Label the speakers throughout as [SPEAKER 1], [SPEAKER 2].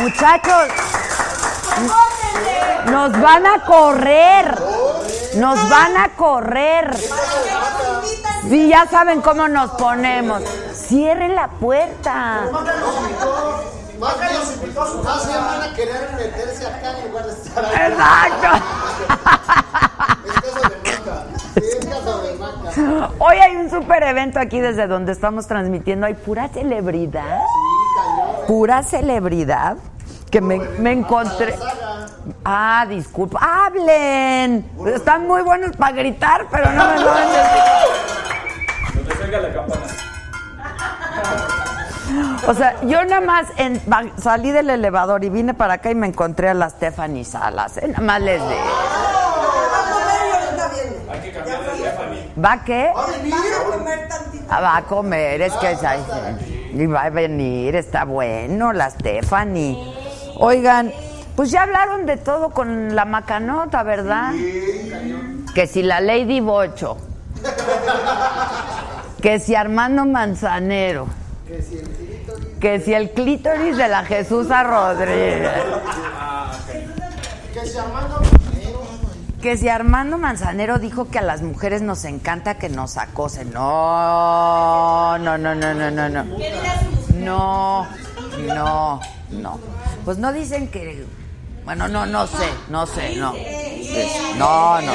[SPEAKER 1] Muchachos, nos van a correr. Nos van a correr. Sí, ya saben cómo nos ponemos. Cierren la puerta.
[SPEAKER 2] Maca los invitó a su casa, ya van a querer meterse acá en lugar de estar ahí.
[SPEAKER 1] Exacto.
[SPEAKER 2] Es casa de Maca. Sí, es casa de Maca. Sí,
[SPEAKER 1] Hoy hay un super evento aquí desde donde estamos transmitiendo. Hay pura celebridad.
[SPEAKER 2] cañón.
[SPEAKER 1] Pura celebridad. Que me, me encontré. Ah, disculpa. ¡Hablen! Están muy buenos para gritar, pero no me lo han
[SPEAKER 3] Donde salga la campana.
[SPEAKER 1] O sea, yo nada más en- ba- salí del elevador y vine para acá y me encontré a la Stephanie Salas. ¿eh? Nada más les dije.
[SPEAKER 3] Hay que cambiar de Stephanie.
[SPEAKER 1] ¿Va a qué?
[SPEAKER 2] ¿Va a venir?
[SPEAKER 1] Ah, Va a comer, es que es ahí. Y va a venir, está bueno, la Stephanie. Oigan, pues ya hablaron de todo con la macanota, ¿verdad? Que si la Lady Bocho. Que si Armando Manzanero. Que si el clítoris de la Jesús Rodríguez.
[SPEAKER 2] Que se Armando
[SPEAKER 1] Que si Armando Manzanero dijo que a las mujeres nos encanta que nos acosen. No, no, no, no, no, no, no. No, no, no. Pues no dicen que. Bueno, no, no sé, no sé, no. Es- No, no.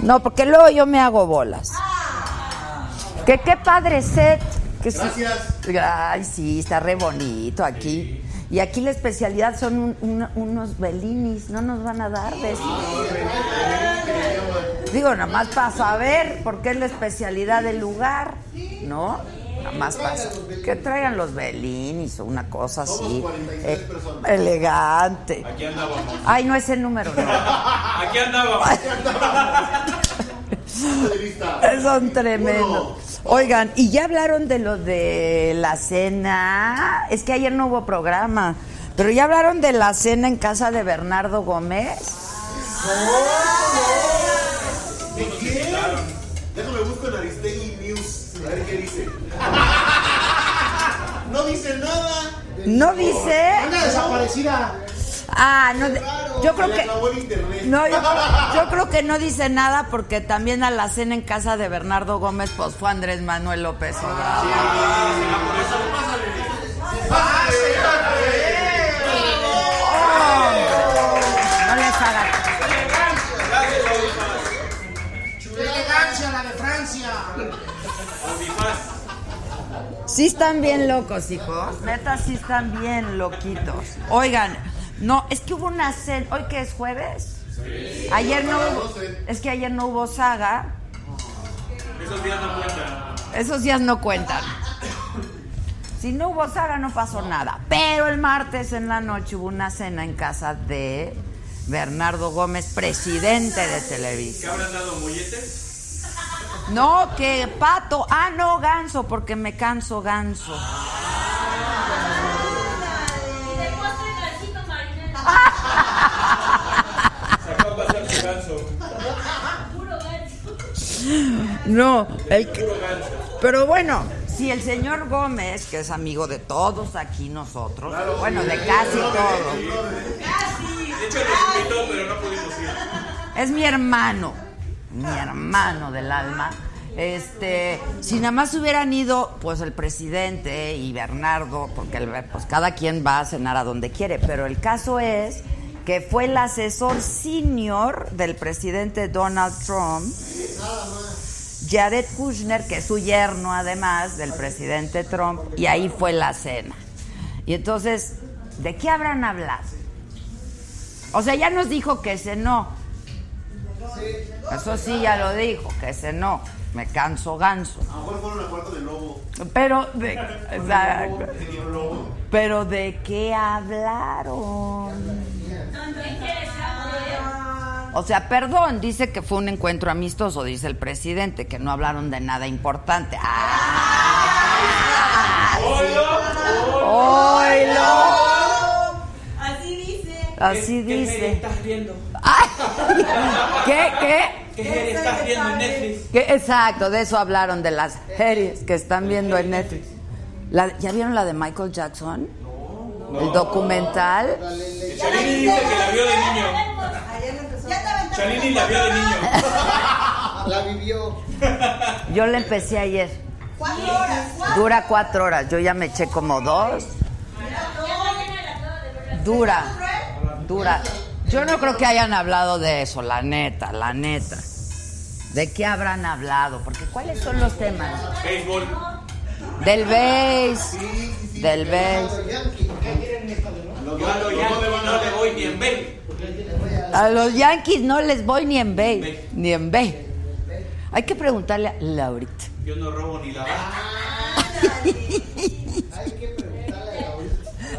[SPEAKER 1] No, porque luego yo me hago bolas. Que qué padre set. Que sí-
[SPEAKER 2] Gracias.
[SPEAKER 1] Ay, sí, está re bonito aquí. Y aquí la especialidad son un- un- unos belinis, no nos van a dar de eso. Digo, nada más para saber, porque es la especialidad del lugar, ¿no? Nada más para saber. Que traigan los belinis o una cosa así.
[SPEAKER 2] 43
[SPEAKER 1] eh,
[SPEAKER 2] personas.
[SPEAKER 1] elegante.
[SPEAKER 3] Aquí andábamos.
[SPEAKER 1] Ay, no es el número, no.
[SPEAKER 3] Ah, Aquí andábamos.
[SPEAKER 2] Televista.
[SPEAKER 1] Son tremendos. Oigan, y ya hablaron de lo de la cena. Es que ayer no hubo programa. Pero ya hablaron de la cena en casa de Bernardo Gómez.
[SPEAKER 2] ¿De quién? Déjame busco en Aristegui News. A ver qué dice. No dice nada.
[SPEAKER 1] Eh, No dice.
[SPEAKER 2] Una desaparecida.
[SPEAKER 1] Ah, no. de- Yo creo
[SPEAKER 2] Se le
[SPEAKER 1] que.
[SPEAKER 2] acabó el internet.
[SPEAKER 1] No, yo, yo creo que no dice nada porque también a la cena en casa de Bernardo Gómez, pues fue Andrés Manuel López Obrador. No les hagan.
[SPEAKER 2] elegancia la de Francia!
[SPEAKER 1] Sí están bien locos, hijos. Neta, sí están bien loquitos. Oigan, no, es que hubo una cena. ¿Hoy qué es jueves? Ayer no hubo. Es que ayer no hubo saga.
[SPEAKER 3] Esos días no cuentan.
[SPEAKER 1] Esos días no cuentan. Si no hubo saga, no pasó nada. Pero el martes en la noche hubo una cena en casa de Bernardo Gómez, presidente de
[SPEAKER 3] ¿Qué
[SPEAKER 1] Televisa.
[SPEAKER 3] habrán dado molletes?
[SPEAKER 1] No, que pato. Ah, no, ganso, porque me canso ganso.
[SPEAKER 3] Sacó a pasar su ganso.
[SPEAKER 1] No, el que-
[SPEAKER 3] Puro ganso.
[SPEAKER 1] Pero bueno, si el señor Gómez, que es amigo de todos aquí nosotros, bueno, de casi todos,
[SPEAKER 3] De hecho, nos invitó, pero no pudimos ir.
[SPEAKER 1] es mi hermano, mi hermano del alma. Este, si nada más hubieran ido, pues el presidente y Bernardo, porque el- pues cada quien va a cenar a donde quiere, pero el caso es que fue el asesor senior del presidente Donald Trump, Jared Kushner, que es su yerno además del presidente Trump, y ahí fue la cena. Y entonces, ¿de qué habrán hablado? O sea, ya nos dijo que cenó. Eso sí, ya lo dijo, que cenó. Me canso ganso.
[SPEAKER 2] A lo mejor fueron al cuarto de lobo.
[SPEAKER 1] Pero de, exacto. pero de qué hablaron. O sea, perdón, dice que fue un encuentro amistoso, dice el presidente, que no hablaron de nada importante. ¡Ah! ¡Oilo!
[SPEAKER 4] Así dice.
[SPEAKER 1] Así dice.
[SPEAKER 3] estás viendo?
[SPEAKER 1] ¡Ay! ¿Qué? ¿Qué?
[SPEAKER 3] ¿Qué serie estás viendo en Netflix?
[SPEAKER 1] Que- exacto, de eso hablaron de las series que están viendo en Netflix. La- ¿Ya vieron la de Michael Jackson? El documental.
[SPEAKER 3] Que Chalini dice que la vio de niño.
[SPEAKER 4] Ya te aventaste
[SPEAKER 3] Chalini la vio de niño.
[SPEAKER 2] La vivió.
[SPEAKER 1] Yo la empecé ayer.
[SPEAKER 4] cuatro horas. Cuatro.
[SPEAKER 1] Dura cuatro horas. Yo ya me eché como dos. Dura. Dura. Yo no creo que hayan hablado de eso, la neta, la neta. ¿De qué habrán hablado? Porque ¿cuáles son los temas?
[SPEAKER 3] Béisbol.
[SPEAKER 1] Del base. Del base.
[SPEAKER 3] Yo a los Yankees no le voy ni en béisbol.
[SPEAKER 1] A los Yankees no les voy ni en B. Ni en B. Hay que preguntarle a Laurita.
[SPEAKER 3] Yo no robo ni la baja.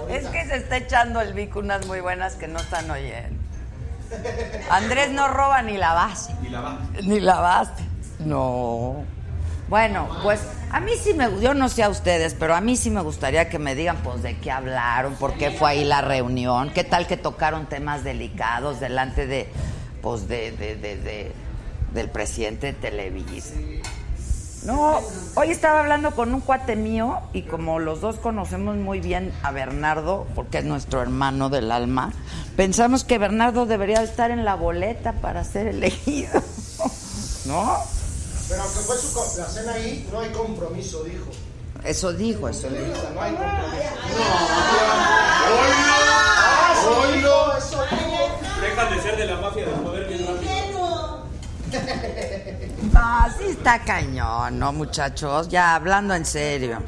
[SPEAKER 1] Es que se está echando el bico unas muy buenas que no están oyendo. Andrés no roba ni la base.
[SPEAKER 3] Ni la baja.
[SPEAKER 1] Ni lavaste. No. Bueno, pues a mí sí me yo no sé a ustedes, pero a mí sí me gustaría que me digan pues de qué hablaron, por qué fue ahí la reunión, qué tal que tocaron temas delicados delante de pues de, de- de- de- del presidente de Televisa. No, hoy estaba hablando con un cuate mío y como los dos conocemos muy bien a Bernardo, porque es nuestro hermano del alma, pensamos que Bernardo debería estar en la boleta para ser elegido. ¿No?
[SPEAKER 2] Pero aunque fue su co- la cena ahí, no hay compromiso, dijo. Ah,
[SPEAKER 1] Eso dijo, eso dijo.
[SPEAKER 2] Televisa, no hay compromiso. No, oílo, oílo, eso dijo.
[SPEAKER 3] Dejan de ser de la mafia del poder bien rápido.
[SPEAKER 4] Ingenuo.
[SPEAKER 1] No, Ah, sí está cañón, ¿no, muchachos? Ya, hablando en serio.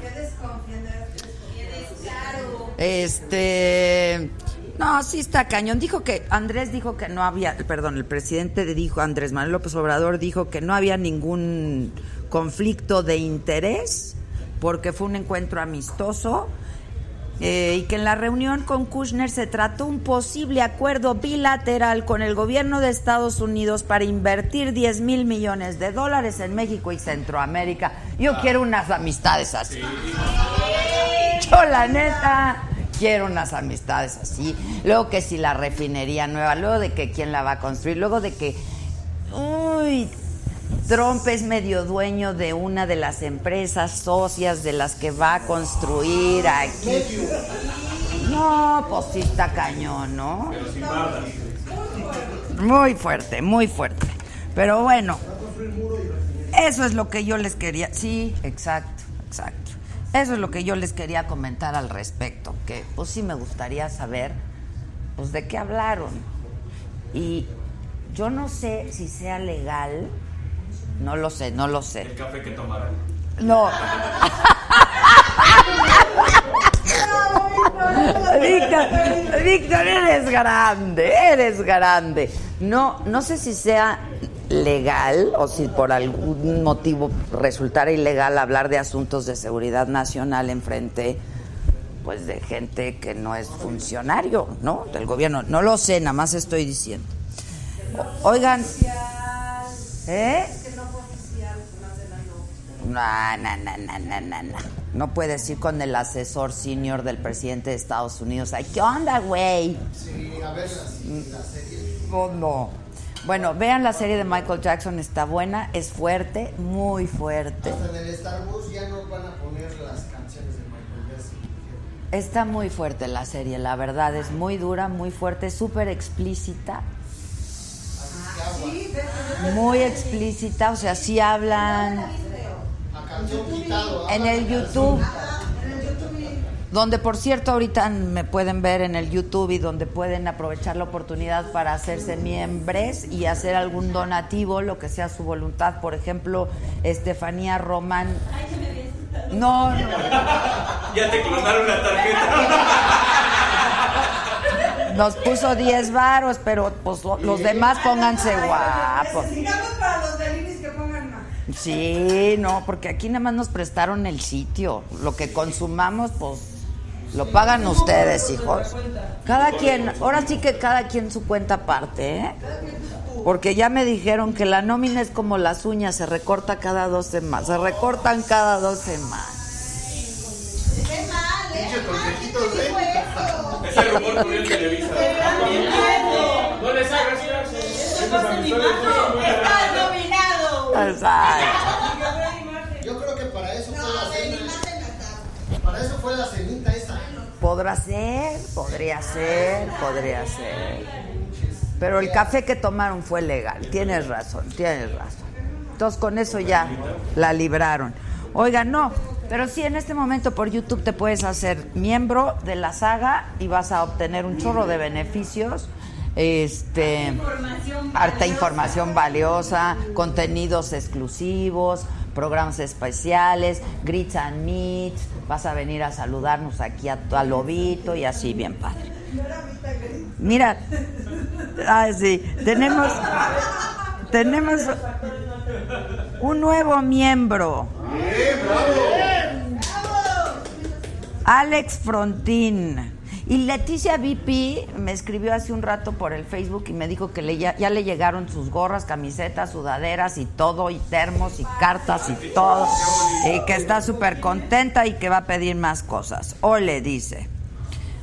[SPEAKER 1] Este. No, sí está cañón. Dijo que. Andrés dijo que no había. Perdón, el presidente dijo, Andrés Manuel López Obrador dijo que no había ningún conflicto de interés porque fue un encuentro amistoso. eh, y que en la reunión con Kushner se trató un posible acuerdo bilateral con el gobierno de Estados Unidos para invertir 10 mil millones de dólares en México y Centroamérica. Yo quiero unas amistades así. Yo la neta quiero unas amistades así. Luego que si la refinería nueva, luego de que quién la va a construir, luego de que uy, Trump es medio dueño de una de las empresas socias de las que va a construir aquí. No, pues sí está cañón, ¿no?
[SPEAKER 3] Pero sin bardas.
[SPEAKER 1] Muy fuerte, muy fuerte. Pero bueno, eso es lo que yo les quería. Sí, exacto, exacto. Eso es lo que yo les quería comentar al respecto, que pues sí me gustaría saber, pues de qué hablaron. Y yo no sé si sea legal, no lo sé, no lo sé.
[SPEAKER 3] El café que tomaron.
[SPEAKER 1] No. Víctor, Víctor, eres grande, eres grande. No, no sé si sea legal o si por algún motivo resultara ilegal hablar de asuntos de seguridad nacional en frente pues de gente que no es funcionario, ¿no? Del gobierno. No lo sé, nada más estoy diciendo. O- Oigan, ¿eh? No, no, no, no, no, no, no. No puedes ir con el asesor senior del presidente de Estados Unidos. Ay, ¿qué onda, güey? Mm.
[SPEAKER 2] Sí, a ver, la serie.
[SPEAKER 1] No, no. Bueno, vean la serie de Michael Jackson, está buena, es fuerte, muy fuerte.
[SPEAKER 2] Hasta en el Starbucks ya no van a poner las canciones de Michael Jackson.
[SPEAKER 1] Está muy fuerte la serie, la verdad, es muy dura, muy fuerte, súper explícita. Muy explícita, o sea, sí hablan
[SPEAKER 2] A canción quitado.
[SPEAKER 1] en el YouTube. Donde, por cierto, ahorita me pueden ver en el YouTube y donde pueden aprovechar la oportunidad para hacerse miembros y hacer algún donativo, lo que sea su voluntad. Por ejemplo, Estefanía Román. No, no.
[SPEAKER 3] Ya te clonaron la tarjeta.
[SPEAKER 1] Nos puso 10 varos, pero pues, lo- los demás pónganse guapos.
[SPEAKER 4] Necesitamos para los deliris que pongan más.
[SPEAKER 1] Sí, no, porque aquí nada más nos prestaron el sitio. Lo que consumamos, pues lo pagan ustedes, hijos. Cada quien, ahora sí que cada quien su cuenta aparte, ¿eh? Porque ya me dijeron que la nómina es como las uñas, se recorta cada dos semanas, se recortan cada dos semanas.
[SPEAKER 4] Qué mal, ¿eh?
[SPEAKER 2] Pinche consejitos,
[SPEAKER 4] ¿Qué dijo
[SPEAKER 2] ¿eh?
[SPEAKER 4] eso?
[SPEAKER 3] Ese rumor corrió en Televisa. No le sabes,
[SPEAKER 4] Estás nominado.
[SPEAKER 1] Exacto.
[SPEAKER 2] Yo creo que para eso fue
[SPEAKER 4] No,
[SPEAKER 2] la
[SPEAKER 4] de
[SPEAKER 2] cena.
[SPEAKER 4] mi madre natal.
[SPEAKER 2] Para fue la cenita esa.
[SPEAKER 1] Podrá ser, podría ser, podría ser. Pero el café que tomaron fue legal. Tienes razón, tienes razón. Entonces con eso ya la libraron. Oiga, no, pero sí en este momento por YouTube te puedes hacer miembro de la saga y vas a obtener un chorro de beneficios. Este, harta información valiosa, contenidos exclusivos, programas especiales, grits and meets, vas a venir a saludarnos aquí a, a Lobito y así bien padre. Mira, ah, sí, tenemos, tenemos un nuevo miembro. Alex Frontín. Y Leticia VP me escribió hace un rato por el Facebook y me dijo que le, ya, ya le llegaron sus gorras, camisetas, sudaderas y todo, y termos y cartas y todo. Y que está súper contenta y que va a pedir más cosas. O le dice.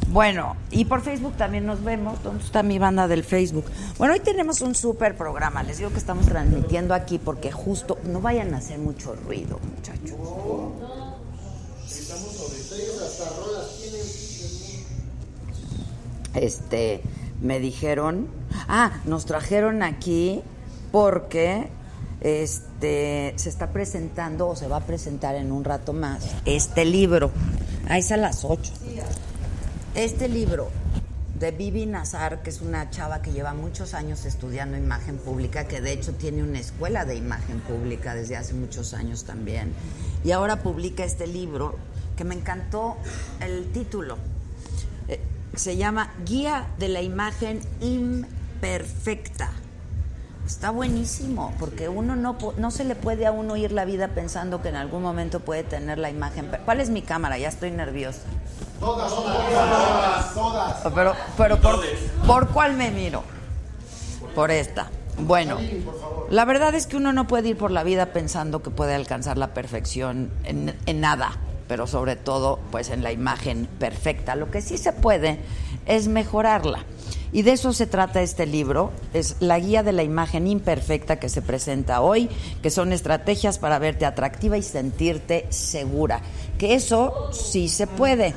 [SPEAKER 1] Bueno, y por Facebook también nos vemos. ¿Dónde está mi banda del Facebook? Bueno, hoy tenemos un súper programa. Les digo que estamos transmitiendo aquí porque justo no vayan a hacer mucho ruido, muchachos. Este, me dijeron, ah, nos trajeron aquí porque este se está presentando o se va a presentar en un rato más este libro. Ah, es a las 8 este libro de Bibi Nazar, que es una chava que lleva muchos años estudiando imagen pública, que de hecho tiene una escuela de imagen pública desde hace muchos años también, y ahora publica este libro que me encantó el título. Eh, Se llama Guía de la imagen imperfecta. Está buenísimo, porque uno no, po- no se le puede a uno ir la vida pensando que en algún momento puede tener la imagen. per- ¿Cuál es mi cámara? Ya estoy nerviosa.
[SPEAKER 2] Todas, todas, todas.
[SPEAKER 1] Pero, pero por, ¿por cuál me miro? Por esta. Bueno, la verdad es que uno no puede ir por la vida pensando que puede alcanzar la perfección en, en nada, pero sobre todo pues en la imagen perfecta. Lo que sí se puede es mejorarla. Y de eso se trata este libro, es la guía de la imagen imperfecta que se presenta hoy, que son estrategias para verte atractiva y sentirte segura. Que eso sí se puede.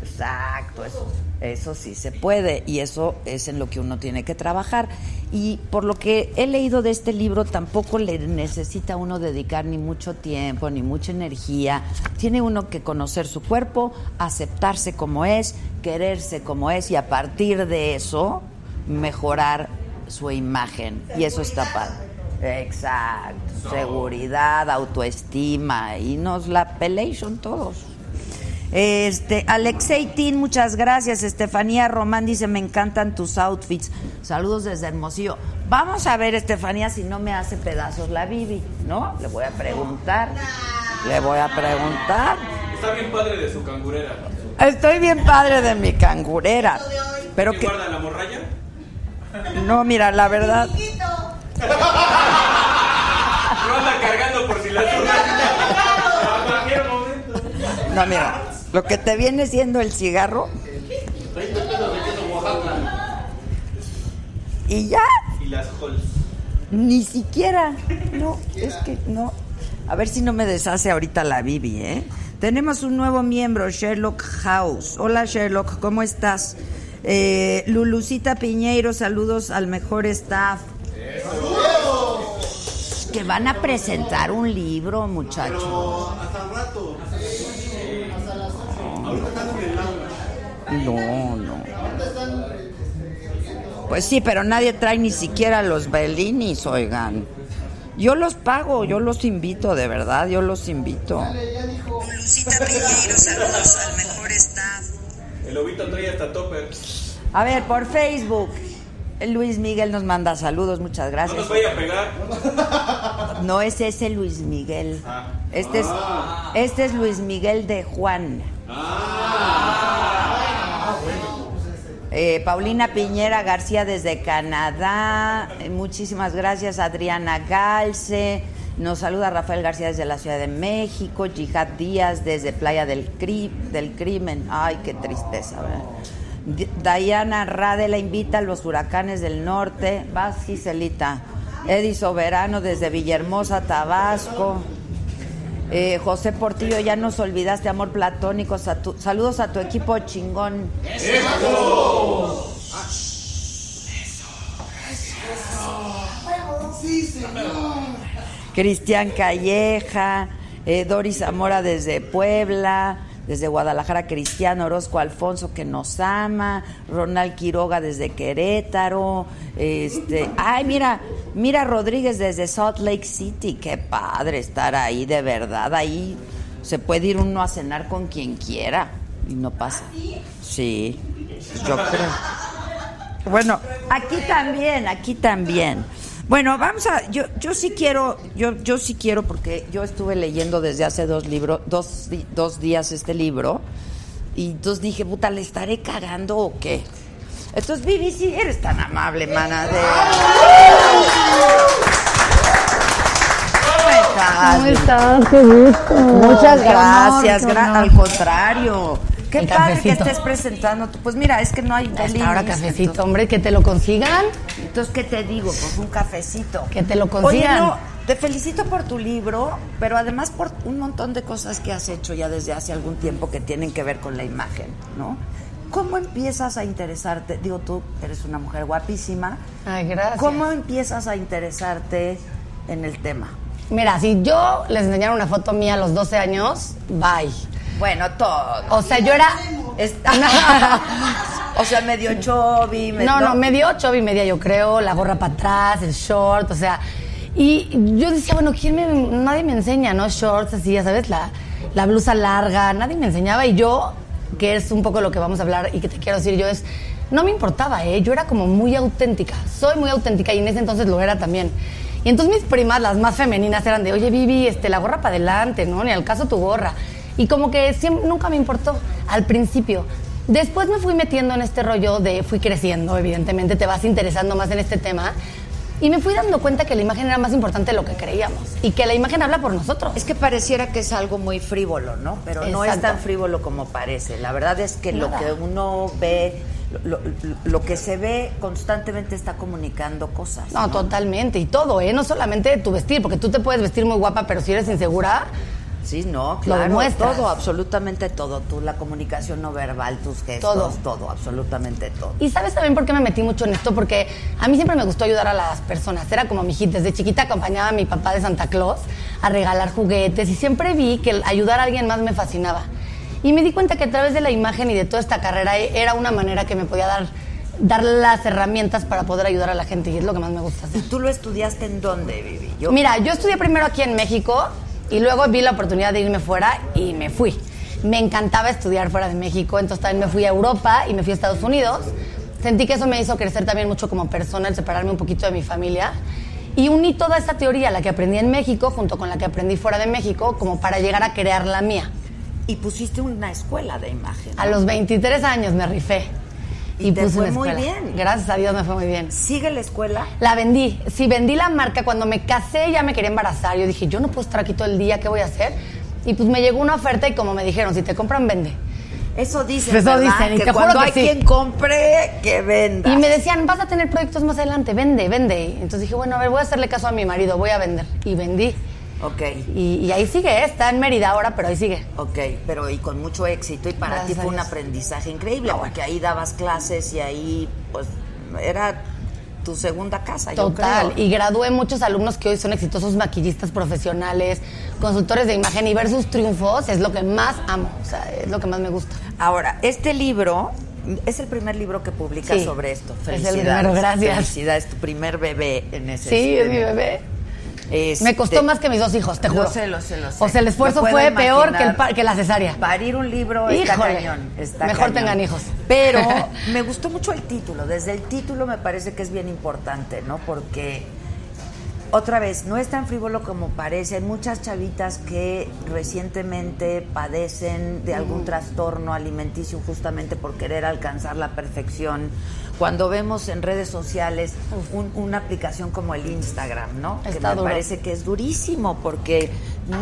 [SPEAKER 1] Exacto, eso, eso sí se puede y eso es en lo que uno tiene que trabajar. Y por lo que he leído de este libro, tampoco le necesita uno dedicar ni mucho tiempo, ni mucha energía. Tiene uno que conocer su cuerpo, aceptarse como es, quererse como es y a partir de eso mejorar su imagen. Y eso está padre. Exacto, seguridad, autoestima y nos la pelation todos. Este, Alexei Tin, muchas gracias. Estefanía Román dice, me encantan tus outfits. Saludos desde Hermosillo. Vamos a ver, Estefanía, si no me hace pedazos la Bibi, ¿no? Le voy a preguntar. Le voy a preguntar.
[SPEAKER 3] Está bien padre de su cangurera.
[SPEAKER 1] Estoy bien padre de mi cangurera. Pero
[SPEAKER 3] ¿Qué
[SPEAKER 1] que...
[SPEAKER 3] guarda la morralla?
[SPEAKER 1] No, mira, la verdad...
[SPEAKER 4] Chiquito.
[SPEAKER 3] No anda cargando por si la duda. A cualquier momento.
[SPEAKER 1] No, mira, lo que te viene siendo el cigarro... Y ya,
[SPEAKER 3] Y las holes.
[SPEAKER 1] Ni siquiera. No, es que no. A ver si no me deshace ahorita la Bibi, ¿eh? Tenemos un nuevo miembro, Sherlock House. Hola Sherlock, ¿cómo estás? Eh, Lulucita Piñeiro, saludos al mejor staff. Pues Que van a presentar un libro, muchachos.
[SPEAKER 2] Hasta un rato.
[SPEAKER 1] No, no. Pues sí, pero nadie trae ni siquiera los Bellinis, oigan. Yo los pago, yo los invito, de verdad, yo los invito.
[SPEAKER 3] El lobito trae hasta topper.
[SPEAKER 1] A ver, por Facebook. Luis Miguel nos manda saludos, muchas
[SPEAKER 3] No
[SPEAKER 1] gracias.
[SPEAKER 3] nos vaya a pegar.
[SPEAKER 1] No es ese Luis Miguel.
[SPEAKER 3] Ah.
[SPEAKER 1] Este es, este es Luis Miguel de Juan. Eh, Paulina Piñera García desde Canadá. Eh, Muchísimas gracias, Adriana Galce. Nos saluda Rafael García desde la Ciudad de México. Yihad Díaz desde Playa del, Cri- del Crimen. Ay, qué tristeza, ¿verdad? Di- Diana Radela invita a los huracanes del norte. Vas, Giselita. Eddie Soberano desde Villahermosa, Tabasco. Eh, José Portillo, ya nos olvidaste, amor platónico. sa- tu- saludos a tu equipo chingón. Cristian Calleja, eh, Doris Zamora desde Puebla, desde Guadalajara, Cristian Orozco Alfonso que nos ama, Ronald Quiroga desde Querétaro, este, ay mira, mira Rodríguez desde Salt Lake City, qué padre estar ahí, de verdad, ahí se puede ir uno a cenar con quien quiera y no pasa. Sí, yo creo. Bueno, aquí también, aquí también. Bueno, vamos a, yo, yo sí quiero, yo, yo sí quiero porque yo estuve leyendo desde hace dos libros, dos, di- dos días este libro y entonces dije, puta, ¿le estaré cagando o qué? Entonces, Vivi, sí, eres tan amable, mana, de... ¿Cómo estás,
[SPEAKER 5] ¿Cómo
[SPEAKER 1] Vivi?
[SPEAKER 5] estás? Qué gusto.
[SPEAKER 1] Muchas
[SPEAKER 5] Qué honor,
[SPEAKER 1] gracias,
[SPEAKER 5] qué
[SPEAKER 1] gra-
[SPEAKER 5] honor.
[SPEAKER 1] al contrario. Qué
[SPEAKER 5] El
[SPEAKER 1] padre que
[SPEAKER 5] cafecito.
[SPEAKER 1] estés presentando. tú. Pues mira, es que no hay
[SPEAKER 5] Hasta
[SPEAKER 1] delirios,
[SPEAKER 5] Ahora cafecito,
[SPEAKER 1] entonces-
[SPEAKER 5] hombre, que te lo consigan.
[SPEAKER 1] Entonces, ¿qué te digo? Pues un cafecito.
[SPEAKER 5] Que te lo
[SPEAKER 1] Oye,
[SPEAKER 5] consigan.
[SPEAKER 1] no, te felicito por tu libro, pero además por un montón de cosas que has hecho ya desde hace algún tiempo que tienen que ver con la imagen, ¿no? ¿Cómo empiezas a interesarte? Digo, tú eres una mujer guapísima.
[SPEAKER 5] Ay, gracias.
[SPEAKER 1] ¿Cómo empiezas a interesarte en el tema?
[SPEAKER 5] Mira, si yo les enseñara una foto mía a los 12 años, bye.
[SPEAKER 1] Bueno, todo.
[SPEAKER 5] O sea, yo era.
[SPEAKER 1] o sea, medio chovi. me-
[SPEAKER 5] No, no, medio ocho y media, yo creo, la gorra para atrás, el short, o sea. Y yo decía, bueno, ¿quién me, nadie me enseña, ¿no? Shorts así, ya sabes, la, la blusa larga, nadie me enseñaba. Y yo, que es un poco lo que vamos a hablar y que te quiero decir yo, es, no me importaba, ¿eh? Yo era como muy auténtica, soy muy auténtica y en ese entonces lo era también. Y entonces mis primas, las más femeninas, eran de, oye, Vivi, este, la gorra para adelante, ¿no? Ni al caso tu gorra. Y como que siempre, nunca me importó al principio. Después me fui metiendo en este rollo de, fui creciendo, evidentemente, te vas interesando más en este tema. Y me fui dando cuenta que la imagen era más importante de lo que creíamos. Y que la imagen habla por nosotros.
[SPEAKER 1] Es que pareciera que es algo muy frívolo, ¿no? Pero no es
[SPEAKER 5] Exacto.
[SPEAKER 1] tan frívolo como parece. La verdad es que lo
[SPEAKER 5] Nada.
[SPEAKER 1] que uno ve, lo, lo- lo que se ve constantemente está comunicando cosas.
[SPEAKER 5] No, totalmente. Y todo, ¿eh? No solamente tu vestir, porque tú te puedes vestir muy guapa, pero si eres insegura,
[SPEAKER 1] Sí, no, claro.
[SPEAKER 5] demuestras.
[SPEAKER 1] todo, absolutamente todo. Tú, la comunicación no verbal, tus gestos, todo,
[SPEAKER 5] Todo.
[SPEAKER 1] absolutamente todo.
[SPEAKER 5] Y sabes también por qué me metí mucho en esto, porque a mí siempre me gustó ayudar a las personas. Era como mi hit. Desde chiquita acompañaba a mi papá de Santa Claus a regalar juguetes y siempre vi que el ayudar a alguien más me fascinaba. Y me di cuenta que a través de la imagen y de toda esta carrera eh, era una manera que me podía dar, dar las herramientas para poder ayudar a la gente y es lo que más me gusta hacer.
[SPEAKER 1] ¿Y tú lo estudiaste en dónde, Vivi? Yo-
[SPEAKER 5] Mira, yo estudié primero aquí en México y luego vi la oportunidad de irme fuera y me fui. Me encantaba estudiar fuera de México, entonces también me fui a Europa y me fui a Estados Unidos. Sentí que eso me hizo crecer también mucho como persona, el separarme un poquito de mi familia. Y uní toda esta teoría, la que aprendí en México, junto con la que aprendí fuera de México, como para llegar a crear la mía.
[SPEAKER 1] Y pusiste una escuela de imagen.
[SPEAKER 5] A los 23 años me rifé.
[SPEAKER 1] Y te fue
[SPEAKER 5] una
[SPEAKER 1] muy
[SPEAKER 5] escuela.
[SPEAKER 1] bien.
[SPEAKER 5] Gracias a Dios me fue muy bien.
[SPEAKER 1] ¿Sigue la escuela?
[SPEAKER 5] La vendí. Sí, vendí la marca. Cuando me casé ya me quería embarazar. Yo dije, yo no puedo estar aquí todo el día, ¿qué voy a hacer? Y pues me llegó una oferta y como me dijeron, si te compran, vende.
[SPEAKER 1] Eso dicen,
[SPEAKER 5] Eso
[SPEAKER 1] ¿verdad?
[SPEAKER 5] dicen, y
[SPEAKER 1] que
[SPEAKER 5] te juro
[SPEAKER 1] cuando
[SPEAKER 5] que
[SPEAKER 1] hay
[SPEAKER 5] sí.
[SPEAKER 1] quien compre, que venda.
[SPEAKER 5] Y me decían, vas a tener proyectos más adelante, vende, vende. Entonces dije, bueno, a ver, voy a hacerle caso a mi marido, voy a vender. Y vendí.
[SPEAKER 1] Ok.
[SPEAKER 5] Y, y ahí sigue, ¿eh? está en Mérida ahora, pero ahí sigue.
[SPEAKER 1] Ok, pero y con mucho éxito y para ti
[SPEAKER 5] Gracias
[SPEAKER 1] fue
[SPEAKER 5] a
[SPEAKER 1] un
[SPEAKER 5] Dios.
[SPEAKER 1] aprendizaje increíble,
[SPEAKER 5] Ah,
[SPEAKER 1] porque ahí dabas clases y ahí pues era tu segunda casa. yo
[SPEAKER 5] Total,
[SPEAKER 1] creo.
[SPEAKER 5] y gradué muchos alumnos que hoy son exitosos maquillistas profesionales, consultores de imagen y ver sus triunfos es lo que más amo, o sea, es lo que más me gusta.
[SPEAKER 1] Ahora, este libro es el primer libro que publicas
[SPEAKER 5] Sí,
[SPEAKER 1] sobre esto.
[SPEAKER 5] es el
[SPEAKER 1] Felicidades.
[SPEAKER 5] primero, gracias.
[SPEAKER 1] Felicidades, tu primer bebé en ese
[SPEAKER 5] Sí, es mi
[SPEAKER 1] sistema.
[SPEAKER 5] bebé.
[SPEAKER 1] Este,
[SPEAKER 5] Me costó más que mis dos hijos, te juro.
[SPEAKER 1] Lo sé, lo sé, lo sé.
[SPEAKER 5] O sea, el
[SPEAKER 1] Lo
[SPEAKER 5] esfuerzo
[SPEAKER 1] puedo
[SPEAKER 5] fue peor que, el
[SPEAKER 1] imaginar.
[SPEAKER 5] par- que la cesárea.
[SPEAKER 1] Parir un libro está
[SPEAKER 5] Híjole.
[SPEAKER 1] cañón. está
[SPEAKER 5] Mejor
[SPEAKER 1] cañón.
[SPEAKER 5] tengan hijos.
[SPEAKER 1] Pero me gustó mucho el título. Desde el título me parece que es bien importante, ¿no? Porque, otra vez, no es tan frívolo como parece. Hay muchas chavitas que recientemente padecen de algún
[SPEAKER 5] Mm.
[SPEAKER 1] trastorno alimenticio justamente por querer alcanzar la perfección. Cuando vemos en redes sociales un- una aplicación como el Instagram, ¿no? que
[SPEAKER 5] Está
[SPEAKER 1] me
[SPEAKER 5] duro.
[SPEAKER 1] parece que es durísimo porque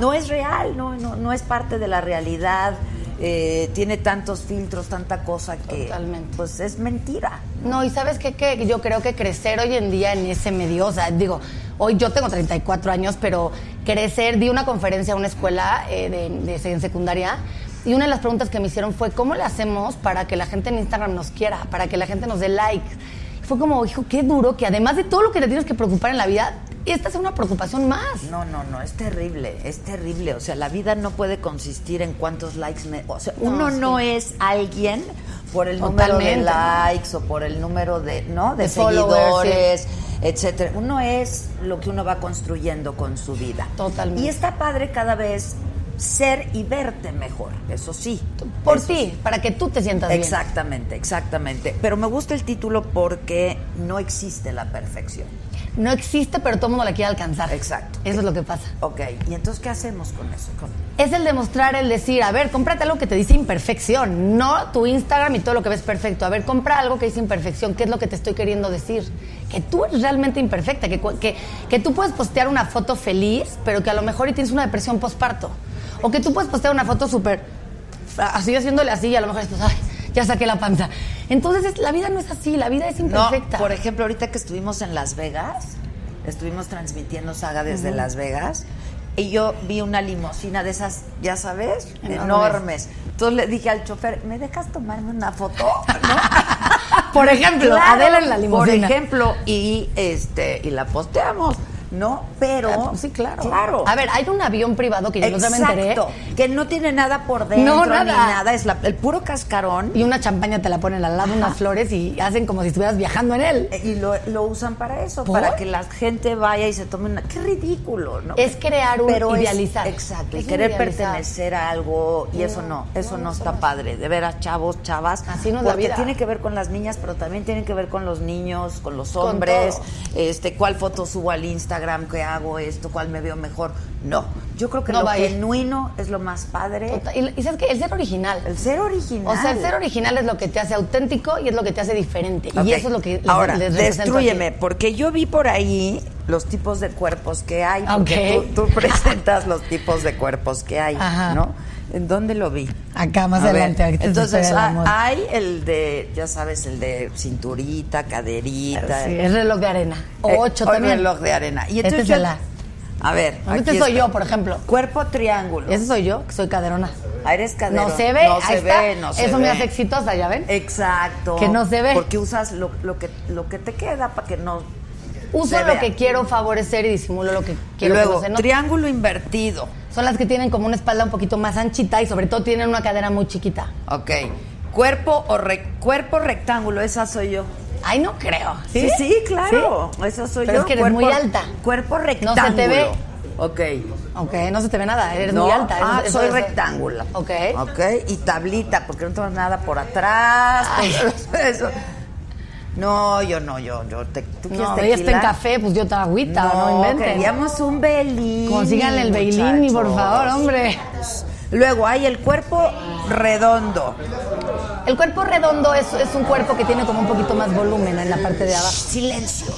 [SPEAKER 1] no es real, no, no, no es parte de la realidad, eh, tiene tantos filtros, tanta cosa que
[SPEAKER 5] Totalmente.
[SPEAKER 1] pues es mentira.
[SPEAKER 5] No, y sabes qué, qué? yo creo que crecer hoy en día en ese medio, o sea, digo, hoy yo tengo 34 años, pero crecer, di una conferencia a una escuela eh, de, de- en secundaria y una de las preguntas que me hicieron fue, ¿cómo le hacemos para que la gente en Instagram nos quiera, para que la gente nos dé likes? Y fue como, hijo, qué duro que además de todo lo que te tienes que preocupar en la vida, esta es una preocupación más.
[SPEAKER 1] No, no, no, es terrible, es terrible. O sea, la vida no puede consistir en cuántos likes me. O sea,
[SPEAKER 5] No,
[SPEAKER 1] uno
[SPEAKER 5] sí.
[SPEAKER 1] no es alguien por el número de
[SPEAKER 5] Totalmente.
[SPEAKER 1] likes o por el número de, ¿no? De,
[SPEAKER 5] De followers,
[SPEAKER 1] seguidores, etcétera. Uno es lo que uno va construyendo con su vida.
[SPEAKER 5] Totalmente.
[SPEAKER 1] Y está padre cada vez ser y verte mejor, eso sí.
[SPEAKER 5] Por
[SPEAKER 1] Eso
[SPEAKER 5] ti, para que tú te sientas bien.
[SPEAKER 1] Exactamente, exactamente. Pero me gusta el título porque no existe la perfección.
[SPEAKER 5] No existe, pero todo el mundo la quiere alcanzar.
[SPEAKER 1] Exacto.
[SPEAKER 5] Eso es lo que pasa.
[SPEAKER 1] Ok, ¿y entonces qué hacemos con eso? Con-
[SPEAKER 5] Es el demostrar, el decir, a ver, cómprate algo que te dice imperfección, no tu Instagram y todo lo que ves perfecto. A ver, compra algo que dice imperfección, ¿qué es lo que te estoy queriendo decir? Que tú eres realmente imperfecta, que, cu- que, que tú puedes postear una foto feliz, pero que a lo mejor y tienes una depresión postparto. O que tú puedes postear una foto súper, así haciéndole así, y a lo mejor estás, ay, ya saqué la panza. Entonces, es- la vida no es así, la vida es imperfecta.
[SPEAKER 1] No, por ejemplo, ahorita que estuvimos en Las Vegas, estuvimos transmitiendo saga desde Las Vegas, y yo vi una limusina de esas, ya sabes,
[SPEAKER 5] Enormes.
[SPEAKER 1] enormes. Entonces le dije al chofer, ¿me dejas tomarme una foto? ¿No?
[SPEAKER 5] Por ejemplo,
[SPEAKER 1] Claro,
[SPEAKER 5] Adela en la limusina.
[SPEAKER 1] Por ejemplo, y este, y la posteamos, ¿no? Pero.
[SPEAKER 5] Ah, pues Sí, claro.
[SPEAKER 1] Claro.
[SPEAKER 5] A ver, hay un avión privado que yo el otro día me enteré.
[SPEAKER 1] Exacto, que no tiene nada por dentro
[SPEAKER 5] No,
[SPEAKER 1] ni
[SPEAKER 5] nada.
[SPEAKER 1] nada, es la- el puro cascarón
[SPEAKER 5] y una champaña te la ponen al lado, unas flores y hacen como si estuvieras viajando en él.
[SPEAKER 1] Eh, Y lo, lo usan para eso,
[SPEAKER 5] ¿Por?
[SPEAKER 1] para que la gente vaya y se tome una... ¡Qué ridículo! ¿no?
[SPEAKER 5] Es crear un
[SPEAKER 1] es-
[SPEAKER 5] idealizar.
[SPEAKER 1] exacto, y
[SPEAKER 5] Es un
[SPEAKER 1] querer
[SPEAKER 5] idealizar.
[SPEAKER 1] pertenecer a algo, y eso no, eso no, está padre. De veras, chavos, chavas.
[SPEAKER 5] Así no es la
[SPEAKER 1] porque
[SPEAKER 5] vida.
[SPEAKER 1] tiene que ver con las niñas, pero también tiene que ver con los niños, con los
[SPEAKER 5] Con
[SPEAKER 1] hombres,
[SPEAKER 5] todo.
[SPEAKER 1] este cuál foto subo al Instagram, qué hago esto, cuál me veo mejor. No, yo creo que
[SPEAKER 5] No
[SPEAKER 1] lo
[SPEAKER 5] va a ir.
[SPEAKER 1] genuino es lo más padre.
[SPEAKER 5] Total- Y, y sabes que el ser original.
[SPEAKER 1] El ser original.
[SPEAKER 5] O sea, el ser original es lo que te hace auténtico y es lo que te hace diferente.
[SPEAKER 1] Ok.
[SPEAKER 5] Y eso es lo que les-
[SPEAKER 1] Ahora,
[SPEAKER 5] les represento
[SPEAKER 1] destruyeme,
[SPEAKER 5] aquí.
[SPEAKER 1] porque yo vi por ahí los tipos de cuerpos que hay. porque
[SPEAKER 5] Ok.
[SPEAKER 1] Tú, tú presentas los tipos de cuerpos que hay,
[SPEAKER 5] Ajá.
[SPEAKER 1] ¿no? ¿En dónde lo vi?
[SPEAKER 5] Acá, más
[SPEAKER 1] A ver,
[SPEAKER 5] adelante. ahorita te
[SPEAKER 1] entonces,
[SPEAKER 5] espera el
[SPEAKER 1] ah,
[SPEAKER 5] amor.
[SPEAKER 1] hay el de, ya sabes, el de cinturita, caderita.
[SPEAKER 5] Sí, es reloj de arena. O
[SPEAKER 1] eh,
[SPEAKER 5] ocho también.
[SPEAKER 1] reloj de arena. Y
[SPEAKER 5] Este
[SPEAKER 1] entonces
[SPEAKER 5] es
[SPEAKER 1] yo-
[SPEAKER 5] el A.
[SPEAKER 1] A ver,
[SPEAKER 5] Ahorita
[SPEAKER 1] aquí
[SPEAKER 5] soy
[SPEAKER 1] está.
[SPEAKER 5] yo, por ejemplo.
[SPEAKER 1] Cuerpo triángulo.
[SPEAKER 5] Ese soy yo, que soy caderona.
[SPEAKER 1] Ah, eres caderón.
[SPEAKER 5] No se ve,
[SPEAKER 1] no
[SPEAKER 5] ahí
[SPEAKER 1] se
[SPEAKER 5] está.
[SPEAKER 1] ve, no se
[SPEAKER 5] eso me
[SPEAKER 1] ve. Eh,
[SPEAKER 5] hace exitosa, ¿ya ven?
[SPEAKER 1] Exacto.
[SPEAKER 5] Que no se ve.
[SPEAKER 1] Porque usas lo, lo que, lo que te queda para que no.
[SPEAKER 5] Uso
[SPEAKER 1] se
[SPEAKER 5] lo
[SPEAKER 1] vea.
[SPEAKER 5] que quiero favorecer y disimulo lo que quiero
[SPEAKER 1] Luego,
[SPEAKER 5] que no se note.
[SPEAKER 1] triángulo invertido.
[SPEAKER 5] Son las que tienen como una espalda un poquito más anchita y sobre todo tienen una cadera muy chiquita.
[SPEAKER 1] Ok. Cuerpo o re- cuerpo rectángulo, esa soy yo.
[SPEAKER 5] Ay, no creo.
[SPEAKER 1] Sí, sí, claro. Esa soy
[SPEAKER 5] Pero
[SPEAKER 1] yo.
[SPEAKER 5] es que eres muy alta.
[SPEAKER 1] Cuerpo rectángulo.
[SPEAKER 5] No se te ve.
[SPEAKER 1] Ok.
[SPEAKER 5] Ok, no se te ve nada, eres
[SPEAKER 1] No,
[SPEAKER 5] muy alta.
[SPEAKER 1] Ah,
[SPEAKER 5] eso- eso-
[SPEAKER 1] soy
[SPEAKER 5] eso-
[SPEAKER 1] rectángulo.
[SPEAKER 5] Ok.
[SPEAKER 1] Ok. Y tablita, porque no tomas nada por atrás. por eso. No, yo no, yo, yo. Te, ¿Tú quieres
[SPEAKER 5] No,
[SPEAKER 1] tequila?
[SPEAKER 5] ella está en café, pues yo te agüita, no, inventen.
[SPEAKER 1] queríamos un Bellini.
[SPEAKER 5] Consíganle el Beilini, por
[SPEAKER 1] muchachos.
[SPEAKER 5] favor, hombre.
[SPEAKER 1] Luego hay el cuerpo redondo.
[SPEAKER 5] El cuerpo redondo es, es un cuerpo que tiene como un poquito más volumen en la parte de abajo.
[SPEAKER 1] Silencio.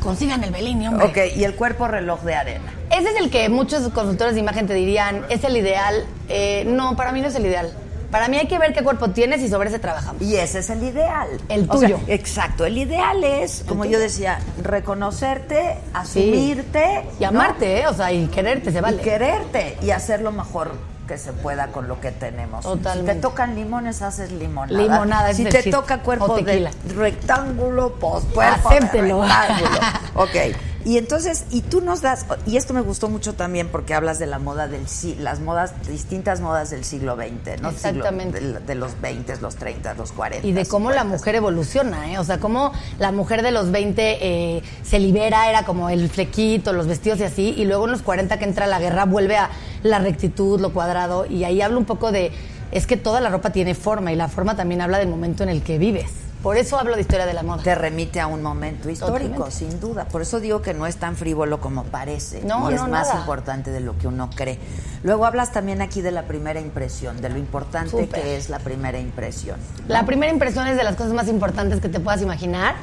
[SPEAKER 5] Consigan el Belini, hombre.
[SPEAKER 1] Ok, y el cuerpo reloj de arena.
[SPEAKER 5] Ese es el que muchos consultores de imagen te dirían, es el ideal. Eh, no, para mí no es el ideal. Para mí hay que ver qué cuerpo tienes y sobre ese trabajamos.
[SPEAKER 1] Y ese es el ideal.
[SPEAKER 5] El
[SPEAKER 1] O sea,
[SPEAKER 5] tuyo.
[SPEAKER 1] exacto. El ideal es, como yo decía, reconocerte, asumirte.
[SPEAKER 5] Y
[SPEAKER 1] ¿no?
[SPEAKER 5] amarte, ¿eh? o sea, y quererte, se vale.
[SPEAKER 1] Y quererte y hacer lo mejor que se pueda con lo que tenemos.
[SPEAKER 5] Totalmente.
[SPEAKER 1] Si te tocan limones, haces limonada.
[SPEAKER 5] Limonada, ese
[SPEAKER 1] Si
[SPEAKER 5] es el
[SPEAKER 1] te
[SPEAKER 5] chiste.
[SPEAKER 1] toca cuerpo
[SPEAKER 5] O
[SPEAKER 1] de
[SPEAKER 5] tequila.
[SPEAKER 1] rectángulo, pues cuerpo de
[SPEAKER 5] Acéptelo.
[SPEAKER 1] rectángulo. Ok. Y entonces, y tú nos das, y esto me gustó mucho también porque hablas de la moda del si- las modas, distintas modas del siglo XX, ¿no? Siglo-
[SPEAKER 5] Exactamente.
[SPEAKER 1] del- de, los 20, los 30, los 40.
[SPEAKER 5] Y de cómo la
[SPEAKER 1] 50.
[SPEAKER 5] mujer evoluciona, ¿eh? O sea, cómo la mujer de los 20 eh, se libera, era como el flequito, los vestidos y así, y luego en los 40 que entra la guerra vuelve a la rectitud, lo cuadrado, y ahí hablo un poco de, es que toda la ropa tiene forma, y la forma también habla del momento en el que vives. Por eso hablo de historia de la moda.
[SPEAKER 1] te remite a un momento histórico,
[SPEAKER 5] Totalmente.
[SPEAKER 1] sin duda. Por eso digo que no es tan frívolo como parece.
[SPEAKER 5] No,
[SPEAKER 1] y es
[SPEAKER 5] no,
[SPEAKER 1] más
[SPEAKER 5] nada.
[SPEAKER 1] importante de lo que uno cree. Luego hablas también aquí de la primera impresión, de lo importante
[SPEAKER 5] Súper.
[SPEAKER 1] que es la primera impresión.
[SPEAKER 5] La primera impresión es de las cosas más importantes que te puedas imaginar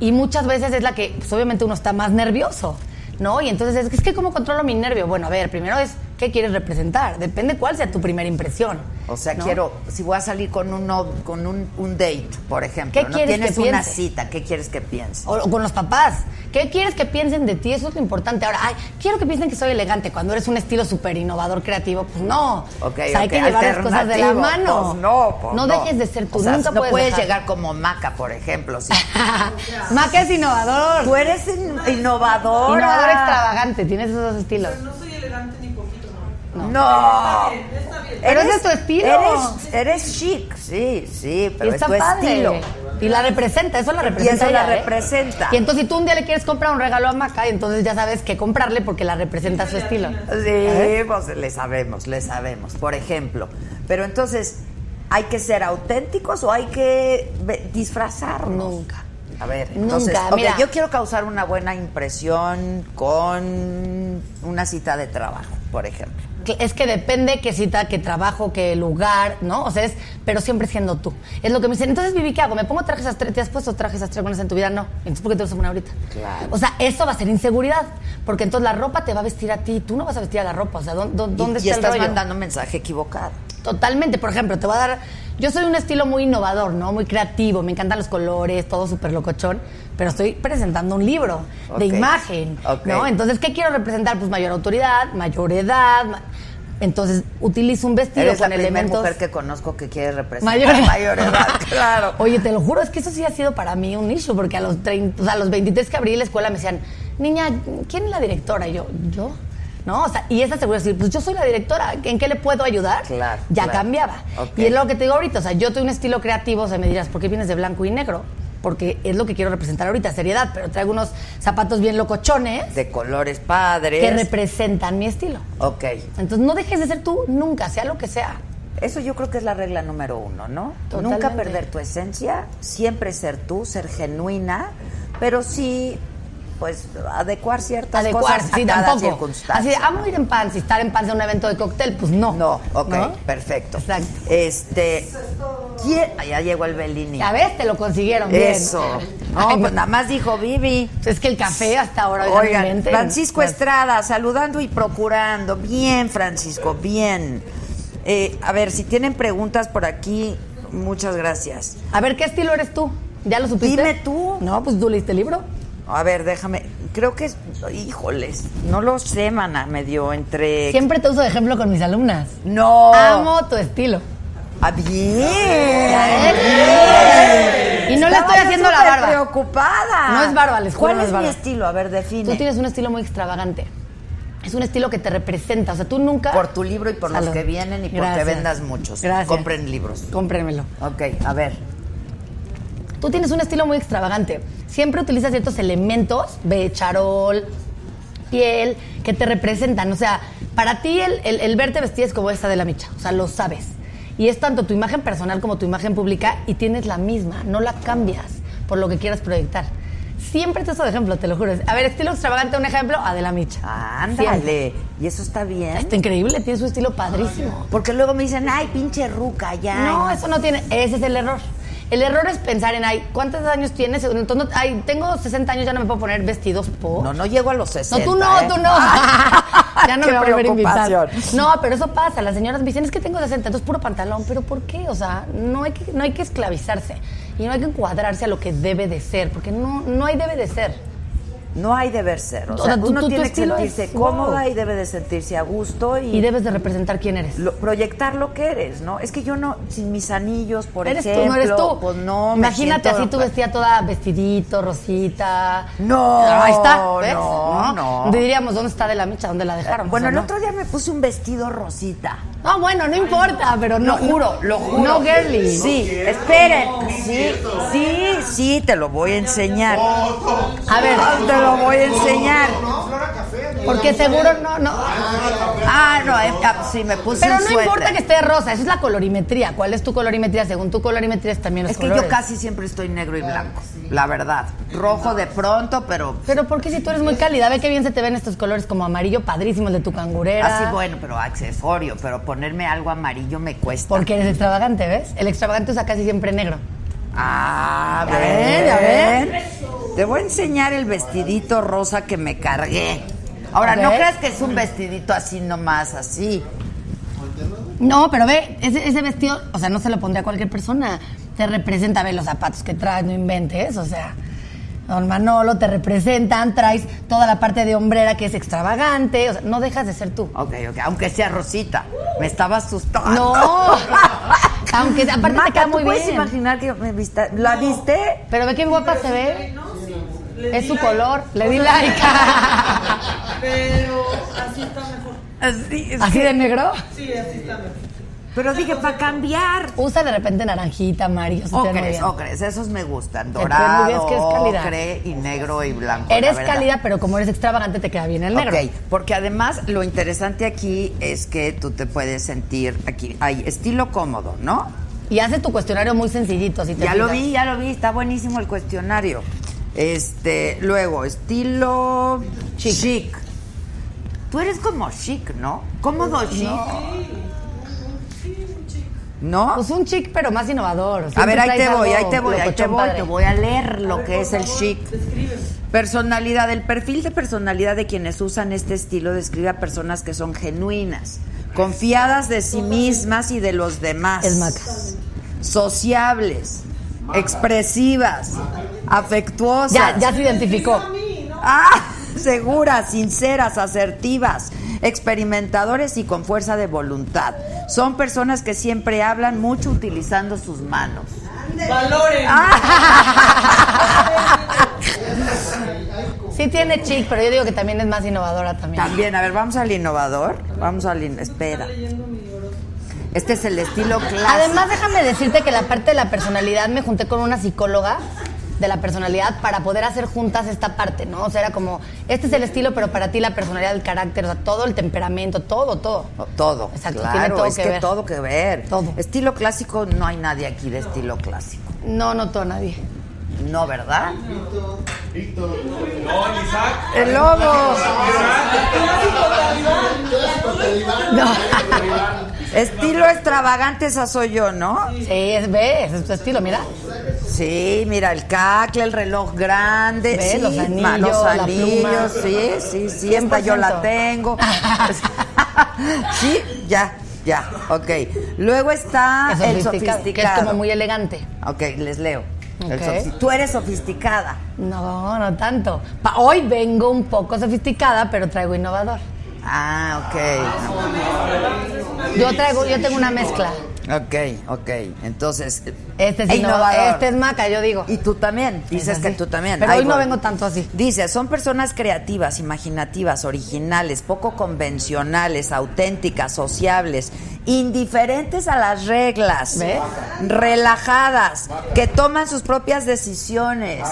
[SPEAKER 5] y muchas veces es la que, pues, obviamente, uno está más nervioso, ¿no? Y entonces es, es que ¿cómo controlo mi nervio? Bueno, a ver, primero es qué quieres representar. Depende cuál sea tu primera impresión.
[SPEAKER 1] O sea,
[SPEAKER 5] ¿no?
[SPEAKER 1] quiero, si voy a salir con un no- con un, un date, por ejemplo,
[SPEAKER 5] ¿Qué
[SPEAKER 1] ¿no?
[SPEAKER 5] quieres que
[SPEAKER 1] tienes una
[SPEAKER 5] piense?
[SPEAKER 1] cita, ¿qué quieres que piense?
[SPEAKER 5] O, o con los papás. ¿Qué quieres que piensen de ti? Eso es lo importante. Ahora, ay, quiero que piensen que soy elegante cuando eres un estilo súper innovador, creativo. Pues no.
[SPEAKER 1] Ok,
[SPEAKER 5] O sea, hay
[SPEAKER 1] ok,
[SPEAKER 5] que llevar las cosas de la
[SPEAKER 1] alternativo,
[SPEAKER 5] mano.
[SPEAKER 1] pues no, pues
[SPEAKER 5] no dejes de ser tú.
[SPEAKER 1] O sea,
[SPEAKER 5] nunca
[SPEAKER 1] no
[SPEAKER 5] puedes,
[SPEAKER 1] puedes
[SPEAKER 5] dejar.
[SPEAKER 1] llegar como maca, por ejemplo. sí.
[SPEAKER 5] Más que es innovador.
[SPEAKER 1] Tú eres in- innovadora.
[SPEAKER 5] Innovador extravagante. Tienes esos dos estilos.
[SPEAKER 4] No soy elegante ni poquito, no.
[SPEAKER 1] No.
[SPEAKER 4] Está bien.
[SPEAKER 5] Pero ese es tu estilo.
[SPEAKER 1] Eres, eres chic, sí, sí, pero
[SPEAKER 5] y está
[SPEAKER 1] es tu
[SPEAKER 5] padre.
[SPEAKER 1] estilo.
[SPEAKER 5] Y la representa, eso la representa.
[SPEAKER 1] eso la
[SPEAKER 5] ella, ¿eh?
[SPEAKER 1] representa.
[SPEAKER 5] Y entonces, si tú un día le quieres comprar un regalo a Maca, entonces ya sabes qué comprarle porque la representa su estilo.
[SPEAKER 1] Sí, pues le sabemos, le sabemos, por ejemplo. Pero entonces, ¿hay que ser auténticos o hay que ve- disfrazarnos?
[SPEAKER 5] Nunca.
[SPEAKER 1] A ver, entonces,
[SPEAKER 5] Nunca,
[SPEAKER 1] ok,
[SPEAKER 5] mira.
[SPEAKER 1] yo quiero causar una buena impresión con una cita de trabajo, por ejemplo.
[SPEAKER 5] Que- Es que depende qué cita, qué trabajo, qué lugar, ¿no? O sea, es, pero siempre siendo tú. Es lo que me dicen. Entonces, Vivi, ¿qué hago? ¿Me pongo trajes astral? ¿Te has puesto trajes astrales en tu vida? No. Entonces, ¿por qué te vas a poner ahorita?
[SPEAKER 1] Claro.
[SPEAKER 5] O sea, eso va a ser inseguridad. Porque entonces la ropa te va a vestir a ti. Tú no vas a vestir a la ropa. O sea, ¿dó- dó-
[SPEAKER 1] Y-
[SPEAKER 5] ¿dónde
[SPEAKER 1] y,
[SPEAKER 5] está el
[SPEAKER 1] estás
[SPEAKER 5] rollo?
[SPEAKER 1] mandando un mensaje equivocado.
[SPEAKER 5] Totalmente, por ejemplo, te voy a dar. Yo soy un estilo muy innovador, ¿no? Muy creativo, me encantan los colores, todo súper locochón, pero estoy presentando un libro
[SPEAKER 1] Ok.
[SPEAKER 5] de imagen,
[SPEAKER 1] Ok.
[SPEAKER 5] ¿no? Entonces, ¿qué quiero representar? Pues mayor autoridad, mayor edad. ma- Entonces, utilizo un vestido
[SPEAKER 1] Eres la
[SPEAKER 5] con
[SPEAKER 1] primera
[SPEAKER 5] elementos.
[SPEAKER 1] mujer que conozco que quiere representar
[SPEAKER 5] Mayor
[SPEAKER 1] mayor,
[SPEAKER 5] edad.
[SPEAKER 1] edad, claro.
[SPEAKER 5] Oye, te lo juro, es que eso sí ha sido para mí un issue, porque a los, 30, o sea, a los 23 que abrí la escuela me decían, niña, ¿quién es la directora? Y yo, ¿yo? ¿No? O sea, y esa seguridad, decir, pues yo soy la directora, ¿en qué le puedo ayudar?
[SPEAKER 1] Claro,
[SPEAKER 5] Ya
[SPEAKER 1] claro.
[SPEAKER 5] cambiaba.
[SPEAKER 1] Ok.
[SPEAKER 5] Y es lo que te digo ahorita, o sea, yo tengo un estilo creativo, o sea, me dirás, ¿por qué vienes de blanco y negro? Porque es lo que quiero representar ahorita, seriedad, pero traigo unos zapatos bien locochones
[SPEAKER 1] De colores padres.
[SPEAKER 5] que representan mi estilo.
[SPEAKER 1] ok.
[SPEAKER 5] Entonces, no dejes de ser tú nunca, sea lo que sea.
[SPEAKER 1] Eso yo creo que es la regla número uno, ¿no?
[SPEAKER 5] Totalmente.
[SPEAKER 1] Nunca perder tu esencia, siempre ser tú, ser genuina, pero sí, pues, adecuar ciertas
[SPEAKER 5] adecuar,
[SPEAKER 1] cosas a
[SPEAKER 5] sí,
[SPEAKER 1] cada
[SPEAKER 5] tampoco.
[SPEAKER 1] circunstancia.
[SPEAKER 5] Así de, "Ah, amo ir en pants y estar en pants de un evento de cóctel, pues no.
[SPEAKER 1] No, ok,
[SPEAKER 5] ¿No?
[SPEAKER 1] perfecto.
[SPEAKER 5] Exacto.
[SPEAKER 1] Este, ¿quién? Ah, Ya llegó el Bellini.
[SPEAKER 5] Ya ves, te lo consiguieron. bien.
[SPEAKER 1] Eso. No, pues
[SPEAKER 5] Ay, no.
[SPEAKER 1] nada más dijo Vivi.
[SPEAKER 5] Es que el café hasta ahora. oigan,
[SPEAKER 1] Oigan,
[SPEAKER 5] inventen.
[SPEAKER 1] Francisco
[SPEAKER 5] Las-
[SPEAKER 1] Estrada, saludando y procurando. Bien, Francisco, bien. Eh, a ver, si tienen preguntas por aquí, muchas gracias.
[SPEAKER 5] A ver, ¿qué estilo eres tú? ¿Ya lo supiste?
[SPEAKER 1] Dime tú.
[SPEAKER 5] No, pues tú leíste el libro.
[SPEAKER 1] A ver, déjame. Creo que es. Híjoles, no lo sé, mana. Me dio entre.
[SPEAKER 5] Siempre te uso de ejemplo con mis alumnas.
[SPEAKER 1] No.
[SPEAKER 5] Amo tu estilo.
[SPEAKER 1] Ah, bien.
[SPEAKER 5] ¿Eh? Y no le
[SPEAKER 1] Estaba
[SPEAKER 5] estoy
[SPEAKER 1] yo
[SPEAKER 5] haciendo la
[SPEAKER 1] súper
[SPEAKER 5] barba.
[SPEAKER 1] preocupada.
[SPEAKER 5] No es barba, les juro,
[SPEAKER 1] ¿Cuál
[SPEAKER 5] no es
[SPEAKER 1] es mi
[SPEAKER 5] barba.
[SPEAKER 1] estilo? A ver, define.
[SPEAKER 5] Tú tienes un estilo muy extravagante. Es un estilo que te representa. O sea, tú nunca.
[SPEAKER 1] Por tu libro y por los
[SPEAKER 5] Salud.
[SPEAKER 1] que vienen y porque
[SPEAKER 5] Gracias.
[SPEAKER 1] vendas muchos.
[SPEAKER 5] Gracias.
[SPEAKER 1] Compren libros.
[SPEAKER 5] Cómprenmelo.
[SPEAKER 1] Ok, a ver.
[SPEAKER 5] Tú tienes un estilo muy extravagante. Siempre utilizas ciertos elementos, ve charol, piel, que te representan. O sea, para ti el, el- el verte vestida es como esta de la micha. O sea, lo sabes. Y es tanto tu imagen personal como tu imagen pública y tienes la misma. No la cambias por lo que quieras proyectar. Siempre te uso de ejemplo, te lo juro. A ver, estilo extravagante, un ejemplo, Adela Micha. Siempre.
[SPEAKER 1] Ándale. ¿Y eso está bien?
[SPEAKER 5] Está increíble, tiene su estilo padrísimo.
[SPEAKER 1] Porque luego me dicen, ay, pinche ruca, ya.
[SPEAKER 5] No, eso no tiene. Ese es el error. El error es pensar en, ay, ¿cuántos años tienes? Entonces, no- ay, tengo 60 años, ya no me puedo poner vestidos por.
[SPEAKER 1] No, no llego a los 60.
[SPEAKER 5] No, tú no,
[SPEAKER 1] ¿eh?
[SPEAKER 5] tú no. ya no
[SPEAKER 1] Qué
[SPEAKER 5] me va a volver a invitar.
[SPEAKER 1] preocupación.
[SPEAKER 5] No, pero eso pasa. Las señoras me dicen, es que tengo 60, entonces puro pantalón. ¿Pero por qué? O sea, no hay que, no hay que esclavizarse. Y no hay que encuadrarse a lo que debe de ser, porque no, no hay debe de ser.
[SPEAKER 1] No hay deber ser. O
[SPEAKER 5] O
[SPEAKER 1] sea,
[SPEAKER 5] sea, tu-
[SPEAKER 1] uno
[SPEAKER 5] tu- tu
[SPEAKER 1] tiene que
[SPEAKER 5] estilo
[SPEAKER 1] sentirse
[SPEAKER 5] es-
[SPEAKER 1] cómoda
[SPEAKER 5] wow.
[SPEAKER 1] y debe de sentirse a gusto y,
[SPEAKER 5] Y debes de representar quién eres.
[SPEAKER 1] lo- proyectar lo que eres, ¿no? Es que yo no, sin mis anillos, por
[SPEAKER 5] eres
[SPEAKER 1] ejemplo.
[SPEAKER 5] tú, no eres tú.
[SPEAKER 1] Pues no, me
[SPEAKER 5] Imagínate
[SPEAKER 1] siento-
[SPEAKER 5] así tú vestida toda vestidito, rosita.
[SPEAKER 1] No,
[SPEAKER 5] ahí está. ¿ves?
[SPEAKER 1] no, no.
[SPEAKER 5] Diríamos, ¿dónde está de la micha? ¿Dónde la dejaron?
[SPEAKER 1] Bueno,
[SPEAKER 5] O sea,
[SPEAKER 1] el
[SPEAKER 5] no.
[SPEAKER 1] otro día me puse un vestido rosita.
[SPEAKER 5] No, bueno, no importa, pero no.
[SPEAKER 1] Lo juro, lo juro.
[SPEAKER 5] No girly.
[SPEAKER 1] Sí, esperen. Sí, sí, sí, te lo voy a enseñar.
[SPEAKER 5] A ver,
[SPEAKER 1] Ah, Te lo voy a enseñar.
[SPEAKER 5] porque seguro no, no.
[SPEAKER 1] Ah, no, es- ah, sí, me puse
[SPEAKER 5] Pero
[SPEAKER 1] un
[SPEAKER 5] no
[SPEAKER 1] suéter.
[SPEAKER 5] importa que esté rosa, eso es la colorimetría. ¿Cuál es tu colorimetría? Según tu colorimetría es también los
[SPEAKER 1] Es que yo
[SPEAKER 5] colores.
[SPEAKER 1] casi siempre estoy negro y blanco, la verdad. Rojo de pronto, pero
[SPEAKER 5] Pero porque si tú eres muy cálida, ve qué bien se te ven estos colores como amarillo padrísimo el de tu cangurera.
[SPEAKER 1] así bueno, pero accesorio, pero ponerme algo amarillo me cuesta.
[SPEAKER 5] Porque eres extravagante, ¿ves? El extravagante usa casi siempre negro.
[SPEAKER 1] Ah, a
[SPEAKER 5] Ya
[SPEAKER 1] ver,
[SPEAKER 5] ven, ya
[SPEAKER 1] Te voy a enseñar el vestidito rosa que me cargué. Ahora, ¿no
[SPEAKER 5] Ok.
[SPEAKER 1] crees que es un vestidito así nomás, así?
[SPEAKER 5] No, pero ve, ese, ese vestido, o sea, no se lo pondría a cualquier persona. Te representa, ve los zapatos que traes, no inventes, o sea. Don Manolo, te representan, traes toda la parte de hombrera que es extravagante, o sea, no dejas de ser tú.
[SPEAKER 1] Ok, ok, aunque sea Rosita. Me estaba asustando.
[SPEAKER 5] No. Aunque sea- aparte
[SPEAKER 1] Maca,
[SPEAKER 5] te queda
[SPEAKER 1] ¿tú
[SPEAKER 5] muy
[SPEAKER 1] puedes
[SPEAKER 5] bien.
[SPEAKER 1] imaginar que me vista- ¿La viste?
[SPEAKER 5] Pero ve qué guapa se ve.
[SPEAKER 4] No, sí. Le
[SPEAKER 5] Es
[SPEAKER 4] di
[SPEAKER 5] su
[SPEAKER 4] like.
[SPEAKER 5] color. Le
[SPEAKER 4] O
[SPEAKER 5] di
[SPEAKER 4] sea,
[SPEAKER 5] like.
[SPEAKER 4] Pero así está mejor.
[SPEAKER 1] Así, es
[SPEAKER 5] Así
[SPEAKER 1] que-
[SPEAKER 5] de negro.
[SPEAKER 4] Sí, así está mejor.
[SPEAKER 1] Pero dije, para cambiar.
[SPEAKER 5] Usa de repente naranjita, Mario. se te ve muy
[SPEAKER 1] Ocres,
[SPEAKER 5] bien.
[SPEAKER 1] ocres, esos me gustan.
[SPEAKER 5] Te queda muy bien,
[SPEAKER 1] Dorado,
[SPEAKER 5] es que es calidad.
[SPEAKER 1] ocre y negro y blanco. la
[SPEAKER 5] Eres
[SPEAKER 1] verdad.
[SPEAKER 5] cálida, pero como eres extravagante, te queda bien el negro.
[SPEAKER 1] Ok, porque además lo interesante aquí es que tú te puedes sentir aquí. Hay estilo cómodo, ¿no?
[SPEAKER 5] Y hace tu cuestionario muy sencillito. Si te
[SPEAKER 1] Ya lo
[SPEAKER 5] fijas.
[SPEAKER 1] vi, ya lo vi, está buenísimo el cuestionario. Este, luego, estilo chic. Tú eres como chic, ¿no? Cómodo chic. ¿No?
[SPEAKER 5] Pues un chic, pero más innovador.
[SPEAKER 1] A ver,
[SPEAKER 5] Siempre
[SPEAKER 1] ahí te
[SPEAKER 5] traes
[SPEAKER 1] voy,
[SPEAKER 5] algo
[SPEAKER 1] ahí te voy, ahí te
[SPEAKER 5] locochón
[SPEAKER 1] voy,
[SPEAKER 5] padre.
[SPEAKER 1] te voy a leer lo
[SPEAKER 4] A ver,
[SPEAKER 1] que
[SPEAKER 4] por
[SPEAKER 1] es el
[SPEAKER 4] favor,
[SPEAKER 1] chic.
[SPEAKER 4] Descríbeme.
[SPEAKER 1] Personalidad. El perfil de personalidad de quienes usan este estilo describe a personas que son genuinas, confiadas de sí mismas y de los demás.
[SPEAKER 5] Es macas.
[SPEAKER 1] Sociables, expresivas, afectuosas.
[SPEAKER 5] Ya, ya se identificó.
[SPEAKER 1] Ah, seguras, sinceras, asertivas, experimentadores y con fuerza de voluntad. Son personas que siempre hablan mucho utilizando sus manos.
[SPEAKER 4] Valoren.
[SPEAKER 5] Sí tiene chic, pero yo digo que también es más innovadora también.
[SPEAKER 1] También, a ver, vamos al innovador. Vamos al in- espera. Este es el estilo clásico.
[SPEAKER 5] Además, déjame decirte que la parte de la personalidad me junté con una psicóloga de la personalidad para poder hacer juntas esta parte, ¿no? O sea, era como, este es el estilo, pero para ti la personalidad, el carácter, o sea, todo el temperamento, todo, todo.
[SPEAKER 1] todo.
[SPEAKER 5] Exacto,
[SPEAKER 1] claro,
[SPEAKER 5] tiene todo
[SPEAKER 1] es
[SPEAKER 5] que
[SPEAKER 1] que,
[SPEAKER 5] ver.
[SPEAKER 1] todo que ver.
[SPEAKER 5] Todo.
[SPEAKER 1] Estilo clásico, no hay nadie aquí de estilo clásico.
[SPEAKER 5] No notó a nadie.
[SPEAKER 1] No, ¿verdad?
[SPEAKER 3] No, ni Isaac.
[SPEAKER 1] El lobo.
[SPEAKER 5] No.
[SPEAKER 1] Estilo extravagante, esa soy yo, ¿no?
[SPEAKER 5] Sí, es, ves, es tu estilo, mira.
[SPEAKER 1] Sí, mira, el cacle, el reloj grande,
[SPEAKER 5] Ve,
[SPEAKER 1] sí,
[SPEAKER 5] los anillos,
[SPEAKER 1] ma- los
[SPEAKER 5] la
[SPEAKER 1] anillos, sí,
[SPEAKER 5] pluma.
[SPEAKER 1] sí, sí, esta yo la
[SPEAKER 5] 10%.
[SPEAKER 1] tengo. sí, ya, ya, ok. Luego está
[SPEAKER 5] Es
[SPEAKER 1] Ah, el
[SPEAKER 5] sofisticado,
[SPEAKER 1] sofisticado.
[SPEAKER 5] Que es como muy elegante.
[SPEAKER 1] Ok, les leo. El
[SPEAKER 5] Ok.
[SPEAKER 1] sofis- Tú eres sofisticada.
[SPEAKER 5] No, no tanto. Pa- hoy vengo un poco sofisticada, pero traigo innovador.
[SPEAKER 1] Ah, ok,
[SPEAKER 5] Yo traigo, yo tengo una mezcla.
[SPEAKER 1] ok, ok. Entonces,
[SPEAKER 5] Este es
[SPEAKER 1] e
[SPEAKER 5] innovador,
[SPEAKER 1] innovador.
[SPEAKER 5] este es maca, yo digo.
[SPEAKER 1] Y tú también, dices
[SPEAKER 5] así.
[SPEAKER 1] que tú también.
[SPEAKER 5] Pero
[SPEAKER 1] Ahí
[SPEAKER 5] hoy no
[SPEAKER 1] voy.
[SPEAKER 5] vengo tanto así.
[SPEAKER 1] Dice, son personas creativas, imaginativas, originales, poco convencionales, auténticas, sociables, indiferentes a las reglas,
[SPEAKER 5] ¿Ves?
[SPEAKER 1] relajadas, que toman sus propias decisiones,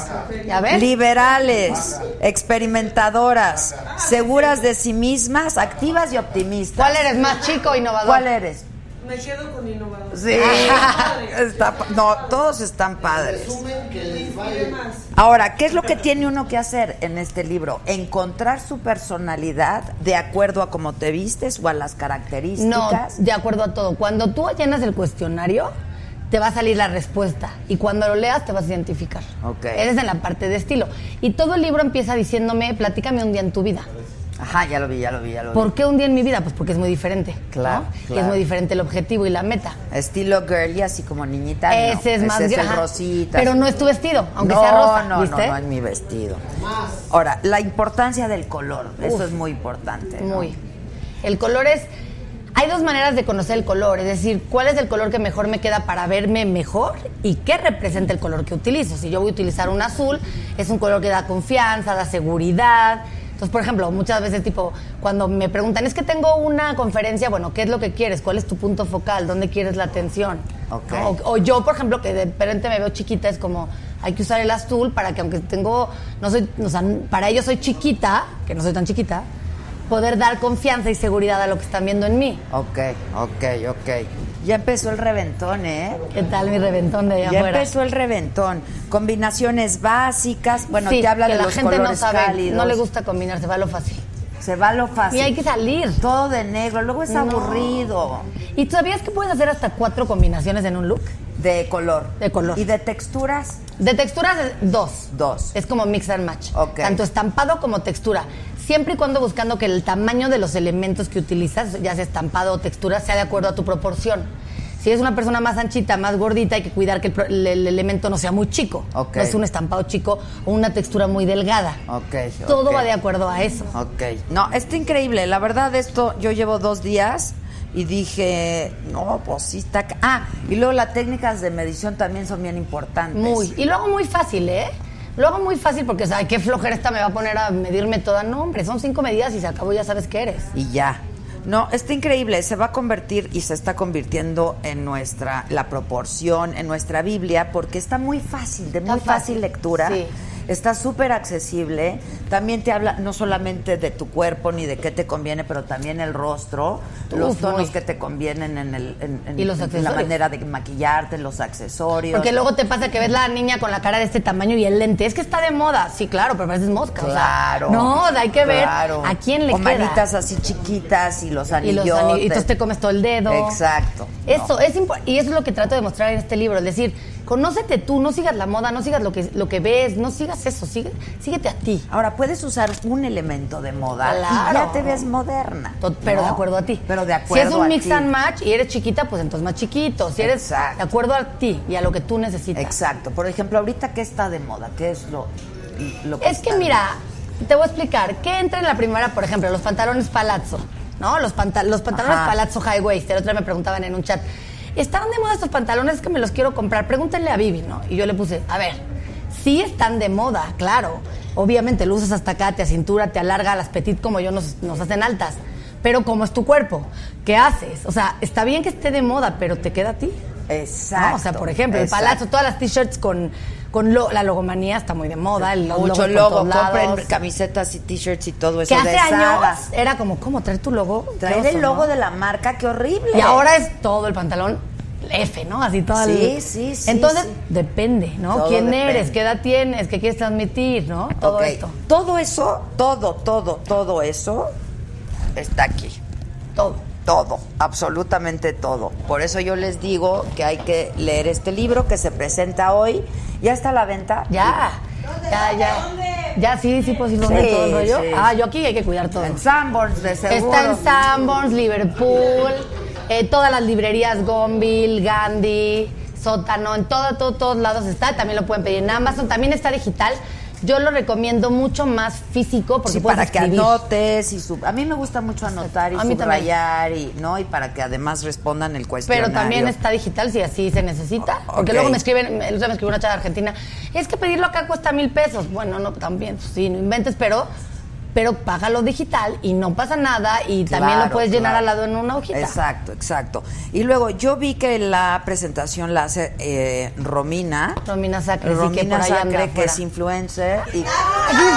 [SPEAKER 5] ¿Ya ves?
[SPEAKER 1] liberales, experimentadoras, seguras de sí mismas, activas y optimistas.
[SPEAKER 5] ¿Cuál eres más chico o innovador?
[SPEAKER 1] ¿Cuál eres?
[SPEAKER 4] Me quedo con innovador.
[SPEAKER 1] Sí. Está pa- no, todos están padres.
[SPEAKER 4] ¿Qué más?
[SPEAKER 1] Ahora, ¿qué es lo que tiene uno que hacer en este libro? Encontrar su personalidad de acuerdo a cómo te vistes o a las
[SPEAKER 5] No,
[SPEAKER 1] características.
[SPEAKER 5] de acuerdo a todo. Cuando tú llenas el cuestionario, te va a salir la respuesta. Y cuando lo leas, te vas a identificar.
[SPEAKER 1] Ok.
[SPEAKER 5] Eres en la parte de estilo. Y todo el libro empieza diciéndome, platícame un día en tu vida.
[SPEAKER 1] Ajá, ya lo vi, ya lo vi, ya lo vi.
[SPEAKER 5] ¿Por qué un día en mi vida? Pues porque es muy diferente. ¿no?
[SPEAKER 1] Claro,
[SPEAKER 5] Y es
[SPEAKER 1] claro.
[SPEAKER 5] muy diferente el objetivo y la meta.
[SPEAKER 1] Estilo girly, así como niñita. no.
[SPEAKER 5] Ese es más
[SPEAKER 1] es el
[SPEAKER 5] grande.
[SPEAKER 1] rosita.
[SPEAKER 5] Pero
[SPEAKER 1] así.
[SPEAKER 5] no es tu vestido, aunque
[SPEAKER 1] No,
[SPEAKER 5] sea rosa.
[SPEAKER 1] No,
[SPEAKER 5] ¿viste?
[SPEAKER 1] no, no es mi vestido. Ahora, la importancia del color. Eso es muy importante. ¿no?
[SPEAKER 5] Muy. El color es. Hay dos maneras de conocer el color, es decir, cuál es el color que mejor me queda para verme mejor y qué representa el color que utilizo. Si yo voy a utilizar un azul, es un color que da confianza, da seguridad. Entonces, por ejemplo, muchas veces tipo, cuando me preguntan, es que tengo una conferencia, bueno, ¿qué es lo que quieres? ¿Cuál es tu punto focal? ¿Dónde quieres la atención?
[SPEAKER 1] Ok.
[SPEAKER 5] ¿No? O- o yo, por ejemplo, que de repente me veo chiquita, es como, hay que usar el azul para que aunque tengo, no soy, o sea, para ellos soy chiquita, que no soy tan chiquita, poder dar confianza y seguridad a lo que están viendo en mí.
[SPEAKER 1] Ok, ok, ok. Ya empezó el reventón, ¿eh?
[SPEAKER 5] ¿Qué tal mi reventón de allá
[SPEAKER 1] Ya
[SPEAKER 5] afuera?
[SPEAKER 1] empezó el reventón. Combinaciones básicas. Bueno,
[SPEAKER 5] Sí,
[SPEAKER 1] te habla
[SPEAKER 5] que
[SPEAKER 1] de
[SPEAKER 5] la
[SPEAKER 1] los
[SPEAKER 5] gente
[SPEAKER 1] colores
[SPEAKER 5] no sabe,
[SPEAKER 1] cálidos.
[SPEAKER 5] no le gusta combinar, se va a lo fácil.
[SPEAKER 1] Se va lo fácil.
[SPEAKER 5] Y hay que salir.
[SPEAKER 1] Todo de negro. Luego es
[SPEAKER 5] No.
[SPEAKER 1] aburrido.
[SPEAKER 5] ¿Y sabías que puedes hacer hasta cuatro combinaciones en un look?
[SPEAKER 1] De color.
[SPEAKER 5] De color.
[SPEAKER 1] Y de texturas,
[SPEAKER 5] De texturas, dos.
[SPEAKER 1] dos.
[SPEAKER 5] Es como mix and match.
[SPEAKER 1] Ok.
[SPEAKER 5] Tanto estampado como textura. siempre y cuando buscando que el tamaño de los elementos que utilizas, ya sea estampado o textura, sea de acuerdo a tu proporción. Si eres una persona más anchita, más gordita, hay que cuidar que el, pro- el- el elemento no sea muy chico.
[SPEAKER 1] Ok.
[SPEAKER 5] No es un estampado chico o una textura muy delgada.
[SPEAKER 1] Ok,
[SPEAKER 5] Todo
[SPEAKER 1] ok.
[SPEAKER 5] va de acuerdo a eso.
[SPEAKER 1] Ok. No, está increíble. La verdad, esto yo llevo dos días y dije, no, pues sí está. ca- Ah, y luego las técnicas de medición también son bien importantes.
[SPEAKER 5] Muy. Y lo hago muy fácil, ¿eh? Lo hago muy fácil porque, o sea, ay, qué flojera esta me va a poner a medirme toda. No, hombre, son cinco medidas y se acabó, ya sabes qué eres.
[SPEAKER 1] y ya. No, está increíble, se va a convertir y se está convirtiendo en nuestra, la proporción, en nuestra Biblia, porque está muy fácil, de
[SPEAKER 5] Está
[SPEAKER 1] muy fácil
[SPEAKER 5] fácil,
[SPEAKER 1] lectura.
[SPEAKER 5] sí.
[SPEAKER 1] Está súper accesible. También te habla no solamente de tu cuerpo ni de qué te conviene, pero también el rostro, los
[SPEAKER 5] Uf,
[SPEAKER 1] tonos
[SPEAKER 5] muy.
[SPEAKER 1] que te convienen en, el, en- en-
[SPEAKER 5] Y los
[SPEAKER 1] en la
[SPEAKER 5] accesorios.
[SPEAKER 1] manera de maquillarte, los accesorios.
[SPEAKER 5] Porque luego te pasa que ves la niña con la cara de este tamaño y el lente. Es que está de moda. Sí, claro, pero pareces mosca. o sea,
[SPEAKER 1] Claro.
[SPEAKER 5] no, o sea, hay que ver
[SPEAKER 1] claro.
[SPEAKER 5] a quién le
[SPEAKER 1] o
[SPEAKER 5] queda.
[SPEAKER 1] manitas así chiquitas y los
[SPEAKER 5] y los
[SPEAKER 1] anillos.
[SPEAKER 5] ani- y entonces te comes todo el dedo.
[SPEAKER 1] Exacto.
[SPEAKER 5] Eso
[SPEAKER 1] No.
[SPEAKER 5] es impo- y eso es lo que trato de mostrar en este libro, es decir, conócete tú, no sigas la moda, no sigas lo que lo que ves, no sigas eso, sigue, síguete a ti.
[SPEAKER 1] Ahora, puedes usar un elemento de moda y
[SPEAKER 5] Claro.
[SPEAKER 1] ya te ves moderna.
[SPEAKER 5] To- Pero
[SPEAKER 1] ¿no?
[SPEAKER 5] de acuerdo a ti.
[SPEAKER 1] Pero de acuerdo
[SPEAKER 5] Si es un
[SPEAKER 1] a
[SPEAKER 5] mix
[SPEAKER 1] ti.
[SPEAKER 5] and match y eres chiquita, pues entonces más chiquito. Si eres
[SPEAKER 1] Exacto.
[SPEAKER 5] de acuerdo a ti y a lo que tú necesitas.
[SPEAKER 1] Exacto. Por ejemplo, ahorita, ¿qué está de moda? ¿Qué es lo, lo
[SPEAKER 5] Es que
[SPEAKER 1] está-
[SPEAKER 5] mira, te voy a explicar. ¿Qué entra en la primera, por ejemplo, los pantalones palazzo? ¿No? Los, panta- los pantalones
[SPEAKER 1] Ajá.
[SPEAKER 5] palazzo high waist. El otro día me preguntaban en un chat, ¿están de moda estos pantalones Es que me los quiero comprar? Pregúntenle a Vivi, ¿no? Y yo le puse, a ver, sí están de moda, claro. Obviamente lo usas hasta acá, te acintura, te alarga, las petit como yo nos, nos hacen altas. Pero ¿cómo es tu cuerpo? ¿Qué haces? O sea, está bien que esté de moda, pero ¿te queda a ti?
[SPEAKER 1] Exacto.
[SPEAKER 5] ¿no? O sea, por ejemplo, el
[SPEAKER 1] exacto.
[SPEAKER 5] palazzo, todas las t-shirts con, con lo- la logomanía está muy de moda. El
[SPEAKER 1] Mucho
[SPEAKER 5] logo,
[SPEAKER 1] logo, compren camisetas y t-shirts y todo eso
[SPEAKER 5] Que hace
[SPEAKER 1] de Zara.
[SPEAKER 5] años era como, ¿cómo traer tu logo? Qué
[SPEAKER 1] Traer
[SPEAKER 5] oso,
[SPEAKER 1] el logo
[SPEAKER 5] ¿no?
[SPEAKER 1] de la marca, qué horrible.
[SPEAKER 5] Y ahora es todo el pantalón F, ¿no? Así todo el-
[SPEAKER 1] Sí, sí, sí,
[SPEAKER 5] Entonces,
[SPEAKER 1] sí.
[SPEAKER 5] depende, ¿no?
[SPEAKER 1] Todo
[SPEAKER 5] ¿Quién
[SPEAKER 1] depende.
[SPEAKER 5] eres? ¿Qué edad tienes? ¿Qué quieres transmitir? ¿No? Todo
[SPEAKER 1] Ok.
[SPEAKER 5] esto.
[SPEAKER 1] Todo eso, todo, todo, todo eso está aquí.
[SPEAKER 5] Todo.
[SPEAKER 1] Todo, absolutamente todo. Por eso yo les digo que hay que leer este libro que se presenta hoy. Ya está a la venta.
[SPEAKER 5] Ya. Ya, ya. Ya, sí, sí, pues sí, ¿dónde
[SPEAKER 1] Sí,
[SPEAKER 5] todo el rollo?
[SPEAKER 1] sí.
[SPEAKER 5] Ah, yo aquí hay que cuidar todo.
[SPEAKER 1] En Sanborns, de seguro.
[SPEAKER 5] Está en Sanborns, Liverpool, eh, todas las librerías Gonville, Gandhi, Sótano, en todo, todo, todos lados está. También lo pueden pedir en Amazon. También está digital. Yo lo recomiendo mucho más físico porque
[SPEAKER 1] Sí,
[SPEAKER 5] puedes
[SPEAKER 1] para que
[SPEAKER 5] escribir.
[SPEAKER 1] anotes y sub... a mí me gusta mucho anotar y
[SPEAKER 5] A mí también.
[SPEAKER 1] subrayar y no y para que además respondan el cuestionario.
[SPEAKER 5] Pero también está digital si así se necesita.
[SPEAKER 1] O-
[SPEAKER 5] Porque
[SPEAKER 1] ok.
[SPEAKER 5] luego me escriben, me, el otro día me escribió una chava de Argentina, es que pedirlo acá cuesta mil pesos. Bueno, no, también, pues, sí, no inventes, pero pero págalo digital y no pasa nada y también lo
[SPEAKER 1] Claro,
[SPEAKER 5] puedes llenar
[SPEAKER 1] claro.
[SPEAKER 5] al lado en una hojita.
[SPEAKER 1] Exacto, exacto. Y luego yo vi que la presentación la hace eh, Romina.
[SPEAKER 5] Romina Sacre, sí, que
[SPEAKER 1] Romina
[SPEAKER 5] por ahí anda
[SPEAKER 1] Sacre, que
[SPEAKER 5] afuera.
[SPEAKER 1] es influencer. Y...
[SPEAKER 5] ¡Aquí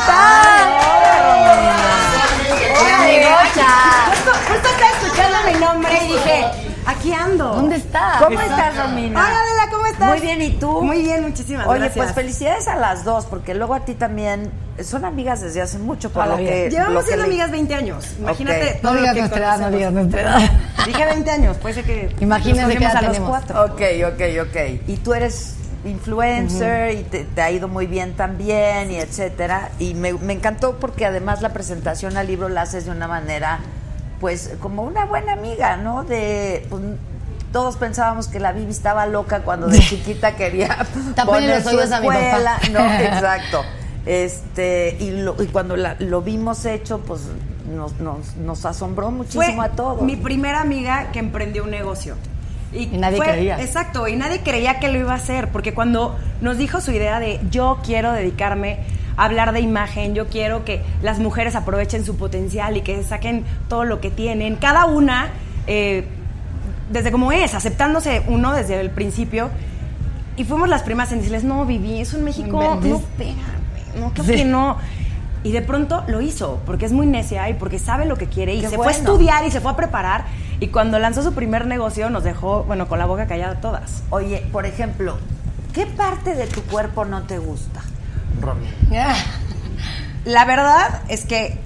[SPEAKER 6] ¡Ah!
[SPEAKER 5] está! ¡Hola, Mirocha!
[SPEAKER 6] Justo, justo estaba escuchando mi nombre y dije, Eh, aquí ando.
[SPEAKER 5] ¿Dónde estás?
[SPEAKER 1] ¿Cómo estás, Romina?
[SPEAKER 6] Hola, Adela, ¿cómo estás?
[SPEAKER 1] Muy bien, ¿y tú?
[SPEAKER 6] Muy bien, muchísimas
[SPEAKER 1] Oye,
[SPEAKER 6] gracias.
[SPEAKER 1] pues felicidades a las dos, porque luego a ti también son amigas desde hace mucho, por
[SPEAKER 5] Toda
[SPEAKER 1] lo
[SPEAKER 5] la vida.
[SPEAKER 1] que. eh, lo
[SPEAKER 6] Llevamos
[SPEAKER 1] que
[SPEAKER 6] siendo
[SPEAKER 1] le-
[SPEAKER 6] amigas 20 años. Imagínate
[SPEAKER 1] Ok.
[SPEAKER 6] todo
[SPEAKER 5] No
[SPEAKER 6] lo
[SPEAKER 5] digas
[SPEAKER 6] que
[SPEAKER 5] nuestra edad, no
[SPEAKER 6] conocemos.
[SPEAKER 5] digas nuestra edad.
[SPEAKER 6] Dije 20 años, puede ser que
[SPEAKER 5] Imagínense
[SPEAKER 6] nos
[SPEAKER 5] qué
[SPEAKER 6] unimos
[SPEAKER 5] edad
[SPEAKER 6] a los
[SPEAKER 5] tenemos.
[SPEAKER 6] cuatro.
[SPEAKER 1] Ok, ok, ok. Y tú eres influencer y te, te ha ido muy bien también y etcétera. Y me, me encantó porque además la presentación al libro la haces de una manera, pues, como una buena amiga, ¿no? De... pues, todos pensábamos que la Bibi estaba loca cuando de chiquita quería
[SPEAKER 5] Tápenle
[SPEAKER 1] poner
[SPEAKER 5] los
[SPEAKER 1] su
[SPEAKER 5] oídos a mi papá.
[SPEAKER 1] escuela, ¿no? Exacto. Este, y, lo- y cuando la- lo vimos hecho, pues nos, nos, nos asombró muchísimo
[SPEAKER 6] Fue
[SPEAKER 1] a todos.
[SPEAKER 6] mi primera amiga que emprendió un negocio.
[SPEAKER 5] Y nadie creía.
[SPEAKER 6] Exacto, y nadie creía que lo iba a hacer, porque cuando nos dijo su idea de yo quiero dedicarme a hablar de imagen, yo quiero que las mujeres aprovechen su potencial y que saquen todo lo que tienen, cada una, eh, desde como es, aceptándose uno desde el principio, y fuimos las primas en decirles, no, Vivi, eso en México no
[SPEAKER 5] inventes.
[SPEAKER 6] pega, güey, no, creo
[SPEAKER 5] Sí.
[SPEAKER 6] que no. Y de pronto lo hizo, porque es muy necia y porque sabe lo que quiere y
[SPEAKER 1] Qué
[SPEAKER 6] se fue a
[SPEAKER 1] bueno.
[SPEAKER 6] estudiar y se fue a preparar. Y cuando lanzó su primer negocio nos dejó, bueno, con la boca callada todas.
[SPEAKER 1] Oye, por ejemplo, ¿qué parte de tu cuerpo no te gusta? Romy.
[SPEAKER 6] La verdad es que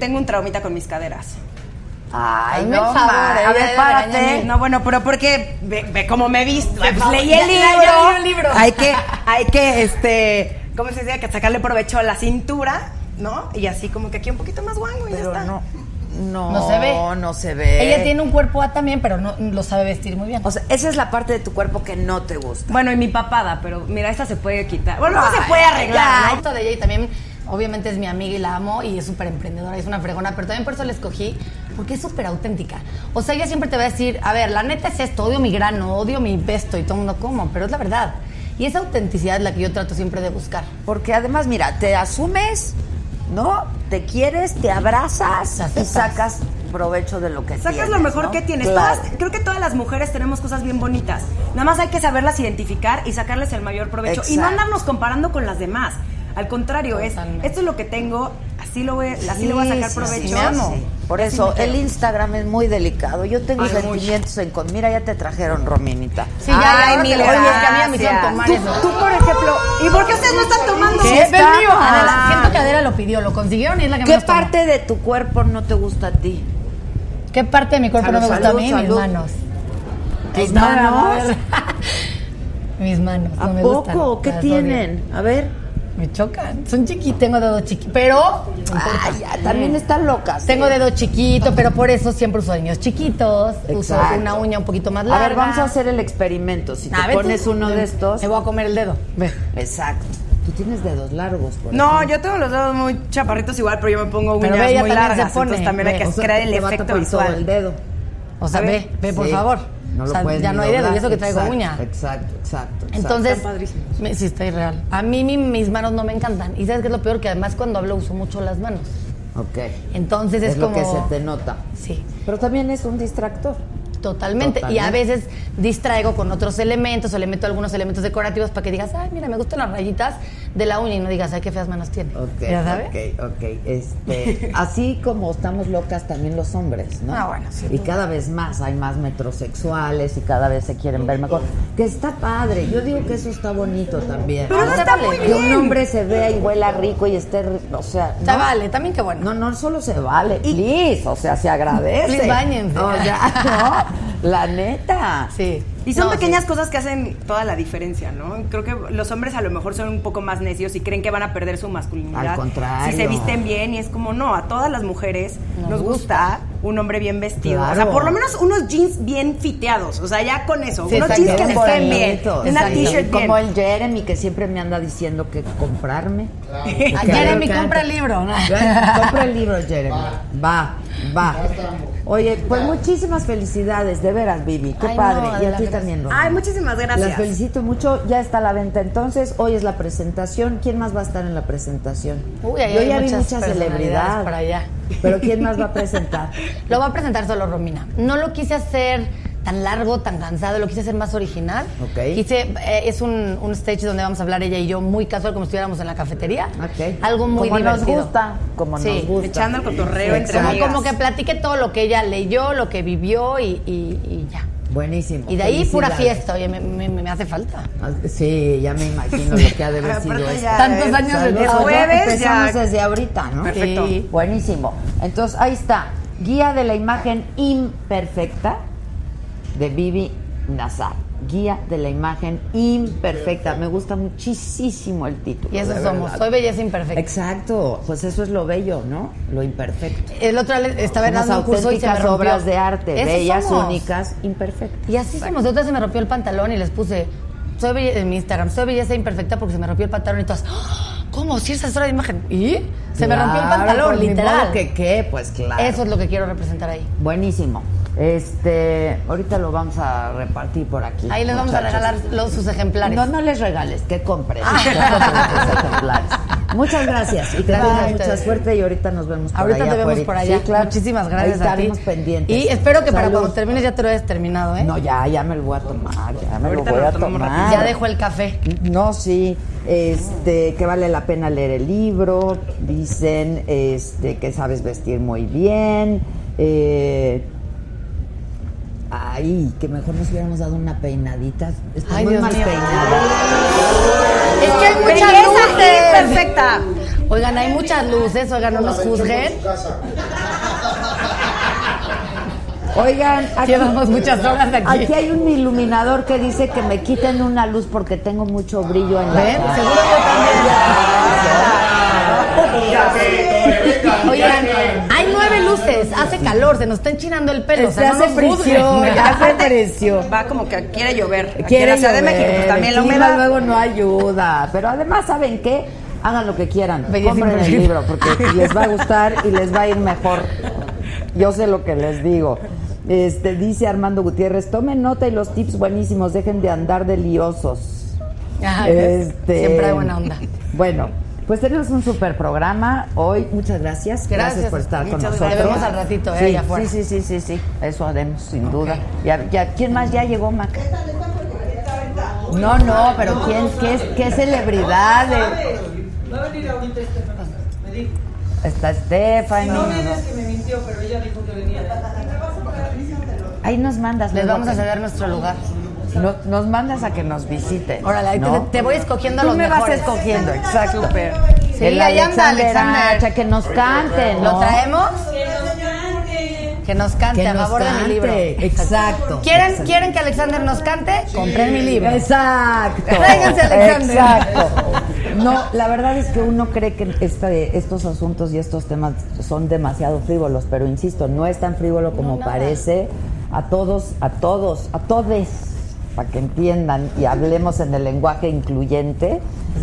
[SPEAKER 6] tengo un traumita con mis caderas.
[SPEAKER 1] Ay,
[SPEAKER 5] Hazme el
[SPEAKER 1] no, eh,
[SPEAKER 5] favor,
[SPEAKER 1] ma, a
[SPEAKER 5] ella
[SPEAKER 1] ver,
[SPEAKER 5] ya
[SPEAKER 1] párate.
[SPEAKER 5] regaña
[SPEAKER 1] No,
[SPEAKER 6] No, bueno, pero porque ve, ve cómo me he visto. Pues
[SPEAKER 5] favor,
[SPEAKER 6] leí
[SPEAKER 5] ya-
[SPEAKER 6] el
[SPEAKER 5] ya-
[SPEAKER 6] libro.
[SPEAKER 5] ya leí el libro.
[SPEAKER 6] Hay que, hay que, este, ¿cómo se dice? Que sacarle provecho a la cintura ¿no? Y así como que aquí un poquito más guango y ya
[SPEAKER 1] Pero
[SPEAKER 6] está.
[SPEAKER 1] no, no,
[SPEAKER 5] No se ve.
[SPEAKER 1] no se
[SPEAKER 6] Eh.
[SPEAKER 1] ve.
[SPEAKER 5] Ella tiene un cuerpo A también, pero no lo sabe vestir muy bien.
[SPEAKER 1] O sea, esa es la parte de tu cuerpo que no te gusta.
[SPEAKER 6] Bueno, y mi papada, pero mira, esta se puede quitar. Bueno,
[SPEAKER 1] Ay,
[SPEAKER 6] esta se puede
[SPEAKER 5] la
[SPEAKER 6] arreglar, ¿no?
[SPEAKER 5] auto de ella y también obviamente es mi amiga y la amo y es súper emprendedora, y es una fregona, pero también por eso la escogí porque es súper auténtica. O sea, ella siempre te va a decir, a ver, la neta es esto, odio mi grano, odio mi pesto y todo el mundo como, pero es la verdad. Y esa autenticidad es la que yo trato siempre de buscar.
[SPEAKER 1] Porque además, mira, te asumes, ¿no? Te quieres, te abrazas
[SPEAKER 5] Te
[SPEAKER 1] y
[SPEAKER 5] aceptas.
[SPEAKER 1] sacas provecho de lo que tienes.
[SPEAKER 6] Sacas lo mejor
[SPEAKER 1] ¿no?
[SPEAKER 6] que tienes.
[SPEAKER 1] Claro.
[SPEAKER 6] Todas- creo que todas las mujeres tenemos cosas bien bonitas. Nada más hay que saberlas identificar y sacarles el mayor provecho. Y no
[SPEAKER 1] Exacto.
[SPEAKER 6] andarnos comparando con las demás. Al contrario, es
[SPEAKER 5] Totalmente.
[SPEAKER 6] esto es lo que tengo, así lo voy, así le voy a
[SPEAKER 1] Sí,
[SPEAKER 6] sacar
[SPEAKER 1] sí,
[SPEAKER 6] provecho.
[SPEAKER 1] sí, mi amor. Por eso, el Instagram es muy delicado. Yo tengo
[SPEAKER 6] Ay,
[SPEAKER 1] sentimientos en con. Mira, ya te trajeron, Rominita.
[SPEAKER 5] Sí, ya, ya,
[SPEAKER 1] Ay,
[SPEAKER 5] ahora te
[SPEAKER 1] mil
[SPEAKER 5] lo- oye, es que a mí ya me hicieron
[SPEAKER 1] gracias.
[SPEAKER 5] tomar
[SPEAKER 1] Tú-
[SPEAKER 5] eso.
[SPEAKER 6] Tú, por ejemplo, ¿y por qué ustedes no están tomando?
[SPEAKER 1] ¿Qué?
[SPEAKER 5] es
[SPEAKER 1] está?
[SPEAKER 5] mío.
[SPEAKER 1] Ah.
[SPEAKER 5] siento que Adela lo pidió, lo consiguieron y es la que
[SPEAKER 1] ¿Qué
[SPEAKER 5] menos tomó.
[SPEAKER 1] parte de tu cuerpo no te gusta a ti?
[SPEAKER 5] ¿Qué parte de mi cuerpo
[SPEAKER 1] Salud,
[SPEAKER 5] no me gusta
[SPEAKER 1] salud,
[SPEAKER 5] a mí?
[SPEAKER 1] salud.
[SPEAKER 5] Mis manos.
[SPEAKER 1] ¿Tus
[SPEAKER 5] No, no,
[SPEAKER 1] manos?
[SPEAKER 5] a ver. Mis manos.
[SPEAKER 1] ¿A
[SPEAKER 5] no me gustan,
[SPEAKER 1] poco? ¿Qué
[SPEAKER 5] las odio.
[SPEAKER 1] tienen? A ver.
[SPEAKER 5] Me chocan. Son chiquitos, tengo dedo chiquito, pero no importa.
[SPEAKER 1] Ay, ya, también están locas.
[SPEAKER 5] tengo
[SPEAKER 1] ¿eh?
[SPEAKER 5] dedo chiquito, pero por eso siempre uso niños chiquitos, uso
[SPEAKER 1] Exacto.
[SPEAKER 5] una uña un poquito más
[SPEAKER 1] A
[SPEAKER 5] larga.
[SPEAKER 1] ver, vamos a hacer el experimento. Si te
[SPEAKER 5] A ver, tú-
[SPEAKER 1] pones uno de estos.
[SPEAKER 5] Me voy a comer el dedo. Ve.
[SPEAKER 1] Exacto. Tú tienes dedos largos, por
[SPEAKER 6] No, yo tengo los dedos muy chaparritos igual, pero yo me pongo
[SPEAKER 5] Pero
[SPEAKER 6] uñas
[SPEAKER 5] ve, ella
[SPEAKER 6] muy
[SPEAKER 5] también se
[SPEAKER 6] largas,
[SPEAKER 5] pone,
[SPEAKER 6] entonces también hay
[SPEAKER 5] ve,
[SPEAKER 6] que
[SPEAKER 5] o sea,
[SPEAKER 6] crear el
[SPEAKER 1] te va a
[SPEAKER 6] efecto
[SPEAKER 1] tapar todo
[SPEAKER 6] visual.
[SPEAKER 1] el dedo.
[SPEAKER 5] O sea,
[SPEAKER 6] A ver.
[SPEAKER 5] ve, ve, por
[SPEAKER 1] Sí.
[SPEAKER 5] favor.
[SPEAKER 1] No lo
[SPEAKER 5] O sea,
[SPEAKER 1] puedes
[SPEAKER 5] ya
[SPEAKER 1] ni
[SPEAKER 5] no hay dedo,
[SPEAKER 1] doblar.
[SPEAKER 5] y eso que traigo
[SPEAKER 1] Exacto,
[SPEAKER 5] uña.
[SPEAKER 1] Exacto, exacto. exacto.
[SPEAKER 5] Entonces,
[SPEAKER 6] Están padrísimos.
[SPEAKER 5] me- sí, estoy real. A mí mi- mis manos no me encantan. Y sabes que es lo peor, que además cuando hablo uso mucho las manos.
[SPEAKER 1] Ok.
[SPEAKER 5] Entonces es,
[SPEAKER 1] es lo
[SPEAKER 5] como...
[SPEAKER 1] que se te nota.
[SPEAKER 5] Sí,
[SPEAKER 1] Pero también es un distractor.
[SPEAKER 5] totalmente. Y a
[SPEAKER 1] Totalmente.
[SPEAKER 5] veces distraigo con otros elementos o le meto algunos elementos decorativos para que digas, ay, mira, me gustan las rayitas de la uña y no digas, ay, qué feas manos tiene.
[SPEAKER 1] Ok,
[SPEAKER 5] ¿Ya sabes?
[SPEAKER 1] ok, ok. Este, así como estamos locas también los hombres, ¿no?
[SPEAKER 5] Ah, bueno, sí,
[SPEAKER 1] Y cada vez más hay más metrosexuales y cada vez se quieren ver mejor. Que está padre, yo digo que eso está bonito también. Ah,
[SPEAKER 5] Pero no está muy
[SPEAKER 1] Que un
[SPEAKER 5] bien.
[SPEAKER 1] hombre se vea y huela rico y esté, ri- o sea,
[SPEAKER 5] Está
[SPEAKER 1] ¿no?
[SPEAKER 5] vale, también qué bueno.
[SPEAKER 1] No, no solo se vale, please, o sea, se agradece.
[SPEAKER 5] Please, báñense.
[SPEAKER 1] O sea, no, la neta.
[SPEAKER 5] Sí.
[SPEAKER 6] Y son
[SPEAKER 5] No,
[SPEAKER 6] pequeñas
[SPEAKER 5] sí.
[SPEAKER 6] cosas que hacen toda la diferencia, ¿no? Creo que los hombres a lo mejor son un poco más necios y creen que van a perder su masculinidad.
[SPEAKER 1] Al contrario.
[SPEAKER 6] Si se visten bien y es como, no, a todas las mujeres nos, gusta un hombre bien vestido.
[SPEAKER 1] Claro.
[SPEAKER 6] O sea, por lo menos unos jeans bien fiteados. O sea, ya con eso.
[SPEAKER 5] Sí,
[SPEAKER 6] unos
[SPEAKER 5] exacto.
[SPEAKER 6] jeans que
[SPEAKER 5] Bien
[SPEAKER 6] les caen bien.
[SPEAKER 1] Bonitos,
[SPEAKER 6] Una
[SPEAKER 1] exacto.
[SPEAKER 6] t-shirt bien.
[SPEAKER 1] Como el Jeremy que siempre me anda diciendo que comprarme.
[SPEAKER 5] Ah,
[SPEAKER 1] Que
[SPEAKER 5] Jeremy,
[SPEAKER 1] me encanta.
[SPEAKER 5] compra el libro. ¿no?
[SPEAKER 1] Ya, Compra el libro, Jeremy. Va, va. Oye, pues muchísimas felicidades, de veras, Vivi. Qué
[SPEAKER 5] Ay, no,
[SPEAKER 1] padre. y a
[SPEAKER 5] Adela,
[SPEAKER 1] ti
[SPEAKER 5] gracias.
[SPEAKER 1] también, Romina.
[SPEAKER 6] Ay, muchísimas
[SPEAKER 1] Las
[SPEAKER 6] gracias.
[SPEAKER 1] felicito mucho. Ya está a la venta entonces. Hoy es la presentación. ¿Quién más va a estar en la presentación?
[SPEAKER 5] Uy, ahí
[SPEAKER 1] Yo
[SPEAKER 5] hay
[SPEAKER 1] ya vi
[SPEAKER 5] muchas
[SPEAKER 1] muchas celebridades.
[SPEAKER 5] personalidades para allá.
[SPEAKER 1] Pero ¿quién más va a presentar?
[SPEAKER 5] Lo va a presentar solo Romina. No lo quise hacer tan largo, tan cansado, lo quise hacer más original.
[SPEAKER 1] Ok.
[SPEAKER 5] Quise, eh, es un, un stage donde vamos a hablar ella y yo muy casual, como si estuviéramos en la cafetería.
[SPEAKER 1] Ok.
[SPEAKER 5] Algo muy
[SPEAKER 1] como
[SPEAKER 5] divertido.
[SPEAKER 1] nos gusta. Como
[SPEAKER 5] Sí,
[SPEAKER 1] nos gusta.
[SPEAKER 6] Echando el cotorreo entre
[SPEAKER 5] Como,
[SPEAKER 6] amigas.
[SPEAKER 5] como que platique todo lo que ella leyó, lo que vivió y, y- y ya.
[SPEAKER 1] Buenísimo.
[SPEAKER 5] Y de ahí pura
[SPEAKER 1] Felicidades.
[SPEAKER 5] fiesta, oye, me, me- me hace falta.
[SPEAKER 1] Ah, Sí, ya me imagino lo que ha de haber sido
[SPEAKER 6] Aparte
[SPEAKER 1] esto.
[SPEAKER 6] ya
[SPEAKER 5] Tantos
[SPEAKER 6] es-
[SPEAKER 5] años de
[SPEAKER 1] Saludos,
[SPEAKER 5] trabajo.
[SPEAKER 1] ya
[SPEAKER 6] Jueves
[SPEAKER 1] empezamos
[SPEAKER 6] ya.
[SPEAKER 1] desde ahorita, ¿no?
[SPEAKER 6] Perfecto.
[SPEAKER 1] Sí. Buenísimo. Entonces, ahí está. Guía de la imagen imperfecta de Vivi Nazar. Guía de la imagen imperfecta. Me gusta muchísimo el título.
[SPEAKER 5] Y eso
[SPEAKER 1] de
[SPEAKER 5] somos.
[SPEAKER 1] verdad.
[SPEAKER 5] Soy belleza imperfecta.
[SPEAKER 1] Exacto. Pues eso es lo bello, ¿no? Lo imperfecto.
[SPEAKER 5] El otro día le- estaba
[SPEAKER 1] Somos
[SPEAKER 5] dando un curso y se me
[SPEAKER 1] auténticas
[SPEAKER 5] rompió.
[SPEAKER 1] obras de arte,
[SPEAKER 5] Eso
[SPEAKER 1] bellas,
[SPEAKER 5] somos.
[SPEAKER 1] únicas, imperfectas.
[SPEAKER 5] Y así somos. De otra se me rompió el pantalón y les puse, soy belle- en mi Instagram, soy belleza imperfecta porque se me rompió el pantalón y todas, "¡Ah! ¿cómo? Si esa es hora de imagen. ¿Y? Se me rompió el
[SPEAKER 1] Claro,
[SPEAKER 5] pantalón,
[SPEAKER 1] pues, ni modo
[SPEAKER 5] literal.
[SPEAKER 1] que qué, pues claro.
[SPEAKER 5] Eso es lo que quiero representar ahí.
[SPEAKER 1] Buenísimo. Este, ahorita lo vamos a repartir por aquí.
[SPEAKER 5] Ahí les vamos a
[SPEAKER 1] muchachos.
[SPEAKER 5] regalar los, sus ejemplares. Ah.
[SPEAKER 1] No, no les regales, que compren. Que compren los ejemplares. Muchas gracias y
[SPEAKER 5] Bye.
[SPEAKER 1] gracias, mucha suerte y ahorita nos vemos por
[SPEAKER 5] Ahorita
[SPEAKER 1] allá.
[SPEAKER 5] te vemos
[SPEAKER 1] afuera.
[SPEAKER 5] por allá.
[SPEAKER 1] Sí, claro.
[SPEAKER 5] Muchísimas gracias
[SPEAKER 1] Ahí
[SPEAKER 5] a ti.
[SPEAKER 1] estaremos pendientes.
[SPEAKER 5] Y espero que para
[SPEAKER 1] Salud.
[SPEAKER 5] cuando termines ya te lo hayas terminado, ¿eh?
[SPEAKER 1] No, ya, ya me lo voy a tomar, ya me
[SPEAKER 6] Ahorita
[SPEAKER 1] lo voy
[SPEAKER 6] nos
[SPEAKER 1] a
[SPEAKER 6] tomamos
[SPEAKER 1] tomar.
[SPEAKER 5] Ya dejo el café.
[SPEAKER 1] No, sí, este, que vale la pena leer el libro, dicen este, que sabes vestir muy bien. Eh, ay, que mejor nos hubiéramos dado una peinadita. Está
[SPEAKER 5] Ay,
[SPEAKER 1] muy
[SPEAKER 5] Dios
[SPEAKER 1] mal
[SPEAKER 5] mío.
[SPEAKER 1] peinada.
[SPEAKER 5] Es que hay muchas luces. perfecta. Oigan, hay muchas luces, oigan, no nos juzguen.
[SPEAKER 1] Oigan, aquí,
[SPEAKER 5] Llevamos muchas horas aquí.
[SPEAKER 1] aquí hay un iluminador que dice que me quiten una luz porque tengo mucho brillo en la
[SPEAKER 5] ¿Ven?
[SPEAKER 1] cara.
[SPEAKER 5] Seguro yo también. Oigan, hay nueve luces, hace calor, se nos está enchinando el pelo. o sea,
[SPEAKER 7] Ya
[SPEAKER 5] no
[SPEAKER 1] Este,
[SPEAKER 7] se
[SPEAKER 5] nos
[SPEAKER 7] frició,
[SPEAKER 5] juzguen.
[SPEAKER 7] ya se frició.
[SPEAKER 6] Va como que quiere llover. Aquí
[SPEAKER 7] Quiere
[SPEAKER 6] en la Ciudad de
[SPEAKER 7] llover,
[SPEAKER 6] México, pues también la
[SPEAKER 7] el clima
[SPEAKER 6] humedad.
[SPEAKER 1] luego no ayuda. Pero además, ¿saben qué? Hagan lo que quieran.
[SPEAKER 5] Belleza
[SPEAKER 1] Compren el
[SPEAKER 5] imperfecta.
[SPEAKER 1] libro porque les va a gustar y les va a ir mejor. Yo sé lo que les digo. Este, dice Armando Gutiérrez, tomen nota y los tips buenísimos, dejen de andar de liosos.
[SPEAKER 5] Ajá,
[SPEAKER 1] Este,
[SPEAKER 5] Ah, Siempre hay buena onda.
[SPEAKER 1] Bueno, pues tenemos un super programa hoy. Muchas gracias. Gracias,
[SPEAKER 5] Gracias.
[SPEAKER 1] por estar con
[SPEAKER 5] Muchas
[SPEAKER 1] nosotros.
[SPEAKER 5] gracias. Te vemos al ratito, eh,
[SPEAKER 1] sí,
[SPEAKER 5] allá afuera.
[SPEAKER 1] Sí, sí, sí, sí, sí. Eso haremos, sin duda. Ya, ya, ¿Quién más ya llegó, Mac? No, no, pero ¿quién? ¿Qué, qué celebridades?
[SPEAKER 4] Va a venir ahorita este Me dijo.
[SPEAKER 1] Está Stephanie.
[SPEAKER 4] No me digas que me mintió, pero ella dijo que venía. Pero
[SPEAKER 1] Ahí nos mandas.
[SPEAKER 5] Les
[SPEAKER 1] luego
[SPEAKER 5] vamos a
[SPEAKER 1] te-
[SPEAKER 5] ceder nuestro lugar.
[SPEAKER 1] no- Nos, mandas a que nos visiten.
[SPEAKER 5] Órale, ahí te-
[SPEAKER 1] ¿no?
[SPEAKER 5] te voy escogiendo
[SPEAKER 1] Tú
[SPEAKER 5] los
[SPEAKER 1] me vas
[SPEAKER 5] mejores.
[SPEAKER 1] escogiendo, exacto.
[SPEAKER 5] Sí,
[SPEAKER 1] El
[SPEAKER 5] ahí anda
[SPEAKER 1] Alexander
[SPEAKER 5] Alexander.
[SPEAKER 1] Acha, que nos cante,
[SPEAKER 5] ¿Lo
[SPEAKER 1] ¿no?
[SPEAKER 5] traemos? Que nos cante,
[SPEAKER 1] Que
[SPEAKER 5] a
[SPEAKER 1] nos
[SPEAKER 5] favor de mi
[SPEAKER 1] cante,
[SPEAKER 5] libro.
[SPEAKER 1] Exacto.
[SPEAKER 5] ¿Quieren, ¿Quieren que Alexander nos cante? Compré mi libro.
[SPEAKER 1] Exacto.
[SPEAKER 5] Tráiganse a Alexander.
[SPEAKER 1] Exacto. No, la verdad es que uno cree que este- estos asuntos y estos temas son demasiado frívolos, pero insisto, no es tan frívolo como parece. A todos, a todos, a todes, para que entiendan y hablemos en el lenguaje incluyente,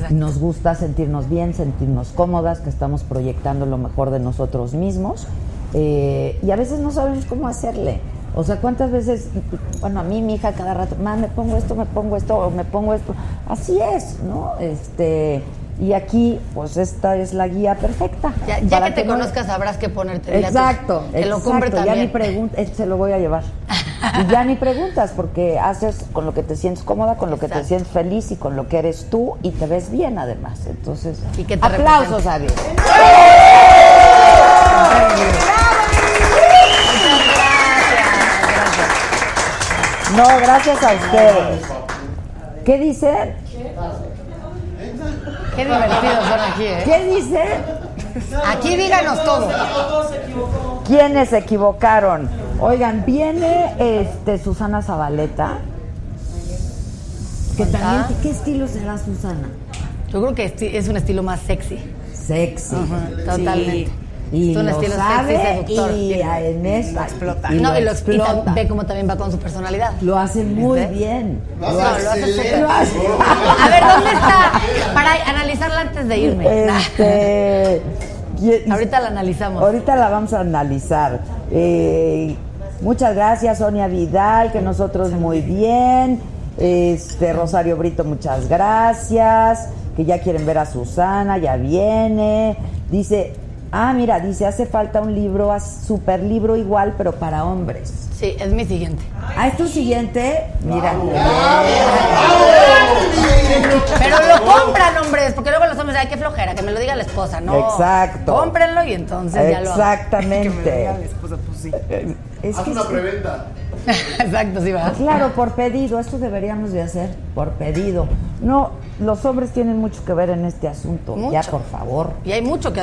[SPEAKER 1] nos gusta sentirnos bien, sentirnos cómodas, que estamos proyectando lo mejor de nosotros mismos. eh, y a veces no sabemos cómo hacerle. O sea, ¿cuántas veces, bueno, a mí mi hija cada rato, mamá, me pongo esto, me pongo esto, o me pongo esto? Así es, ¿no? Este, y aquí, pues esta es la guía perfecta.
[SPEAKER 5] Ya, ya
[SPEAKER 1] Para
[SPEAKER 5] que te
[SPEAKER 1] no-
[SPEAKER 5] conozcas sabrás que ponerte el lápiz.
[SPEAKER 1] Exacto,
[SPEAKER 5] Que lo compre
[SPEAKER 1] exacto, Ya ni
[SPEAKER 5] también.
[SPEAKER 1] preguntas, se lo voy a llevar. Y ya ni preguntas, porque haces con lo que te sientes cómoda, con lo que te
[SPEAKER 5] Exacto.
[SPEAKER 1] sientes feliz y con lo que eres tú y te ves bien además. Entonces,
[SPEAKER 5] Y que te
[SPEAKER 1] aplausos,
[SPEAKER 5] represente.
[SPEAKER 1] Avi.
[SPEAKER 5] Muchas gracias. gracias.
[SPEAKER 1] No, gracias a ustedes. ¿Qué dice?
[SPEAKER 5] Qué divertidos son aquí, ¿eh?
[SPEAKER 1] ¿Qué dice?
[SPEAKER 5] Aquí díganos todo.
[SPEAKER 4] se equivocó.
[SPEAKER 1] ¿Quiénes se equivocaron? Oigan, viene este Susana Zabaleta. Que también,
[SPEAKER 5] Ajá.
[SPEAKER 1] ¿qué estilo será Susana?
[SPEAKER 5] Yo creo que esti- es un estilo más sexy.
[SPEAKER 1] Sexy.
[SPEAKER 5] Totalmente.
[SPEAKER 1] Y
[SPEAKER 5] Es un
[SPEAKER 1] lo
[SPEAKER 5] estilo sexy,
[SPEAKER 1] sabe
[SPEAKER 5] seductor.
[SPEAKER 1] y en esta explota. Y
[SPEAKER 5] no, y lo explota.
[SPEAKER 1] explota.
[SPEAKER 5] ve ¿eh? cómo también va con su personalidad.
[SPEAKER 1] Lo hace muy bien.
[SPEAKER 2] No, lo hace
[SPEAKER 1] Lo hace-
[SPEAKER 5] A ver, ¿dónde está? Para analizarla antes de irme.
[SPEAKER 1] Este, ¿quién-
[SPEAKER 5] Ahorita la analizamos.
[SPEAKER 1] Ahorita la vamos a analizar. Eh, muchas gracias, Sonia Vidal, que nosotros muy bien. Este, Rosario Brito, muchas gracias. Que ya quieren ver a Susana, ya viene. Dice, ah, mira, dice, hace falta un libro, as- super libro igual, pero para hombres.
[SPEAKER 5] Sí, es mi siguiente.
[SPEAKER 1] A esto siguiente, mira.
[SPEAKER 5] Pero lo compran, hombres, porque luego los hombres, ay, qué flojera, que me lo diga la esposa, ¿no?
[SPEAKER 1] Exacto.
[SPEAKER 5] Cómprenlo y entonces ya lo hago.
[SPEAKER 1] Exactamente. Es
[SPEAKER 2] Haz
[SPEAKER 1] que
[SPEAKER 2] una
[SPEAKER 1] sí.
[SPEAKER 2] preventa.
[SPEAKER 5] Exacto, sí, va.
[SPEAKER 1] Claro, por pedido, eso deberíamos de hacer, por pedido. No, los hombres tienen mucho que ver en este asunto,
[SPEAKER 5] Mucho.
[SPEAKER 1] ya por favor.
[SPEAKER 5] Y hay mucho que,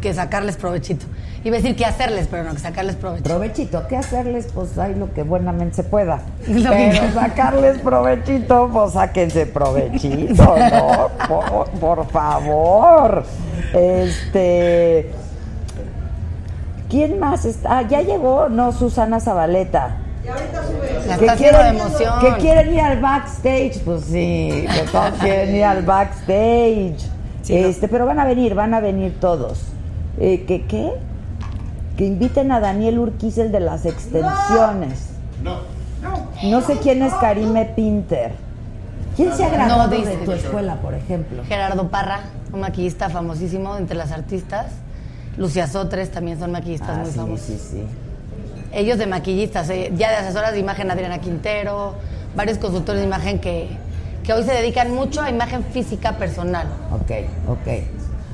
[SPEAKER 5] que sacarles provechito. Iba a decir que hacerles, pero no, que sacarles provechito.
[SPEAKER 1] Provechito, ¿qué hacerles? Pues hay lo que buenamente se pueda.
[SPEAKER 5] Lo que-
[SPEAKER 1] Pero sacarles provechito, pues sáquense provechito, ¿no? Por, por favor. Este. ¿Quién más está? Ah, ya llegó, no, Susana Zabaleta.
[SPEAKER 5] La
[SPEAKER 1] que
[SPEAKER 5] está haciendo de emoción.
[SPEAKER 1] que quieren ir al backstage, pues sí, que todos quieren ir al backstage. este, pero van a venir, van a venir todos. Eh, ¿Que qué? Que inviten a Daniel Urquiz, el de las extensiones. No. No. sé quién es Karime Pinter. ¿Quién se ha graduado de
[SPEAKER 5] dice.
[SPEAKER 1] tu escuela, por ejemplo?
[SPEAKER 5] Gerardo Parra, un maquillista famosísimo entre las artistas. Lucia Sotres también son maquillistas
[SPEAKER 1] Ah,
[SPEAKER 5] muy
[SPEAKER 1] sí,
[SPEAKER 5] famosos.
[SPEAKER 1] sí, sí.
[SPEAKER 5] Ellos de maquillistas, eh, ya de asesoras de imagen Adriana Quintero, varios consultores de imagen que, que hoy se dedican mucho a imagen física personal.
[SPEAKER 1] Ok, ok.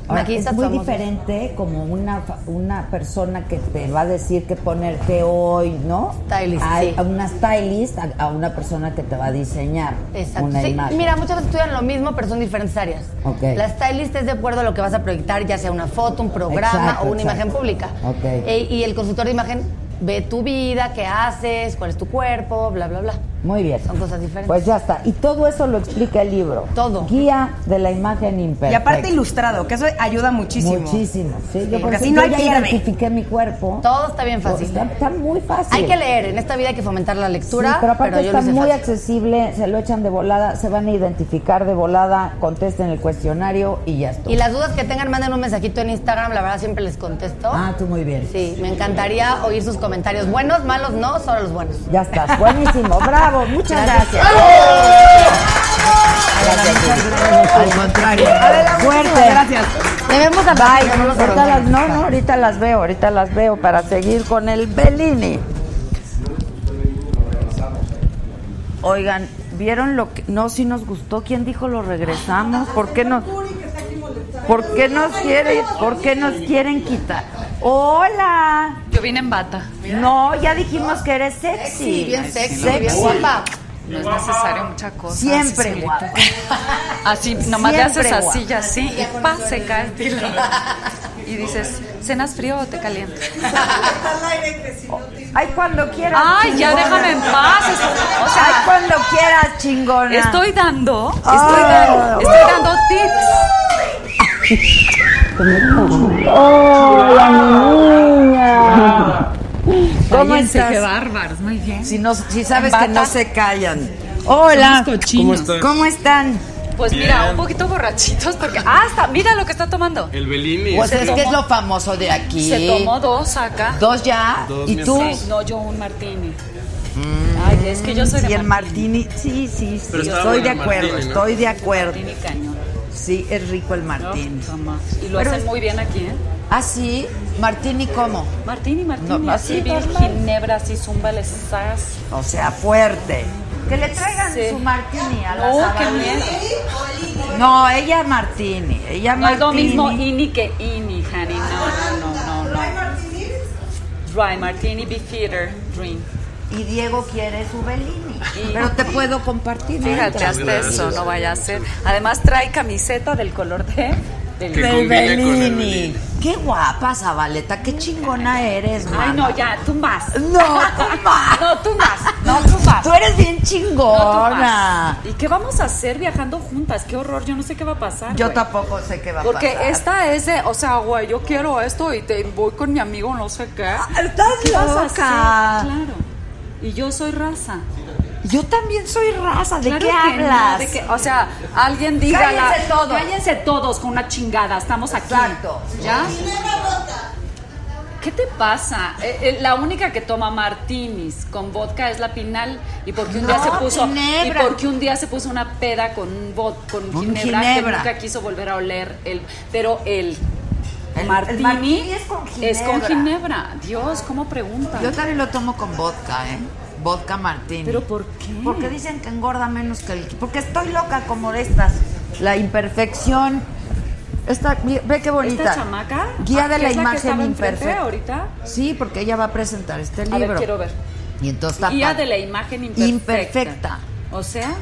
[SPEAKER 1] Ahora,
[SPEAKER 5] Aquí
[SPEAKER 1] es
[SPEAKER 5] está
[SPEAKER 1] muy
[SPEAKER 5] famoso.
[SPEAKER 1] diferente como una, fa- una persona que te va a decir que ponerte hoy, ¿no?
[SPEAKER 5] Stylist,
[SPEAKER 1] Hay-
[SPEAKER 5] sí.
[SPEAKER 1] A una stylist, a, a una persona que te va a diseñar
[SPEAKER 5] Exacto.
[SPEAKER 1] una
[SPEAKER 5] Sí,
[SPEAKER 1] imagen.
[SPEAKER 5] Mira, muchas veces estudian lo mismo, pero son diferentes áreas.
[SPEAKER 1] Ok.
[SPEAKER 5] La stylist es de acuerdo a lo que vas a proyectar, ya sea una foto, un programa
[SPEAKER 1] Exacto,
[SPEAKER 5] o una
[SPEAKER 1] exacto.
[SPEAKER 5] imagen pública. Eh,
[SPEAKER 1] Ok.
[SPEAKER 5] E- y el consultor de imagen ve tu vida, qué haces, cuál es tu cuerpo, bla, bla, bla.
[SPEAKER 1] Muy bien.
[SPEAKER 5] Son cosas diferentes.
[SPEAKER 1] Pues ya está. Y todo eso lo explica el libro.
[SPEAKER 5] Todo.
[SPEAKER 1] Guía de la imagen imperfecta.
[SPEAKER 6] Y aparte ilustrado, que eso ayuda muchísimo.
[SPEAKER 1] Muchísimo. Sí, yo
[SPEAKER 6] Porque
[SPEAKER 1] por
[SPEAKER 6] así
[SPEAKER 1] ejemplo,
[SPEAKER 6] no hay
[SPEAKER 1] ya
[SPEAKER 6] pierde.
[SPEAKER 1] identifiqué mi cuerpo.
[SPEAKER 5] Todo está bien fácil.
[SPEAKER 1] Está, está muy fácil.
[SPEAKER 5] Hay que leer, en esta vida hay que fomentar la
[SPEAKER 1] Sí,
[SPEAKER 5] lectura,
[SPEAKER 1] pero
[SPEAKER 5] pero,
[SPEAKER 1] aparte
[SPEAKER 5] yo
[SPEAKER 1] está
[SPEAKER 5] lo hice
[SPEAKER 1] muy
[SPEAKER 5] fácil.
[SPEAKER 1] accesible, se lo echan de volada, se van a identificar de volada, contesten el cuestionario y ya está.
[SPEAKER 5] Y las dudas que tengan, manden un mensajito en Instagram, la verdad siempre les contesto.
[SPEAKER 1] Ah, tú muy bien.
[SPEAKER 5] Sí, me encantaría oír sus comentarios. Buenos, malos, no, solo los buenos.
[SPEAKER 1] Ya estás, buenísimo, bravo, muchas gracias.
[SPEAKER 5] Gracias.
[SPEAKER 1] Al contrario, fuerte. Gracias.
[SPEAKER 5] Debemos hablar.
[SPEAKER 1] Ay, ahorita las, no, no, ahorita las veo, ahorita las veo para seguir con el Bellini. Oigan, ¿vieron lo que.? No, si nos gustó. ¿Quién dijo lo regresamos? ¿Por qué nos.? ¿Por qué nos quieren, por qué nos quieren quitar? Hola.
[SPEAKER 7] Yo vine en bata.
[SPEAKER 1] No, ya dijimos que eres sexy.
[SPEAKER 5] Sí, bien sexy, bien guapa.
[SPEAKER 7] No es necesario mucha cosa.
[SPEAKER 1] Siempre
[SPEAKER 7] así
[SPEAKER 1] guapa.
[SPEAKER 7] solita. Así, nomás le
[SPEAKER 1] Siempre
[SPEAKER 7] haces
[SPEAKER 1] guapa.
[SPEAKER 7] así y así y pa, se cae el tiro. Y dices, ¿cenas frío o te caliento?
[SPEAKER 1] Ay, cuando quieras.
[SPEAKER 7] Ay, ya
[SPEAKER 1] chingona.
[SPEAKER 7] déjame en paz. es- O
[SPEAKER 1] Ay,
[SPEAKER 7] sea,
[SPEAKER 1] cuando quieras, chingona.
[SPEAKER 7] estoy dando, estoy
[SPEAKER 1] Ah.
[SPEAKER 7] dando, estoy dando tips.
[SPEAKER 1] ¿Cómo
[SPEAKER 7] Cállense,
[SPEAKER 1] estás?
[SPEAKER 7] qué bárbaros, muy bien.
[SPEAKER 1] Si, no, si sabes que
[SPEAKER 7] Bata.
[SPEAKER 1] no se callan. Hola.
[SPEAKER 7] Somos cochinos.
[SPEAKER 1] ¿Cómo, están?
[SPEAKER 7] Pues mira, un poquito borrachitos porque hasta mira lo que está tomando.
[SPEAKER 8] El Bellini.
[SPEAKER 1] Pues
[SPEAKER 7] se
[SPEAKER 1] es que es
[SPEAKER 7] tomó-
[SPEAKER 1] lo famoso de aquí.
[SPEAKER 7] Se tomó dos acá.
[SPEAKER 1] Dos ya.
[SPEAKER 8] Dos,
[SPEAKER 1] y
[SPEAKER 8] mi
[SPEAKER 1] tú.
[SPEAKER 8] amor.
[SPEAKER 7] Sí, no, yo un martini. Ay, es que yo soy
[SPEAKER 1] Mm. Y
[SPEAKER 7] de
[SPEAKER 1] el
[SPEAKER 7] martini.
[SPEAKER 1] martini. Sí, sí, sí.
[SPEAKER 8] Pero
[SPEAKER 1] yo
[SPEAKER 8] estaba
[SPEAKER 1] estoy de
[SPEAKER 8] bueno el
[SPEAKER 1] acuerdo,
[SPEAKER 8] martini, ¿no?
[SPEAKER 1] estoy de acuerdo.
[SPEAKER 7] Martini cañón.
[SPEAKER 1] Sí, es rico el
[SPEAKER 7] ¿no?
[SPEAKER 1] martini.
[SPEAKER 7] Toma. Y lo
[SPEAKER 1] Pero-
[SPEAKER 7] hacen muy bien aquí, ¿eh?
[SPEAKER 1] Ah, sí. Martini, ¿cómo?
[SPEAKER 7] Martini, martini,
[SPEAKER 1] No, así,
[SPEAKER 7] así, vir-
[SPEAKER 1] normal.
[SPEAKER 7] ginebra, así, zumba, les sas.
[SPEAKER 1] O sea, fuerte. Que le traigan
[SPEAKER 7] Sí.
[SPEAKER 1] su martini a la
[SPEAKER 7] No, Oh, qué
[SPEAKER 1] Zabaleta.
[SPEAKER 7] miedo.
[SPEAKER 1] No, ella martini. Ella
[SPEAKER 7] No es lo
[SPEAKER 1] martini.
[SPEAKER 7] mismo ini que ini, honey. No, no, no, no. no. Dry martini, be theater, dream.
[SPEAKER 1] Y Diego quiere su Bellini.
[SPEAKER 7] Y-
[SPEAKER 1] Pero te puedo compartir.
[SPEAKER 7] Fíjate,
[SPEAKER 1] mientras.
[SPEAKER 7] hasta eso, no vaya a ser. Además, trae camiseta del color de... Del
[SPEAKER 8] Que
[SPEAKER 1] Del
[SPEAKER 8] combine con el
[SPEAKER 1] Bellini.
[SPEAKER 8] Bellini.
[SPEAKER 1] Qué guapa, Zabaleta. Qué chingona eres,
[SPEAKER 7] Ay,
[SPEAKER 1] mano.
[SPEAKER 7] no, ya, tú más.
[SPEAKER 1] No, tú más.
[SPEAKER 7] No, tú más. No, tú más.
[SPEAKER 1] Tú eres bien
[SPEAKER 7] No, tú más.
[SPEAKER 1] chingona.
[SPEAKER 7] ¿Y qué vamos a hacer viajando juntas? Qué horror, yo no sé qué va a pasar.
[SPEAKER 1] Yo
[SPEAKER 7] güey.
[SPEAKER 1] tampoco sé qué va a
[SPEAKER 7] Porque
[SPEAKER 1] pasar.
[SPEAKER 7] esta es de, o sea, güey, yo quiero esto y te voy con mi amigo no sé qué.
[SPEAKER 1] estás
[SPEAKER 7] ¿Qué vas a hacer?
[SPEAKER 1] loca.
[SPEAKER 7] Claro. Y yo soy raza.
[SPEAKER 1] Yo también soy raza. ¿De
[SPEAKER 7] Claro
[SPEAKER 1] qué
[SPEAKER 7] que
[SPEAKER 1] hablas?
[SPEAKER 7] no, de que- o sea, alguien diga
[SPEAKER 1] Cállense
[SPEAKER 7] la-
[SPEAKER 1] todos.
[SPEAKER 7] Cállense todos con una chingada, estamos aquí.
[SPEAKER 1] Exacto.
[SPEAKER 7] ¿Ya? ¿Qué te pasa? Eh, eh, la única que toma martinis con vodka es la Pinal y porque un día
[SPEAKER 1] No,
[SPEAKER 7] se puso
[SPEAKER 1] ginebra.
[SPEAKER 7] y porque un día se puso una peda con un vodka con
[SPEAKER 1] Con
[SPEAKER 7] ginebra,
[SPEAKER 1] ginebra.
[SPEAKER 7] que nunca quiso volver a oler el pero el
[SPEAKER 1] El- el
[SPEAKER 7] martini,
[SPEAKER 1] martini es con
[SPEAKER 7] es con
[SPEAKER 1] ginebra.
[SPEAKER 7] ginebra. Dios, cómo pregunta.
[SPEAKER 1] Yo también lo tomo con vodka, ¿eh? Vodka martini.
[SPEAKER 7] ¿Pero por qué?
[SPEAKER 1] Porque dicen que engorda menos que el... Porque estoy loca como de estas. La imperfección... Esta, mi- ve qué bonita.
[SPEAKER 7] Esta chamaca
[SPEAKER 1] Guía de
[SPEAKER 7] ¿qué
[SPEAKER 1] la
[SPEAKER 7] es que
[SPEAKER 1] imagen
[SPEAKER 7] estaba enfrente
[SPEAKER 1] imperfecta.
[SPEAKER 7] ahorita.
[SPEAKER 1] Sí, porque ella va a presentar este
[SPEAKER 7] A
[SPEAKER 1] libro.
[SPEAKER 7] ver, quiero ver.
[SPEAKER 1] Y entonces está
[SPEAKER 7] Guía
[SPEAKER 1] padre.
[SPEAKER 7] de la imagen imperfecta.
[SPEAKER 1] Imperfecta.
[SPEAKER 7] O sea,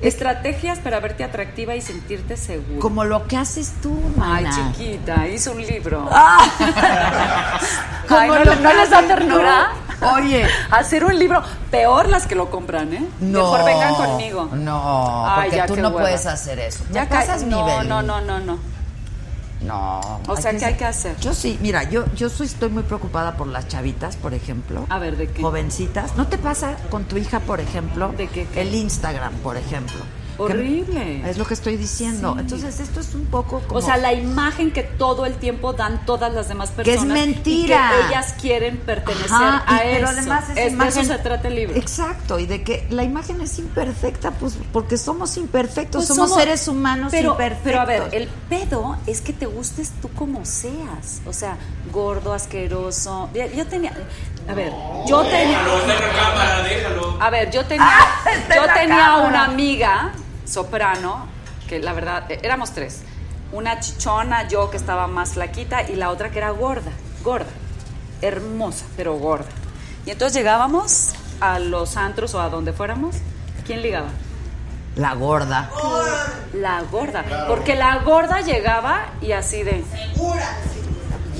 [SPEAKER 7] estrategias para verte atractiva y sentirte segura.
[SPEAKER 1] Como lo que haces tú,
[SPEAKER 7] Ay,
[SPEAKER 1] mana.
[SPEAKER 7] chiquita, hizo un libro.
[SPEAKER 1] Ah.
[SPEAKER 7] Ay,
[SPEAKER 1] Como
[SPEAKER 7] no,
[SPEAKER 1] lo
[SPEAKER 7] le- no
[SPEAKER 1] que
[SPEAKER 7] les da
[SPEAKER 1] haces
[SPEAKER 7] ternura.
[SPEAKER 1] tú. Oye.
[SPEAKER 7] Hacer un libro, peor las que lo compran, ¿eh?
[SPEAKER 1] No.
[SPEAKER 7] Mejor vengan conmigo.
[SPEAKER 1] No,
[SPEAKER 7] Ay,
[SPEAKER 1] porque
[SPEAKER 7] ya,
[SPEAKER 1] tú
[SPEAKER 7] qué
[SPEAKER 1] no
[SPEAKER 7] hueva.
[SPEAKER 1] puedes hacer eso.
[SPEAKER 7] Ya
[SPEAKER 1] Ya
[SPEAKER 7] ca-
[SPEAKER 1] casas mi
[SPEAKER 7] No,
[SPEAKER 1] Beli.
[SPEAKER 7] no, no, no, no.
[SPEAKER 1] No.
[SPEAKER 7] O sea, ¿qué hay que hacer?
[SPEAKER 1] Yo sí, mira, yo, yo soy, estoy muy preocupada por las chavitas, por ejemplo.
[SPEAKER 7] A ver, ¿de qué?
[SPEAKER 1] Jovencitas. ¿No te pasa con tu hija, por ejemplo?
[SPEAKER 7] ¿De qué, qué?
[SPEAKER 1] El Instagram, por ejemplo. Que-
[SPEAKER 7] Horrible.
[SPEAKER 1] es lo que estoy diciendo. Entonces, esto es un poco como...
[SPEAKER 7] O sea, la imagen que todo el tiempo dan todas las demás
[SPEAKER 1] Que es
[SPEAKER 7] personas. y
[SPEAKER 1] mentira.
[SPEAKER 7] que ellas quieren pertenecer
[SPEAKER 1] Ajá,
[SPEAKER 7] a
[SPEAKER 1] y-
[SPEAKER 7] eso.
[SPEAKER 1] pero además esa
[SPEAKER 7] Es- de
[SPEAKER 1] imagen-
[SPEAKER 7] eso se trata el libro.
[SPEAKER 1] Exacto, y de que la imagen es imperfecta, pues porque somos imperfectos,
[SPEAKER 7] Pues
[SPEAKER 1] somos, seres humanos
[SPEAKER 7] pero,
[SPEAKER 1] imperfectos.
[SPEAKER 7] Pero a ver, eh, el pedo es que te gustes tú como seas. O sea, gordo, asqueroso. Ya- Yo tenía. A ver, yo tenía.
[SPEAKER 3] Déjalo, está en la cámara, déjalo.
[SPEAKER 7] A ver, yo tenía,
[SPEAKER 1] Ah, está en
[SPEAKER 7] yo
[SPEAKER 1] la
[SPEAKER 7] tenía
[SPEAKER 1] cámara.
[SPEAKER 7] una amiga soprano, que la verdad, eh, éramos tres. Una chichona, yo que estaba más flaquita, y la otra que era gorda, gorda, hermosa, pero gorda. Y entonces llegábamos a los antros o a donde fuéramos. ¿Quién ligaba?
[SPEAKER 1] La gorda.
[SPEAKER 7] La gorda. Porque la gorda llegaba y así de. ¡Segura!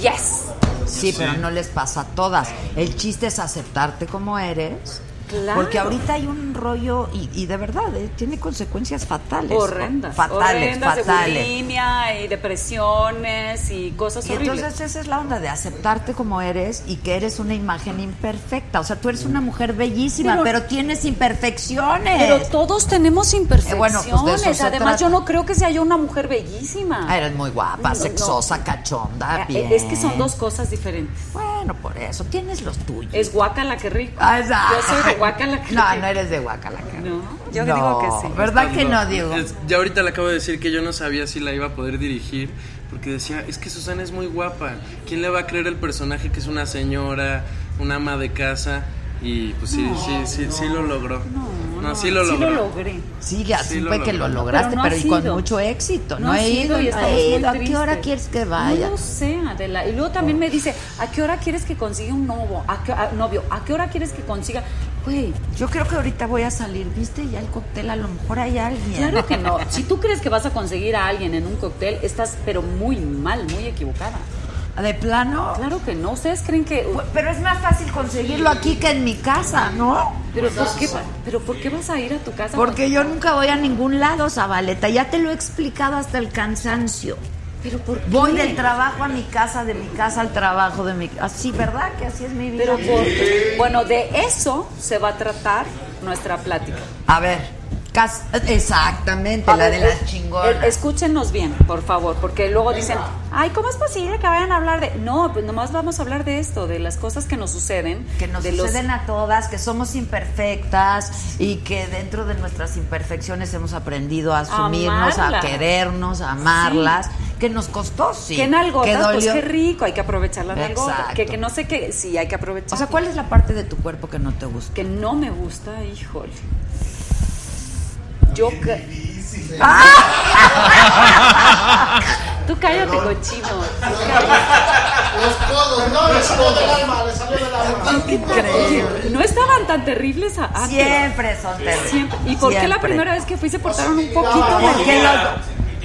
[SPEAKER 7] ¡Yes!
[SPEAKER 1] Sí, pero no les pasa a todas. El chiste es aceptarte como eres
[SPEAKER 7] Claro.
[SPEAKER 1] Porque ahorita hay un rollo, y, y de verdad, eh, tiene consecuencias fatales.
[SPEAKER 7] Horrendas.
[SPEAKER 1] Fatales,
[SPEAKER 7] horrendas de
[SPEAKER 1] fatales.
[SPEAKER 7] bulimia y depresiones y cosas
[SPEAKER 1] Y
[SPEAKER 7] horribles.
[SPEAKER 1] entonces esa es la onda de aceptarte como eres y que eres una imagen imperfecta. O sea, tú eres una mujer bellísima, pero,
[SPEAKER 7] Pero-
[SPEAKER 1] tienes imperfecciones.
[SPEAKER 7] Pero todos tenemos imperfecciones.
[SPEAKER 1] Eh, bueno, pues de eso se
[SPEAKER 7] Además,
[SPEAKER 1] trata.
[SPEAKER 7] yo no creo que sea yo una mujer bellísima.
[SPEAKER 1] Ah, eres muy guapa,
[SPEAKER 7] No,
[SPEAKER 1] sexosa,
[SPEAKER 7] no.
[SPEAKER 1] cachonda,
[SPEAKER 7] Eh,
[SPEAKER 1] bien.
[SPEAKER 7] Es que son dos cosas diferentes.
[SPEAKER 1] Bueno, por eso, tienes los tuyos.
[SPEAKER 7] Es guacala que rico.
[SPEAKER 1] Ah, esa-
[SPEAKER 7] Yo soy de guacala que
[SPEAKER 1] No,
[SPEAKER 7] rico.
[SPEAKER 1] no eres de Guacalaca.
[SPEAKER 7] No, yo digo que sí.
[SPEAKER 1] ¿Verdad que no, Diego?
[SPEAKER 8] Es- ya ahorita le acabo de decir que yo no sabía si la iba a poder dirigir, porque decía, es que Susana es muy guapa. ¿Quién le va a creer el personaje que es una señora, una ama de casa? Y pues sí, sí, sí, sí lo logró. No, sí lo
[SPEAKER 7] sí
[SPEAKER 8] logró.
[SPEAKER 7] lo logré.
[SPEAKER 1] Sí, así
[SPEAKER 8] Sí, lo
[SPEAKER 1] fue que lo
[SPEAKER 8] logró.
[SPEAKER 1] lograste, pero,
[SPEAKER 7] Pero no ha
[SPEAKER 1] y con
[SPEAKER 7] sido.
[SPEAKER 1] mucho éxito. No,
[SPEAKER 7] No, ha
[SPEAKER 1] he
[SPEAKER 7] sido
[SPEAKER 1] ido,
[SPEAKER 7] y
[SPEAKER 1] no
[SPEAKER 7] estamos
[SPEAKER 1] he
[SPEAKER 7] muy
[SPEAKER 1] ido. ¿A qué hora
[SPEAKER 7] tristes.
[SPEAKER 1] quieres que vaya?
[SPEAKER 7] No lo sé, Adela. Y luego también me dice, ¿a qué hora quieres que consiga un novio? ¿A qué, a- novio? ¿A qué hora quieres que consiga? Güey,
[SPEAKER 1] Yo creo que ahorita voy a salir, ¿viste? Ya el cóctel, a lo mejor hay alguien.
[SPEAKER 7] claro que no. Si tú crees que vas a conseguir a alguien en un cóctel, estás pero muy mal, muy equivocada.
[SPEAKER 1] Ah, ¿De plano?
[SPEAKER 7] Claro que no. ¿Ustedes creen que...?
[SPEAKER 1] Pero es más fácil conseguirlo aquí que en mi casa, ¿no?
[SPEAKER 7] ¿Pero por qué, va- pero por qué vas a ir a tu casa?
[SPEAKER 1] Porque yo nunca voy a ningún lado, Zabaleta. Ya te lo he explicado hasta el cansancio.
[SPEAKER 7] ¿Pero por qué?
[SPEAKER 1] Voy del trabajo a mi casa, de mi casa al trabajo, de mi Así, ¿verdad? Que así es mi vida.
[SPEAKER 7] Pero por qué. Bueno, de eso se va a tratar nuestra plática.
[SPEAKER 1] A ver, cas- exactamente,
[SPEAKER 7] A
[SPEAKER 1] la
[SPEAKER 7] ver,
[SPEAKER 1] de
[SPEAKER 7] es-
[SPEAKER 1] las chingonas.
[SPEAKER 7] eh, Escúchenos bien, por favor, porque luego dicen, ay, ¿cómo es posible que vayan a hablar de...? No, pues nomás vamos a hablar de esto, de las cosas que nos suceden.
[SPEAKER 1] que nos
[SPEAKER 7] de los-
[SPEAKER 1] suceden a todas, que somos imperfectas y que dentro de nuestras imperfecciones hemos aprendido a asumirnos, a
[SPEAKER 7] Amarlas.
[SPEAKER 1] querernos, a amarlas, que nos costó, sí.
[SPEAKER 7] Que en algo,
[SPEAKER 1] que
[SPEAKER 7] pues
[SPEAKER 1] dolió.
[SPEAKER 7] qué rico, hay que aprovechar la
[SPEAKER 1] Exacto.
[SPEAKER 7] nalgota. Que, que no sé qué, sí, hay que aprovechar.
[SPEAKER 1] O sea, ¿cuál es la parte de tu cuerpo que no te gusta?
[SPEAKER 7] Que no me gusta, híjole. Yo... ca- ¡Ah! Tú cállate, cochino. Tú cállate.
[SPEAKER 2] Los codos, no, les salió del alma, les salió del alma.
[SPEAKER 1] Increíble.
[SPEAKER 7] No estaban tan terribles a- antes.
[SPEAKER 1] Ah, Siempre son terribles.
[SPEAKER 7] Siempre. ¿Y por qué la
[SPEAKER 1] Siempre.
[SPEAKER 7] primera vez que fui se portaron un poquito
[SPEAKER 2] ¿Por
[SPEAKER 7] de-
[SPEAKER 1] qué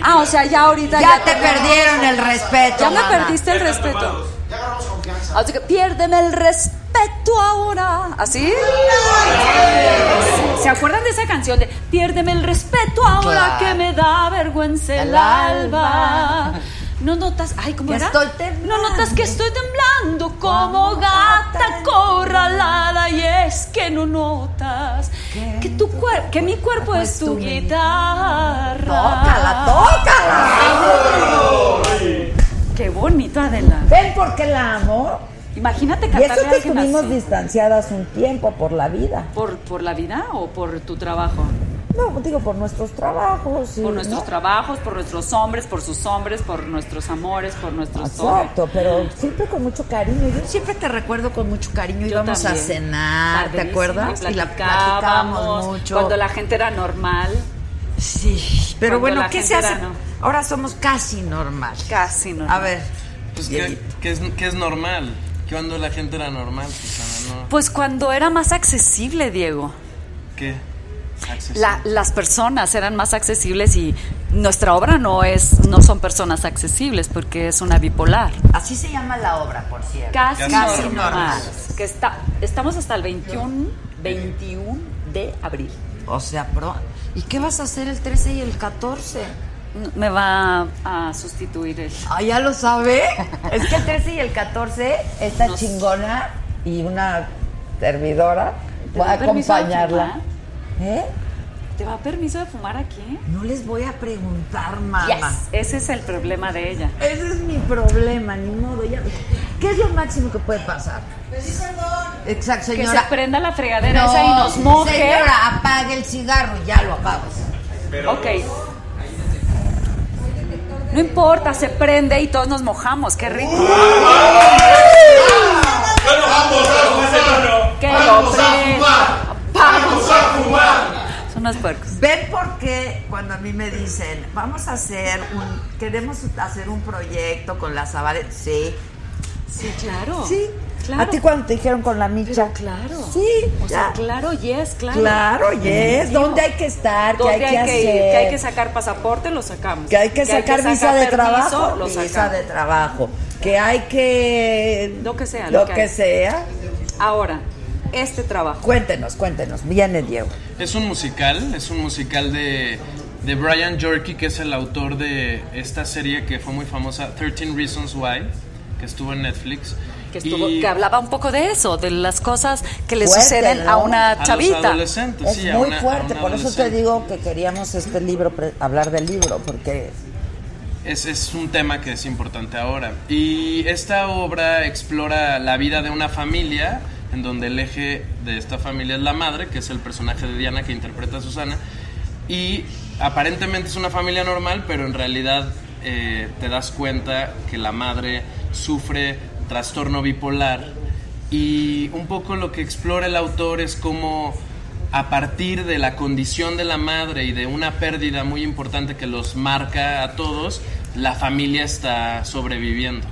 [SPEAKER 7] Ah, o sea, ya ahorita
[SPEAKER 1] Ya te perdieron el respeto.
[SPEAKER 7] Ya me
[SPEAKER 1] mana.
[SPEAKER 7] perdiste el respeto.
[SPEAKER 2] Ya agarramos confianza.
[SPEAKER 7] Así que piérdeme el respeto ahora. ¿Así? ¿Se acuerdan de esa canción de Piérdeme el respeto ahora
[SPEAKER 1] Claro.
[SPEAKER 7] que me da vergüenza el,
[SPEAKER 1] El
[SPEAKER 7] alba?
[SPEAKER 1] alba.
[SPEAKER 7] No notas, ay, ¿cómo
[SPEAKER 1] Que
[SPEAKER 7] era?
[SPEAKER 1] estoy temblando.
[SPEAKER 7] No notas que estoy temblando como gata corralada y es que no notas
[SPEAKER 1] Que
[SPEAKER 7] que, tu cuer- que mi cuerpo es tu guitarra.
[SPEAKER 1] Tócala,
[SPEAKER 7] Ah.
[SPEAKER 1] tócala.
[SPEAKER 7] Qué bonito, Adela.
[SPEAKER 1] ¿Ven por qué la amo?
[SPEAKER 7] Imagínate
[SPEAKER 1] Y eso
[SPEAKER 7] cantarle a
[SPEAKER 1] que
[SPEAKER 7] alguien
[SPEAKER 1] estuvimos
[SPEAKER 7] así.
[SPEAKER 1] distanciadas un tiempo por la vida.
[SPEAKER 7] ¿Por, ¿Por la vida o por tu trabajo?
[SPEAKER 1] No, digo, por nuestros trabajos. y-
[SPEAKER 7] Por nuestros
[SPEAKER 1] Mm, ¿no?
[SPEAKER 7] trabajos, por nuestros hombres, por sus hombres, por nuestros amores, por nuestros
[SPEAKER 1] Exacto, pero siempre con mucho cariño. Yo siempre te recuerdo con mucho cariño.
[SPEAKER 7] Yo
[SPEAKER 1] Íbamos a
[SPEAKER 7] también.
[SPEAKER 1] cenar, ¿te
[SPEAKER 7] Padrísimo,
[SPEAKER 1] acuerdas?
[SPEAKER 7] Y
[SPEAKER 1] la platicábamos mucho.
[SPEAKER 7] Cuando la gente era normal.
[SPEAKER 1] Sí, pero
[SPEAKER 7] cuando
[SPEAKER 1] bueno,
[SPEAKER 7] la
[SPEAKER 1] ¿qué
[SPEAKER 7] gente
[SPEAKER 1] se hace?
[SPEAKER 7] era no.
[SPEAKER 1] Ahora somos casi normal.
[SPEAKER 7] Casi normal.
[SPEAKER 1] A ver,
[SPEAKER 8] Pues que,
[SPEAKER 1] Dieguito.
[SPEAKER 8] que es, que es normal. Que cuando la gente era normal, Susana, ¿no?
[SPEAKER 7] Pues cuando era más accesible, Diego.
[SPEAKER 8] ¿Qué? Accesible.
[SPEAKER 7] La- las personas eran más accesibles y nuestra obra no es, no son personas accesibles porque es una bipolar.
[SPEAKER 1] así se llama la obra, por cierto.
[SPEAKER 7] Casi,
[SPEAKER 8] Casi
[SPEAKER 7] normal.
[SPEAKER 1] normales.
[SPEAKER 7] Que está, estamos hasta el 21, 21 de abril.
[SPEAKER 1] O sea, pero ¿y qué vas a hacer el 13 y el 14?
[SPEAKER 7] Me va a sustituir el.
[SPEAKER 1] Ah, ya lo sabe. Es que el 13 y el 14 esta
[SPEAKER 7] Nos-
[SPEAKER 1] chingona y una servidora
[SPEAKER 7] ¿Te
[SPEAKER 1] va a
[SPEAKER 7] da permiso de
[SPEAKER 1] acompañarla.
[SPEAKER 7] fumar?
[SPEAKER 1] ¿Eh?
[SPEAKER 7] ¿Te va permiso de fumar aquí?
[SPEAKER 1] No les voy a preguntar, mamá.
[SPEAKER 7] Yes. Ese es el problema de ella.
[SPEAKER 1] Ese es mi problema, ni modo. Ya. ¿Qué es lo máximo que puede pasar? Exacto,
[SPEAKER 7] Que
[SPEAKER 1] señora.
[SPEAKER 7] se prenda la fregadera
[SPEAKER 1] No,
[SPEAKER 7] esa y nos moje.
[SPEAKER 1] Señora, apague el cigarro y ya lo apagas.
[SPEAKER 7] Ok. No importa, se prende y todos nos mojamos. Qué rico.
[SPEAKER 2] Uh,
[SPEAKER 3] Yo no fumo, solo ese tono.
[SPEAKER 7] Que lo
[SPEAKER 2] ¡Vamos a
[SPEAKER 7] prenda.
[SPEAKER 2] fumar! ¡Vamos a fumar!
[SPEAKER 7] Son unos puercos.
[SPEAKER 1] ¿Ven por qué cuando a mí me dicen, vamos a hacer un, queremos hacer un proyecto con la Zabalet? Sí.
[SPEAKER 7] Sí, claro.
[SPEAKER 1] Sí.
[SPEAKER 7] Claro.
[SPEAKER 1] A ti cuando te dijeron con la micha.
[SPEAKER 7] Pero claro.
[SPEAKER 1] Sí.
[SPEAKER 7] O sea,
[SPEAKER 1] ya.
[SPEAKER 7] claro, yes, claro.
[SPEAKER 1] Claro, yes. ¿Dónde hay que estar? ¿Qué hay
[SPEAKER 7] ¿Dónde
[SPEAKER 1] que
[SPEAKER 7] hay que ir?
[SPEAKER 1] hacer?
[SPEAKER 7] Que hay que sacar pasaporte, lo sacamos.
[SPEAKER 1] que hay que sacar visa de
[SPEAKER 7] permiso,
[SPEAKER 1] trabajo,
[SPEAKER 7] lo
[SPEAKER 1] visa
[SPEAKER 7] sacamos.
[SPEAKER 1] de trabajo, que hay que
[SPEAKER 7] Lo que sea,
[SPEAKER 1] lo
[SPEAKER 7] lo que
[SPEAKER 1] que
[SPEAKER 7] hay.
[SPEAKER 1] sea.
[SPEAKER 7] Ahora, este trabajo?
[SPEAKER 1] Cuéntenos, cuéntenos. Viene Diego.
[SPEAKER 8] Es un musical, es un musical de, de Brian Jorky, que es el autor de esta serie que fue muy famosa, 13 Reasons Why, que estuvo en Netflix.
[SPEAKER 7] Que, estuvo-
[SPEAKER 8] Y
[SPEAKER 7] que hablaba un poco de eso, de las cosas que le
[SPEAKER 1] Fuerte,
[SPEAKER 7] suceden
[SPEAKER 1] ¿no?
[SPEAKER 7] a
[SPEAKER 8] a
[SPEAKER 7] una
[SPEAKER 8] los
[SPEAKER 7] chavita.
[SPEAKER 8] adolescentes,
[SPEAKER 1] Es
[SPEAKER 8] sí, a
[SPEAKER 1] muy
[SPEAKER 8] una- a
[SPEAKER 1] fuerte,
[SPEAKER 8] una
[SPEAKER 1] por eso te
[SPEAKER 8] adolescente.
[SPEAKER 1] digo que queríamos este libro, pre- hablar del libro, porque
[SPEAKER 8] Es, es un tema que es importante ahora. Y esta obra explora la vida de una familia, en donde el eje de esta familia es la madre, que es el personaje de Diana que interpreta a Susana. Y aparentemente es una familia normal, pero en realidad eh, te das cuenta que la madre sufre trastorno bipolar. Y un poco lo que explora el autor es cómo a partir de la condición de la madre y de una pérdida muy importante que los marca a todos, la familia está sobreviviendo.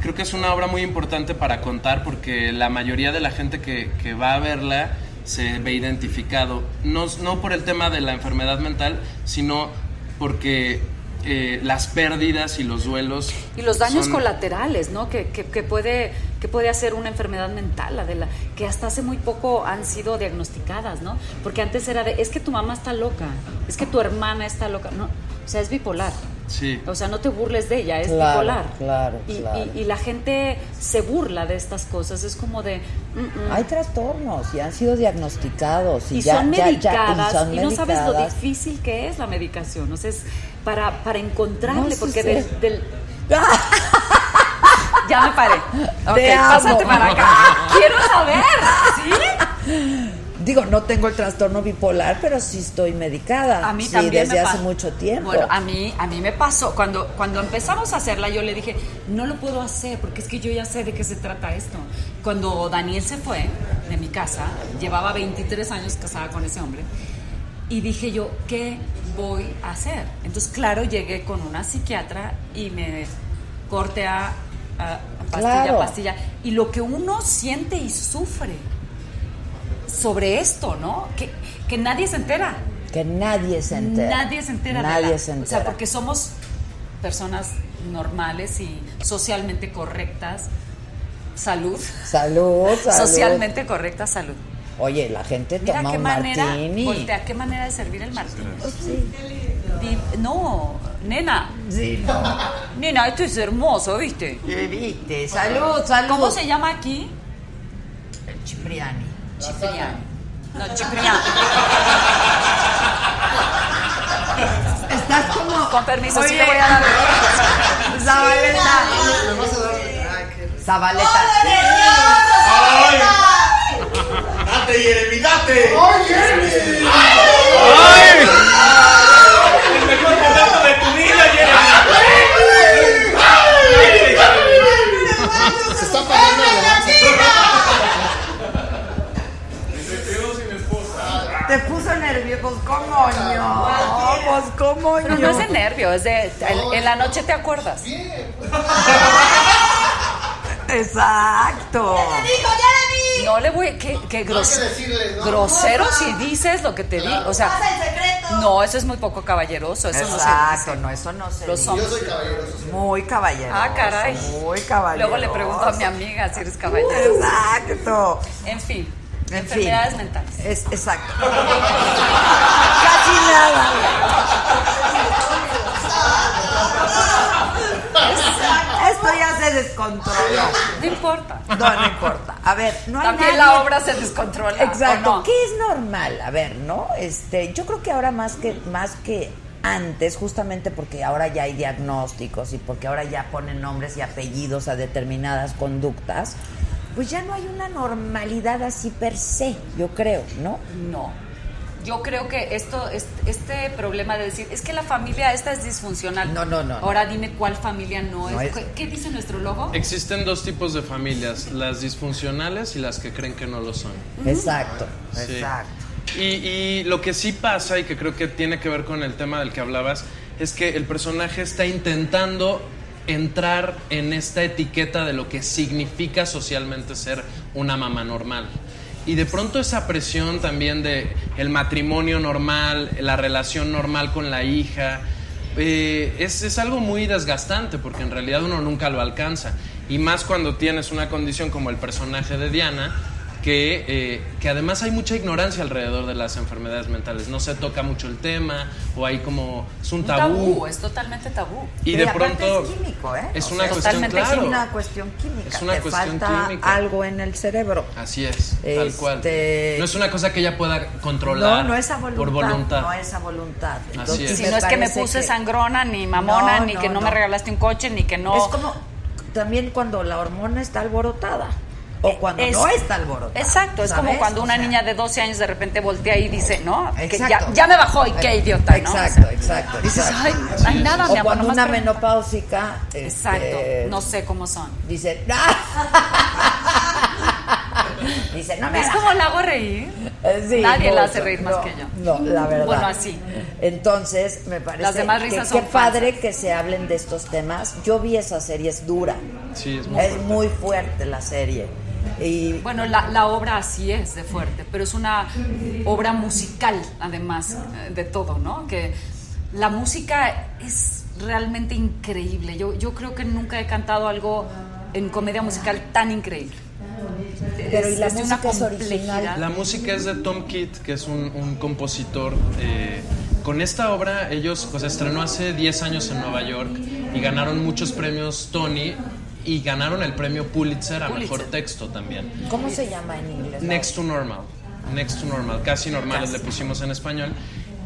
[SPEAKER 8] Creo que es una obra muy importante para contar porque la mayoría de la gente que, que va a verla se ve identificado, no, no por el tema de la enfermedad mental, sino porque eh, las pérdidas y los duelos...
[SPEAKER 7] Y los daños
[SPEAKER 8] son-
[SPEAKER 7] colaterales, ¿no? Que, que- que puede, que puede hacer una enfermedad mental, Adela, que hasta hace muy poco han sido diagnosticadas, ¿no? Porque antes era de, es que tu mamá está loca, es que tu hermana está loca, ¿no? O sea, es bipolar.
[SPEAKER 8] Sí.
[SPEAKER 7] O sea, no te burles de ella, es
[SPEAKER 1] Claro,
[SPEAKER 7] bipolar.
[SPEAKER 1] claro,
[SPEAKER 7] Y,
[SPEAKER 1] claro.
[SPEAKER 7] y- y la gente se burla de estas cosas, es como de... "Mm, mm".
[SPEAKER 1] hay trastornos y han sido diagnosticados. Y,
[SPEAKER 7] y
[SPEAKER 1] ya,
[SPEAKER 7] son
[SPEAKER 1] ya- ya-
[SPEAKER 7] medicadas
[SPEAKER 1] son
[SPEAKER 7] y no sabes lo
[SPEAKER 1] medicadas.
[SPEAKER 7] difícil que es la medicación. O sea, es para, para encontrarle,
[SPEAKER 1] No, sí
[SPEAKER 7] porque
[SPEAKER 1] sé.
[SPEAKER 7] del, del- Ya me paré.
[SPEAKER 1] Te
[SPEAKER 7] Ok,
[SPEAKER 1] amo.
[SPEAKER 7] pásate para acá. Quiero saber. ¿Sí?
[SPEAKER 1] Digo, no tengo el trastorno bipolar, pero sí estoy medicada.
[SPEAKER 7] A mí
[SPEAKER 1] Sí,
[SPEAKER 7] también
[SPEAKER 1] desde
[SPEAKER 7] me
[SPEAKER 1] hace
[SPEAKER 7] pa-
[SPEAKER 1] mucho tiempo.
[SPEAKER 7] Bueno, a mí, a mí me pasó. Cuando, cuando empezamos a hacerla, yo le dije, no lo puedo hacer porque es que yo ya sé de qué se trata esto. Cuando Daniel se fue de mi casa, llevaba 23 años casada con ese hombre, y dije yo, ¿qué voy a hacer? Entonces, claro, llegué con una psiquiatra y me corté a, a pastilla,
[SPEAKER 1] Claro.
[SPEAKER 7] pastilla. Y lo que uno siente y sufre sobre esto, ¿no? Que, que nadie se entera.
[SPEAKER 1] que nadie se entera.
[SPEAKER 7] Nadie se entera. de
[SPEAKER 1] Nadie
[SPEAKER 7] la-
[SPEAKER 1] se
[SPEAKER 7] O sea,
[SPEAKER 1] entera.
[SPEAKER 7] porque somos personas normales y socialmente correctas. Salud.
[SPEAKER 1] Salud, salud.
[SPEAKER 7] Socialmente correcta salud.
[SPEAKER 1] Oye, la gente
[SPEAKER 7] Mira
[SPEAKER 1] toma
[SPEAKER 7] qué
[SPEAKER 1] un
[SPEAKER 7] manera,
[SPEAKER 1] martini. Pues
[SPEAKER 7] voltea, qué manera de servir el martini. Di- no, nena,
[SPEAKER 1] Sí,
[SPEAKER 7] nena, esto es hermoso, ¿viste?
[SPEAKER 1] eh, viste. Salud, salud.
[SPEAKER 7] ¿Cómo se llama aquí?
[SPEAKER 1] Cipriani.
[SPEAKER 7] Cipriani. No, Cipriani.
[SPEAKER 1] Estás como.
[SPEAKER 7] Con permiso, sí
[SPEAKER 1] Oye,
[SPEAKER 7] te voy a dar.
[SPEAKER 1] Zabaleta.
[SPEAKER 2] Me vas a dar. Ay, qué-
[SPEAKER 1] Zabaleta.
[SPEAKER 3] ¡Ay! ¡Date, Jeremy, date!
[SPEAKER 2] ¡Oye!
[SPEAKER 3] ¡El mejor momento de tu vida, Jeremy!
[SPEAKER 2] Se está pagando la
[SPEAKER 1] Te puso nervioso. ¿Cómo no? Pues cómo
[SPEAKER 7] Pero no es de nervio, es de. el- en la noche te acuerdas.
[SPEAKER 1] Exacto.
[SPEAKER 7] No le voy. Qué,
[SPEAKER 2] que
[SPEAKER 7] qué grosero.
[SPEAKER 2] decirles, ¿no?
[SPEAKER 7] Grosero si dices lo que te di. O sea. No, eso es muy poco caballeroso. Eso no se
[SPEAKER 1] Exacto,
[SPEAKER 7] dice.
[SPEAKER 1] no, eso no se
[SPEAKER 7] Los
[SPEAKER 1] dice.
[SPEAKER 2] Yo
[SPEAKER 7] hombres.
[SPEAKER 2] soy caballeroso.
[SPEAKER 1] Muy caballero.
[SPEAKER 7] Ah, caray.
[SPEAKER 1] Muy caballero.
[SPEAKER 7] Luego le pregunto a mi amiga si eres caballero.
[SPEAKER 1] Exacto.
[SPEAKER 7] En fin.
[SPEAKER 1] En
[SPEAKER 7] enfermedades
[SPEAKER 1] fin.
[SPEAKER 7] mentales.
[SPEAKER 1] Es, exacto. Casi nada. Esto ya se descontroló.
[SPEAKER 7] No importa.
[SPEAKER 1] No, no importa. A ver, no hay
[SPEAKER 7] También
[SPEAKER 1] nadie-
[SPEAKER 7] la obra se descontrola.
[SPEAKER 1] Exacto.
[SPEAKER 7] ¿o no?
[SPEAKER 1] ¿Qué es normal? A ver, ¿no? Este, yo creo que ahora más que más que antes, justamente porque ahora ya hay diagnósticos y porque ahora ya ponen nombres y apellidos a determinadas conductas, pues ya no hay una normalidad así per se, yo creo, ¿no?
[SPEAKER 7] No. Yo creo que esto, est- este, problema de decir, es que la familia esta es disfuncional.
[SPEAKER 1] No, no, no, no.
[SPEAKER 7] Ahora dime cuál familia no,
[SPEAKER 1] No
[SPEAKER 7] es.
[SPEAKER 1] es-
[SPEAKER 7] ¿Qué- ¿Qué dice nuestro logo?
[SPEAKER 8] Existen dos tipos de familias, las disfuncionales y las que creen que no lo son.
[SPEAKER 1] Exacto,
[SPEAKER 8] Sí.
[SPEAKER 1] exacto.
[SPEAKER 8] Y, y lo que sí pasa y que creo que tiene que ver con el tema del que hablabas es que el personaje está intentando entrar en esta etiqueta de lo que significa socialmente ser una mamá normal. Y de pronto esa presión también de el matrimonio normal, la relación normal con la hija, eh, es, es algo muy desgastante porque en realidad uno nunca lo alcanza. Y más cuando tienes una condición como el personaje de Diana, que, eh, que además hay mucha ignorancia alrededor de las enfermedades mentales. No se toca mucho el tema o hay como... Es un
[SPEAKER 7] Un
[SPEAKER 8] tabú.
[SPEAKER 7] tabú, es totalmente tabú.
[SPEAKER 8] Y
[SPEAKER 1] Sí,
[SPEAKER 8] de
[SPEAKER 1] aparte
[SPEAKER 8] pronto...
[SPEAKER 1] es químico, ¿eh?
[SPEAKER 8] es
[SPEAKER 1] O sea,
[SPEAKER 8] una cuestión,
[SPEAKER 7] totalmente
[SPEAKER 8] claro.
[SPEAKER 1] Es una cuestión química.
[SPEAKER 8] Es una
[SPEAKER 1] Te
[SPEAKER 8] cuestión
[SPEAKER 1] falta
[SPEAKER 8] química.
[SPEAKER 1] algo en el cerebro.
[SPEAKER 8] Así es, tal cual.
[SPEAKER 1] Este-
[SPEAKER 8] No es una cosa que ella pueda
[SPEAKER 1] No,
[SPEAKER 8] controlar
[SPEAKER 1] no es a voluntad.
[SPEAKER 8] por voluntad.
[SPEAKER 1] No es a voluntad.
[SPEAKER 8] es.
[SPEAKER 7] Si
[SPEAKER 1] me
[SPEAKER 7] no es que me
[SPEAKER 1] parece
[SPEAKER 7] puse sangrona, ni mamona,
[SPEAKER 1] No,
[SPEAKER 7] ni
[SPEAKER 1] no,
[SPEAKER 7] que no,
[SPEAKER 1] no.
[SPEAKER 7] me regalaste un coche, ni que no.
[SPEAKER 1] Es como también cuando la hormona está alborotada. O cuando
[SPEAKER 7] Eh, Es-
[SPEAKER 1] no está alborotada.
[SPEAKER 7] Exacto, es como
[SPEAKER 1] ¿sabes?
[SPEAKER 7] cuando
[SPEAKER 1] O
[SPEAKER 7] una
[SPEAKER 1] sea,
[SPEAKER 7] niña de 12 años de repente voltea y dice, no, que ya,
[SPEAKER 1] Exacto. Eh,
[SPEAKER 7] ya me bajó y qué idiota, ¿no? O sea,
[SPEAKER 1] Exacto, exacto.
[SPEAKER 7] Dices,
[SPEAKER 1] exacto.
[SPEAKER 7] ay, ay, nada,
[SPEAKER 1] O
[SPEAKER 7] mi amor,
[SPEAKER 1] cuando
[SPEAKER 7] nomás
[SPEAKER 1] una
[SPEAKER 7] pre-
[SPEAKER 1] menopáusica. este,
[SPEAKER 7] Exacto, no sé cómo son.
[SPEAKER 1] Dice, ¡Ah! Dice, no me
[SPEAKER 7] ¿Ves
[SPEAKER 1] hagas
[SPEAKER 7] cómo la hago reír?
[SPEAKER 1] Eh, sí,
[SPEAKER 7] Nadie la
[SPEAKER 1] mucho.
[SPEAKER 7] hace reír más
[SPEAKER 1] No,
[SPEAKER 7] que yo.
[SPEAKER 1] No, la verdad.
[SPEAKER 7] Bueno, así.
[SPEAKER 1] Entonces, me parece
[SPEAKER 7] Las demás
[SPEAKER 1] que
[SPEAKER 7] risas
[SPEAKER 1] qué
[SPEAKER 7] son
[SPEAKER 1] padre que se hablen de estos temas. Yo vi esa serie, es dura.
[SPEAKER 8] Sí, es muy
[SPEAKER 1] Es
[SPEAKER 8] fuerte.
[SPEAKER 1] muy fuerte la serie. Y
[SPEAKER 7] Bueno, la, la obra así es de fuerte, pero es una obra musical, además eh, de todo, ¿no? Que la música es realmente increíble. Yo, yo creo que nunca he cantado algo en comedia musical tan increíble.
[SPEAKER 1] Pero, ¿y la
[SPEAKER 7] de
[SPEAKER 1] música es original?
[SPEAKER 7] complejidad.
[SPEAKER 8] La música es de Tom Kitt, que es un, un compositor. eh, con esta obra, ellos pues, se estrenó hace 10 años en Nueva York y ganaron muchos premios Tony y ganaron el premio Pulitzer a mejor
[SPEAKER 7] Pulitzer.
[SPEAKER 8] texto también.
[SPEAKER 1] ¿cómo se llama en inglés?
[SPEAKER 8] Next to normal. Next to normal. Casi normales le pusimos en español.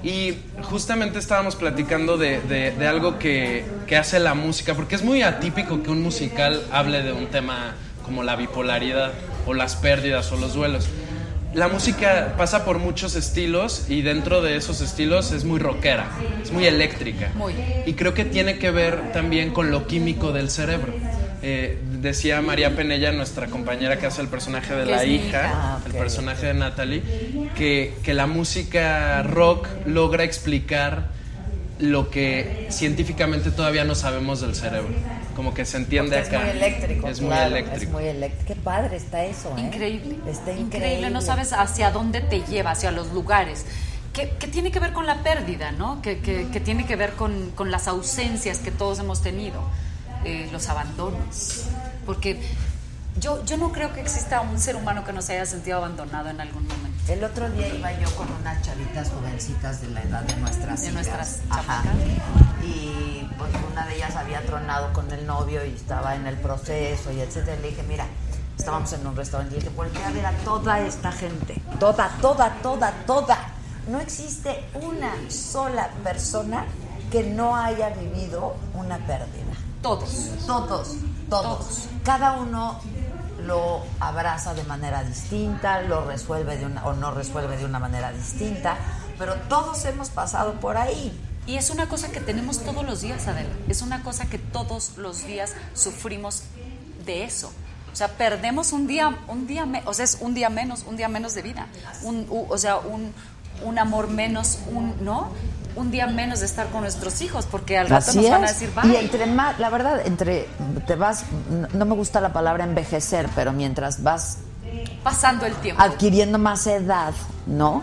[SPEAKER 8] Y justamente estábamos platicando de, de- de algo que, que hace la música, porque es muy atípico que un musical hable de un tema como la bipolaridad o las pérdidas o los duelos. La música pasa por muchos estilos y dentro de esos estilos es muy rockera, es muy eléctrica.
[SPEAKER 7] Muy.
[SPEAKER 8] Y creo que tiene que ver también con lo químico del cerebro. Eh, decía María Penella, nuestra compañera que hace el personaje de
[SPEAKER 7] Que
[SPEAKER 8] la
[SPEAKER 7] es mi
[SPEAKER 8] hija,
[SPEAKER 7] hija.
[SPEAKER 1] Ah, ok,
[SPEAKER 8] el personaje de Natalie, que, que la música rock logra explicar lo que científicamente todavía no sabemos del cerebro. Como que se entiende
[SPEAKER 1] Porque
[SPEAKER 8] acá.
[SPEAKER 1] Es muy eléctrico.
[SPEAKER 8] Es muy
[SPEAKER 1] claro,
[SPEAKER 8] eléctrico.
[SPEAKER 1] Es muy eléctrico. Qué padre está eso, ¿eh?
[SPEAKER 7] Increíble.
[SPEAKER 1] Está increíble.
[SPEAKER 7] No sabes hacia dónde te lleva, hacia los lugares. Que, que tiene que ver con la pérdida, ¿no? Que, que- que tiene que ver con, con las ausencias que todos hemos tenido, eh, los abandonos. Porque yo, yo no creo que exista un ser humano que no se haya sentido abandonado en algún momento.
[SPEAKER 1] El otro día iba yo con unas chavitas jovencitas de la edad de nuestras
[SPEAKER 7] De
[SPEAKER 1] hijas.
[SPEAKER 7] nuestras
[SPEAKER 1] Ajá.
[SPEAKER 7] chamacas.
[SPEAKER 1] Y pues una de ellas había tronado con el novio y estaba en el proceso y etcétera. Le dije, mira, estábamos en un restaurante y le dije, voltea a ver a toda esta gente. Toda, toda, toda, toda. No existe una sola persona que no haya vivido una pérdida.
[SPEAKER 7] Todos.
[SPEAKER 1] Todos,
[SPEAKER 7] Todos.
[SPEAKER 1] todos. Cada uno lo abraza de manera distinta, lo resuelve de una, o no resuelve de una manera distinta, pero todos hemos pasado por ahí.
[SPEAKER 7] Y es una cosa que tenemos todos los días, Adela. Es una cosa que todos los días sufrimos de eso. O sea, perdemos un día, un día, me- o sea, es un día menos, un día menos de vida. Un, u- o sea, un, un amor menos, un, ¿no? Un día menos de estar con nuestros hijos, porque al rato nos van a decir,
[SPEAKER 1] Y
[SPEAKER 7] bye.
[SPEAKER 1] entre más, la verdad, entre te vas, no- no me gusta la palabra envejecer, pero mientras vas
[SPEAKER 7] pasando el tiempo.
[SPEAKER 1] adquiriendo más edad, ¿no?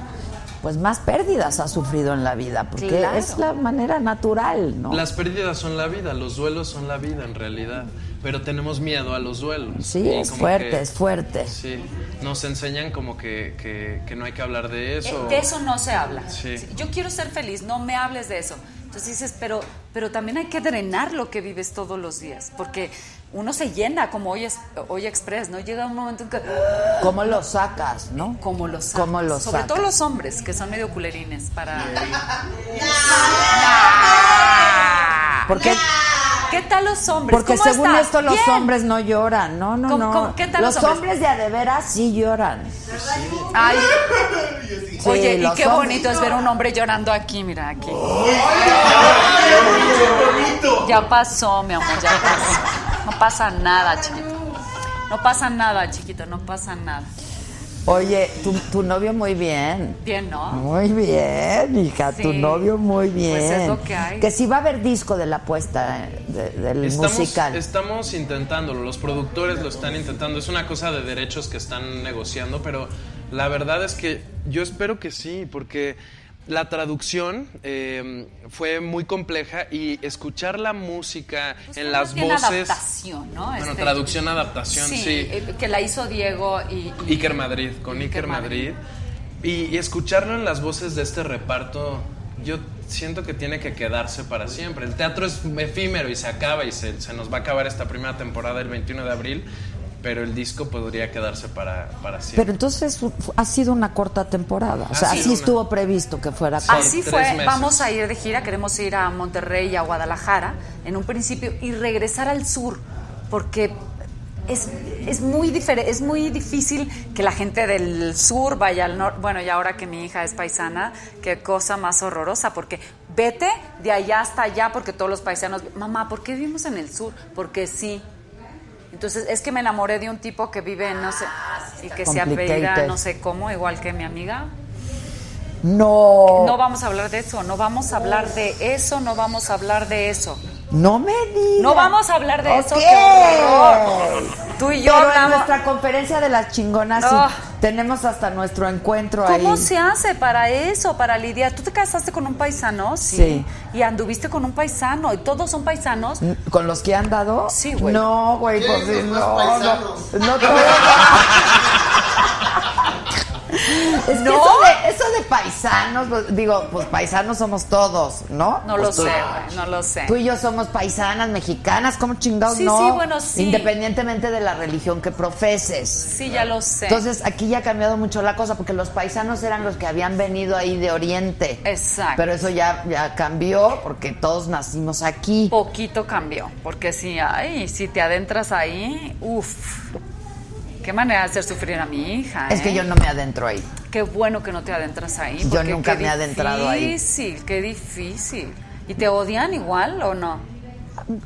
[SPEAKER 1] Pues más pérdidas has sufrido en la vida, porque
[SPEAKER 7] Claro.
[SPEAKER 1] es la manera natural, ¿no?
[SPEAKER 8] Las pérdidas son la vida, los duelos son la vida en realidad, pero tenemos miedo a los duelos.
[SPEAKER 1] Sí,
[SPEAKER 8] Y
[SPEAKER 1] es
[SPEAKER 8] como
[SPEAKER 1] fuerte,
[SPEAKER 8] que-
[SPEAKER 1] es fuerte.
[SPEAKER 8] Sí, nos enseñan como que, que- que no hay que hablar de
[SPEAKER 7] Eh,
[SPEAKER 8] eso.
[SPEAKER 7] De eso no se habla.
[SPEAKER 8] Sí.
[SPEAKER 7] Sí, Yo quiero ser feliz, no me hables de eso. Entonces dices, pero, pero también hay que drenar lo que vives todos los días, porque uno se llena, como hoy, es, hoy Express, ¿no? Llega un momento en que,
[SPEAKER 1] ¿Cómo lo sacas, no?
[SPEAKER 7] como los
[SPEAKER 1] ¿Cómo lo
[SPEAKER 7] Sobre
[SPEAKER 1] sacas?
[SPEAKER 7] todo los hombres, que son medio culerines para...
[SPEAKER 1] Porque
[SPEAKER 7] ¿Qué tal los hombres?
[SPEAKER 1] Porque
[SPEAKER 7] ¿Cómo
[SPEAKER 1] según
[SPEAKER 7] estás?
[SPEAKER 1] esto los
[SPEAKER 7] Bien.
[SPEAKER 1] hombres no lloran, no, no,
[SPEAKER 7] ¿Cómo-
[SPEAKER 1] no.
[SPEAKER 7] cómo- qué tal
[SPEAKER 1] los
[SPEAKER 7] los
[SPEAKER 1] hombres?
[SPEAKER 7] hombres?
[SPEAKER 1] de a de veras sí lloran.
[SPEAKER 7] Ay.
[SPEAKER 1] Sí,
[SPEAKER 7] Oye, y
[SPEAKER 1] los
[SPEAKER 7] qué
[SPEAKER 1] hombres-
[SPEAKER 7] bonito es ver un hombre llorando aquí, mira, aquí. Ya pasó, mi amor, ya pasó. No pasa nada, chiquito. No pasa nada, chiquito, no pasa nada.
[SPEAKER 1] Oye, tu, tu novio muy bien.
[SPEAKER 7] Bien, ¿no?
[SPEAKER 1] Muy bien, hija, tu
[SPEAKER 7] Sí.
[SPEAKER 1] novio muy
[SPEAKER 7] Pues
[SPEAKER 1] bien.
[SPEAKER 7] es lo que hay.
[SPEAKER 1] Que sí va a haber disco de la apuesta eh, de- del
[SPEAKER 8] Estamos,
[SPEAKER 1] musical.
[SPEAKER 8] estamos intentándolo, los productores lo están intentando, es una cosa de derechos que están negociando, pero la verdad es que yo espero que sí, porque la traducción eh, fue muy compleja y escuchar la música
[SPEAKER 7] Pues
[SPEAKER 8] en
[SPEAKER 7] fue
[SPEAKER 8] las
[SPEAKER 7] más bien
[SPEAKER 8] voces.
[SPEAKER 7] adaptación, ¿no?
[SPEAKER 8] Bueno,
[SPEAKER 7] Este-
[SPEAKER 8] traducción, adaptación, sí.
[SPEAKER 7] eh, que la hizo Diego y, y-
[SPEAKER 8] Iker Madrid, con Iker, Madrid. Y, y escucharlo en las voces de este reparto, yo siento que tiene que quedarse para siempre. El teatro es efímero y se acaba y se, se nos va a acabar esta primera temporada el 21 de abril, pero el disco podría quedarse para, para
[SPEAKER 1] Pero
[SPEAKER 8] siempre.
[SPEAKER 1] entonces fu- fu- ha sido una corta temporada. O sea,
[SPEAKER 8] Ha
[SPEAKER 1] así
[SPEAKER 8] sido una-
[SPEAKER 1] estuvo previsto que fuera.
[SPEAKER 8] Sí.
[SPEAKER 1] corta.
[SPEAKER 7] Así
[SPEAKER 8] tres
[SPEAKER 7] fue,
[SPEAKER 8] meses.
[SPEAKER 7] vamos a ir de gira, queremos ir a Monterrey y a Guadalajara en un principio y regresar al sur, porque es, es, muy, difere- es muy difícil que la gente del sur vaya al norte. Bueno, y ahora que mi hija es paisana, qué cosa más horrorosa, porque vete de allá hasta allá, porque todos los paisanos, mamá, ¿por qué vivimos en el sur? Porque sí. Entonces, es que me enamoré de un tipo que vive en no sé, y que se apellida
[SPEAKER 1] Complicated.
[SPEAKER 7] no sé cómo, igual que mi amiga.
[SPEAKER 1] No.
[SPEAKER 7] No vamos a hablar de eso, no vamos a hablar de eso, no vamos a hablar de eso.
[SPEAKER 1] No me digas.
[SPEAKER 7] No vamos a hablar de eso,
[SPEAKER 1] Ok.
[SPEAKER 7] qué horror. Tú y yo
[SPEAKER 1] Pero en
[SPEAKER 7] hablamos-
[SPEAKER 1] nuestra conferencia de las chingonas sí,
[SPEAKER 7] No.
[SPEAKER 1] tenemos hasta nuestro encuentro
[SPEAKER 7] ¿Cómo
[SPEAKER 1] ahí.
[SPEAKER 7] se hace para eso, para lidiar? Tú te casaste con un paisano, sí,
[SPEAKER 1] Sí.
[SPEAKER 7] y anduviste con un paisano, y todos son paisanos.
[SPEAKER 1] ¿Con los que han dado?
[SPEAKER 7] Sí, güey.
[SPEAKER 1] No, güey,
[SPEAKER 2] ¿Quién
[SPEAKER 1] pues
[SPEAKER 2] es
[SPEAKER 1] sí,
[SPEAKER 2] los
[SPEAKER 1] no.
[SPEAKER 2] más paisanos?
[SPEAKER 1] No, no, todo- Es que
[SPEAKER 7] ¿No?
[SPEAKER 1] eso, de, eso de paisanos, pues, digo, pues paisanos somos todos, ¿no?
[SPEAKER 7] No lo
[SPEAKER 1] Pues tú-
[SPEAKER 7] sé, güey, no lo sé.
[SPEAKER 1] Tú y yo somos paisanas mexicanas, ¿cómo chingados
[SPEAKER 7] Sí,
[SPEAKER 1] no?
[SPEAKER 7] sí, bueno, sí.
[SPEAKER 1] Independientemente de la religión que profeses.
[SPEAKER 7] Sí, ya lo sé.
[SPEAKER 1] Entonces aquí ya ha cambiado mucho la cosa porque los paisanos eran los que habían venido ahí de Oriente.
[SPEAKER 7] Exacto.
[SPEAKER 1] Pero eso ya, ya cambió porque todos nacimos aquí.
[SPEAKER 7] poquito cambió, porque si ay, si te adentras ahí, uff. Qué manera de hacer sufrir a mi hija.
[SPEAKER 1] Es
[SPEAKER 7] ¿eh?
[SPEAKER 1] que yo no me adentro ahí.
[SPEAKER 7] Qué bueno que no te adentras ahí.
[SPEAKER 1] Yo
[SPEAKER 7] porque
[SPEAKER 1] nunca
[SPEAKER 7] qué
[SPEAKER 1] me he adentrado ahí.
[SPEAKER 7] Difícil, qué difícil. ¿Y te odian igual o no?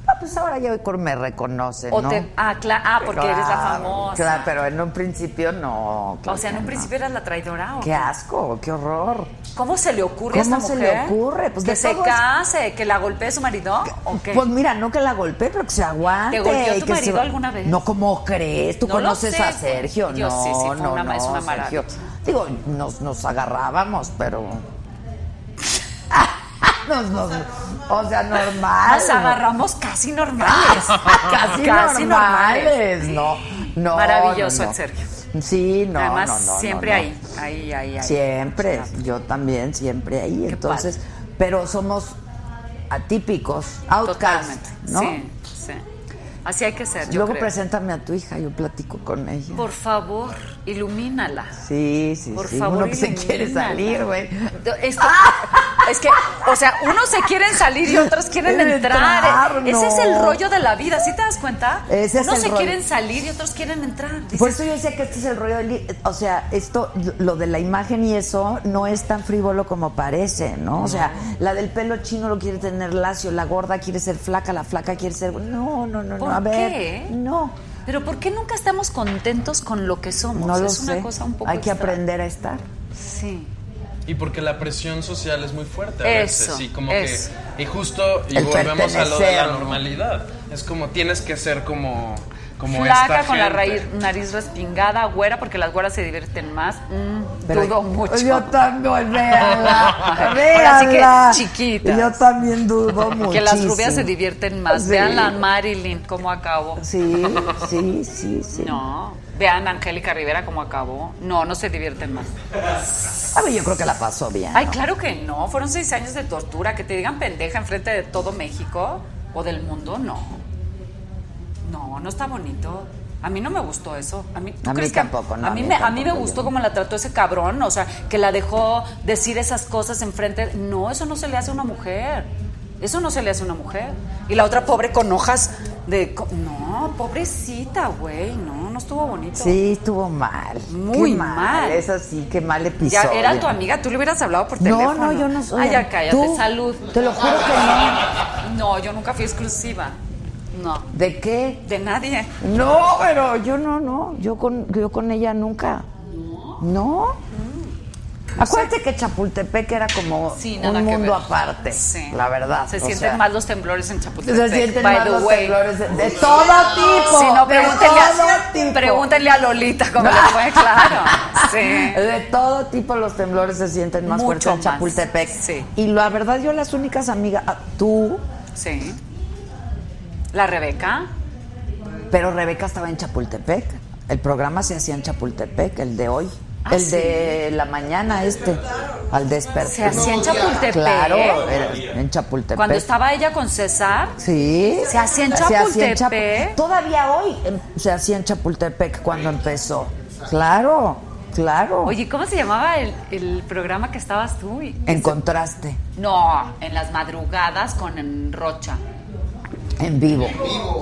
[SPEAKER 1] Ah, pues ahora ya hoy cor- me reconocen,
[SPEAKER 7] O
[SPEAKER 1] Eh, ¿no?
[SPEAKER 7] te, ah, cla- ah, porque eres la
[SPEAKER 1] Claro,
[SPEAKER 7] famosa.
[SPEAKER 1] Claro, pero en un principio no.
[SPEAKER 7] o
[SPEAKER 1] claro
[SPEAKER 7] sea, en
[SPEAKER 1] que
[SPEAKER 7] un
[SPEAKER 1] no.
[SPEAKER 7] principio eras la traidora. ¿o
[SPEAKER 1] Qué
[SPEAKER 7] qué?
[SPEAKER 1] asco, qué horror.
[SPEAKER 7] ¿Cómo se le ocurre a
[SPEAKER 1] ¿Cómo
[SPEAKER 7] esta
[SPEAKER 1] se
[SPEAKER 7] mujer?
[SPEAKER 1] le ocurre? Pues
[SPEAKER 7] que
[SPEAKER 1] de
[SPEAKER 7] se
[SPEAKER 1] todos-
[SPEAKER 7] case, que la golpee su marido. ¿o qué?
[SPEAKER 1] Pues mira, no que la golpeé, pero que se aguante.
[SPEAKER 7] Oh, ¿Te golpeó tu
[SPEAKER 1] que
[SPEAKER 7] marido alguna vez?
[SPEAKER 1] No, ¿cómo crees? Tú
[SPEAKER 7] No lo
[SPEAKER 1] conoces
[SPEAKER 7] sé,
[SPEAKER 1] a
[SPEAKER 7] güey.
[SPEAKER 1] Sergio,
[SPEAKER 7] Yo
[SPEAKER 1] no,
[SPEAKER 7] sí, sí, fue
[SPEAKER 1] no,
[SPEAKER 7] una ma- es
[SPEAKER 1] no,
[SPEAKER 7] una maravilla.
[SPEAKER 1] Sergio. Digo, nos, nos agarrábamos, pero... Nos- nos- o sea, normal.
[SPEAKER 7] Nos agarramos casi normales.
[SPEAKER 1] Casi, normales, no, no.
[SPEAKER 7] Maravilloso
[SPEAKER 1] no, no.
[SPEAKER 7] el Sergio.
[SPEAKER 1] Sí, no,
[SPEAKER 7] Además,
[SPEAKER 1] no, no, no,
[SPEAKER 7] siempre
[SPEAKER 1] no.
[SPEAKER 7] ahí, ahí, ahí, ahí.
[SPEAKER 1] Siempre, yo también, siempre ahí. Entonces, pero somos atípicos,
[SPEAKER 7] Totalmente.
[SPEAKER 1] outcasts, ¿no?
[SPEAKER 7] Sí, sí. Así hay que ser, yo
[SPEAKER 1] Luego
[SPEAKER 7] creo.
[SPEAKER 1] preséntame a tu hija, yo platico con ella.
[SPEAKER 7] Por favor, ilumínala.
[SPEAKER 1] sí, sí,
[SPEAKER 7] Por
[SPEAKER 1] sí.
[SPEAKER 7] favor,
[SPEAKER 1] uno que se
[SPEAKER 7] ilumínala.
[SPEAKER 1] quiere salir, güey.
[SPEAKER 7] Do- esto- Es que, o sea, unos se quieren salir y otros quieren
[SPEAKER 1] Quieren
[SPEAKER 7] entrar.
[SPEAKER 1] entrar,
[SPEAKER 7] Ese es
[SPEAKER 1] no.
[SPEAKER 7] el rollo de la vida, ¿sí te das cuenta?
[SPEAKER 1] Ese es
[SPEAKER 7] unos
[SPEAKER 1] el
[SPEAKER 7] se
[SPEAKER 1] rollo.
[SPEAKER 7] quieren salir y otros quieren entrar. Dices,
[SPEAKER 1] Por eso yo decía que este es el rollo del... li- O sea, esto, lo de la imagen y eso, no es tan frívolo como parece, ¿no? O sea, la del pelo chino lo quiere tener lacio, la gorda quiere ser flaca, la flaca quiere ser... No, no, no, no,
[SPEAKER 7] ¿Por
[SPEAKER 1] a ver.
[SPEAKER 7] qué?
[SPEAKER 1] No,
[SPEAKER 7] Pero ¿por qué nunca estamos contentos con lo que somos?
[SPEAKER 1] no lo
[SPEAKER 7] Pues es una
[SPEAKER 1] sé.
[SPEAKER 7] cosa un poco
[SPEAKER 1] Hay que
[SPEAKER 7] extra-
[SPEAKER 1] aprender a estar.
[SPEAKER 7] Sí.
[SPEAKER 8] Y porque la presión social es muy fuerte a
[SPEAKER 7] Eso,
[SPEAKER 8] veces. Y como
[SPEAKER 7] eso.
[SPEAKER 8] que. Y justo. Y
[SPEAKER 1] El
[SPEAKER 8] volvemos a lo de la
[SPEAKER 1] pertenecer.
[SPEAKER 8] normalidad. Es como tienes que ser como. como
[SPEAKER 7] Flaca
[SPEAKER 8] esta
[SPEAKER 7] con la
[SPEAKER 8] gente.
[SPEAKER 7] raíz, nariz respingada, güera, porque las güeras se divierten más. Mm,
[SPEAKER 1] Pero
[SPEAKER 7] dudo mucho.
[SPEAKER 1] Yo también, véanla,
[SPEAKER 7] Ahora sí que
[SPEAKER 1] véanla.
[SPEAKER 7] chiquitas.
[SPEAKER 1] Yo también dudo mucho.
[SPEAKER 7] que las rubias se divierten más.
[SPEAKER 1] Sí.
[SPEAKER 7] Vean la Marilyn cómo acabó.
[SPEAKER 1] Sí, sí, sí, sí.
[SPEAKER 7] No, vean a Angélica Rivera cómo acabó. No, no se divierten más.
[SPEAKER 1] A ver, yo creo que la pasó bien.
[SPEAKER 7] Ay, claro que no. Fueron seis años de tortura. Que te digan pendeja enfrente de todo México o del mundo, no. No, no está bonito. A mí no me gustó eso. A mí, ¿tú
[SPEAKER 1] A mí
[SPEAKER 7] crees que
[SPEAKER 1] tampoco, no,
[SPEAKER 7] A
[SPEAKER 1] a
[SPEAKER 7] mí,
[SPEAKER 1] mí
[SPEAKER 7] me, a mí me
[SPEAKER 1] tampoco, yo
[SPEAKER 7] gustó
[SPEAKER 1] no.
[SPEAKER 7] cómo la trató ese cabrón. O sea, que la dejó decir esas cosas enfrente. No, eso no se le hace a una mujer. Eso no se le hace a una mujer. Y la otra pobre con hojas de... co- No, pobrecita, güey. No, no estuvo bonito.
[SPEAKER 1] Sí, estuvo mal.
[SPEAKER 7] Muy
[SPEAKER 1] Qué
[SPEAKER 7] mal.
[SPEAKER 1] Es así, qué mal episodio.
[SPEAKER 7] Ya era tu amiga, tú le hubieras hablado por
[SPEAKER 1] No,
[SPEAKER 7] teléfono.
[SPEAKER 1] no, yo no soy.
[SPEAKER 7] Ay, ya cállate,
[SPEAKER 1] ¿Tú?
[SPEAKER 7] salud.
[SPEAKER 1] Te lo juro que no.
[SPEAKER 7] No, yo nunca fui exclusiva. No,
[SPEAKER 1] ¿De qué?
[SPEAKER 7] de nadie.
[SPEAKER 1] No, pero yo no, no. Yo con, yo con ella nunca. ¿No? Acuérdate que Chapultepec era como
[SPEAKER 7] Sí, nada
[SPEAKER 1] un
[SPEAKER 7] que
[SPEAKER 1] mundo
[SPEAKER 7] ver.
[SPEAKER 1] aparte,
[SPEAKER 7] Sí.
[SPEAKER 1] la verdad.
[SPEAKER 7] Se
[SPEAKER 1] o
[SPEAKER 7] sienten
[SPEAKER 1] sea,
[SPEAKER 7] más los temblores en Chapultepec.
[SPEAKER 1] Se sienten
[SPEAKER 7] by
[SPEAKER 1] más
[SPEAKER 7] the
[SPEAKER 1] los
[SPEAKER 7] way.
[SPEAKER 1] temblores de, de todo tipo.
[SPEAKER 7] Si no,
[SPEAKER 1] de
[SPEAKER 7] pregúntenle
[SPEAKER 1] todo tipo.
[SPEAKER 7] a, pregúntenle a Lolita cómo le fue, claro. Sí.
[SPEAKER 1] De todo tipo los temblores se sienten más
[SPEAKER 7] Mucho
[SPEAKER 1] fuertes en
[SPEAKER 7] más.
[SPEAKER 1] Chapultepec.
[SPEAKER 7] Sí.
[SPEAKER 1] Y la verdad, yo las únicas amigas, ah, tú,
[SPEAKER 7] Sí. La Rebeca.
[SPEAKER 1] pero Rebeca estaba en Chapultepec. El programa se hacía en Chapultepec, el de hoy.
[SPEAKER 7] Ah,
[SPEAKER 1] el
[SPEAKER 7] sí.
[SPEAKER 1] de la mañana este, al despertar.
[SPEAKER 7] Se hacía en Chapultepec.
[SPEAKER 1] Claro, era en Chapultepec.
[SPEAKER 7] Cuando estaba ella con César.
[SPEAKER 1] Sí.
[SPEAKER 7] Se hacía en
[SPEAKER 1] en Chapu-
[SPEAKER 7] Chapultepec.
[SPEAKER 1] Todavía hoy em, se hacía en Chapultepec cuando empezó. Claro, claro.
[SPEAKER 7] Oye, ¿cómo se llamaba el, el programa que estabas tú? Y-
[SPEAKER 1] en contraste,
[SPEAKER 7] No, en las madrugadas con Rocha.
[SPEAKER 1] en vivo.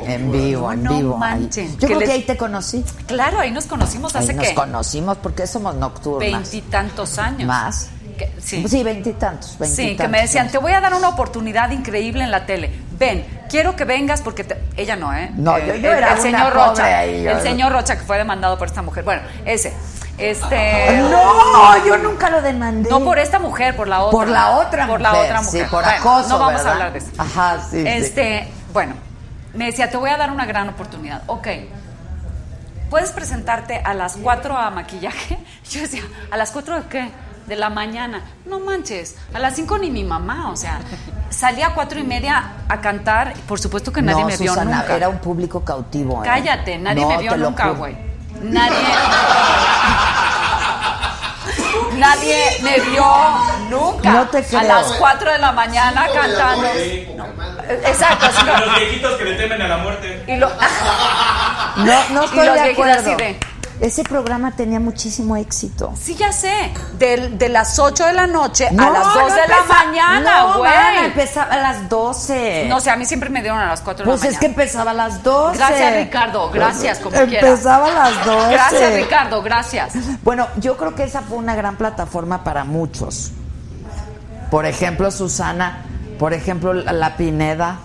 [SPEAKER 1] En vivo, en
[SPEAKER 7] No
[SPEAKER 1] vivo. ahí.
[SPEAKER 7] manchen.
[SPEAKER 1] Yo
[SPEAKER 7] Que
[SPEAKER 1] creo que
[SPEAKER 7] les-
[SPEAKER 1] ahí te conocí.
[SPEAKER 7] Claro, ahí nos conocimos
[SPEAKER 1] Ahí
[SPEAKER 7] hace
[SPEAKER 1] nos
[SPEAKER 7] que
[SPEAKER 1] conocimos porque somos nocturnas.
[SPEAKER 7] veintitantos años.
[SPEAKER 1] Más.
[SPEAKER 7] Que- sí.
[SPEAKER 1] Sí, veintitantos.
[SPEAKER 7] Sí, que
[SPEAKER 1] veintitantos
[SPEAKER 7] me decían,
[SPEAKER 1] años.
[SPEAKER 7] te voy a dar una oportunidad increíble en la tele. Ven, quiero que vengas porque te- ella no, ¿eh?
[SPEAKER 1] No,
[SPEAKER 7] Eh,
[SPEAKER 1] yo- yo
[SPEAKER 7] el,
[SPEAKER 1] era
[SPEAKER 7] el
[SPEAKER 1] una
[SPEAKER 7] señor
[SPEAKER 1] pobre
[SPEAKER 7] Rocha,
[SPEAKER 1] ahí, yo-
[SPEAKER 7] el señor Rocha que fue demandado por esta mujer. Bueno, ese, este,
[SPEAKER 1] No, yo nunca lo demandé.
[SPEAKER 7] no por esta mujer, por la otra,
[SPEAKER 1] Por la otra
[SPEAKER 7] por la
[SPEAKER 1] mujer,
[SPEAKER 7] otra
[SPEAKER 1] sí,
[SPEAKER 7] mujer.
[SPEAKER 1] por
[SPEAKER 7] Bueno,
[SPEAKER 1] acoso,
[SPEAKER 7] no vamos
[SPEAKER 1] ¿verdad?
[SPEAKER 7] a hablar de eso.
[SPEAKER 1] Ajá, sí, sí.
[SPEAKER 7] Este, bueno, me decía, te voy a dar una gran oportunidad. Ok. ¿Puedes presentarte a las 4 a maquillaje? Yo decía, ¿a las 4 de qué? De la mañana. No manches, a las 5 ni mi mamá, o sea, salí a 4 y media a cantar, y por supuesto que nadie
[SPEAKER 1] no,
[SPEAKER 7] me vio
[SPEAKER 1] Susana,
[SPEAKER 7] nunca.
[SPEAKER 1] era un público cautivo. ¿eh?
[SPEAKER 7] Cállate, nadie
[SPEAKER 1] No,
[SPEAKER 7] me vio
[SPEAKER 1] te lo
[SPEAKER 7] nunca,
[SPEAKER 1] juro.
[SPEAKER 7] güey. Nadie. nadie me vio nunca.
[SPEAKER 1] No te creo.
[SPEAKER 7] A las 4 de la mañana
[SPEAKER 2] Cinco de la
[SPEAKER 7] cantando.
[SPEAKER 2] tarde.
[SPEAKER 3] Sí.
[SPEAKER 7] Exacto, sí,
[SPEAKER 3] Y los
[SPEAKER 7] no.
[SPEAKER 3] viejitos que le temen a la muerte.
[SPEAKER 7] Y lo-
[SPEAKER 1] No, no
[SPEAKER 7] Y
[SPEAKER 1] estoy
[SPEAKER 7] los
[SPEAKER 1] de
[SPEAKER 7] viejitos así
[SPEAKER 1] acuerdo.
[SPEAKER 7] de-
[SPEAKER 1] Ese programa tenía muchísimo éxito.
[SPEAKER 7] Sí, ya sé. Del- De, las 8 de la noche a
[SPEAKER 1] No,
[SPEAKER 7] las 2
[SPEAKER 1] no
[SPEAKER 7] de la
[SPEAKER 1] empeza-
[SPEAKER 7] mañana,
[SPEAKER 1] no,
[SPEAKER 7] güey.
[SPEAKER 1] mana, empezaba a las 12.
[SPEAKER 7] No sé, a mí siempre me dieron a las 4 de
[SPEAKER 1] pues
[SPEAKER 7] la
[SPEAKER 1] es que
[SPEAKER 7] mañana.
[SPEAKER 1] empezaba a las 12.
[SPEAKER 7] Gracias, Ricardo, gracias, como
[SPEAKER 1] Empezaba a las 12.
[SPEAKER 7] Gracias, Ricardo, gracias.
[SPEAKER 1] Bueno, yo creo que esa fue una gran plataforma para muchos. Por ejemplo, Susana, por ejemplo, la- La Pineda,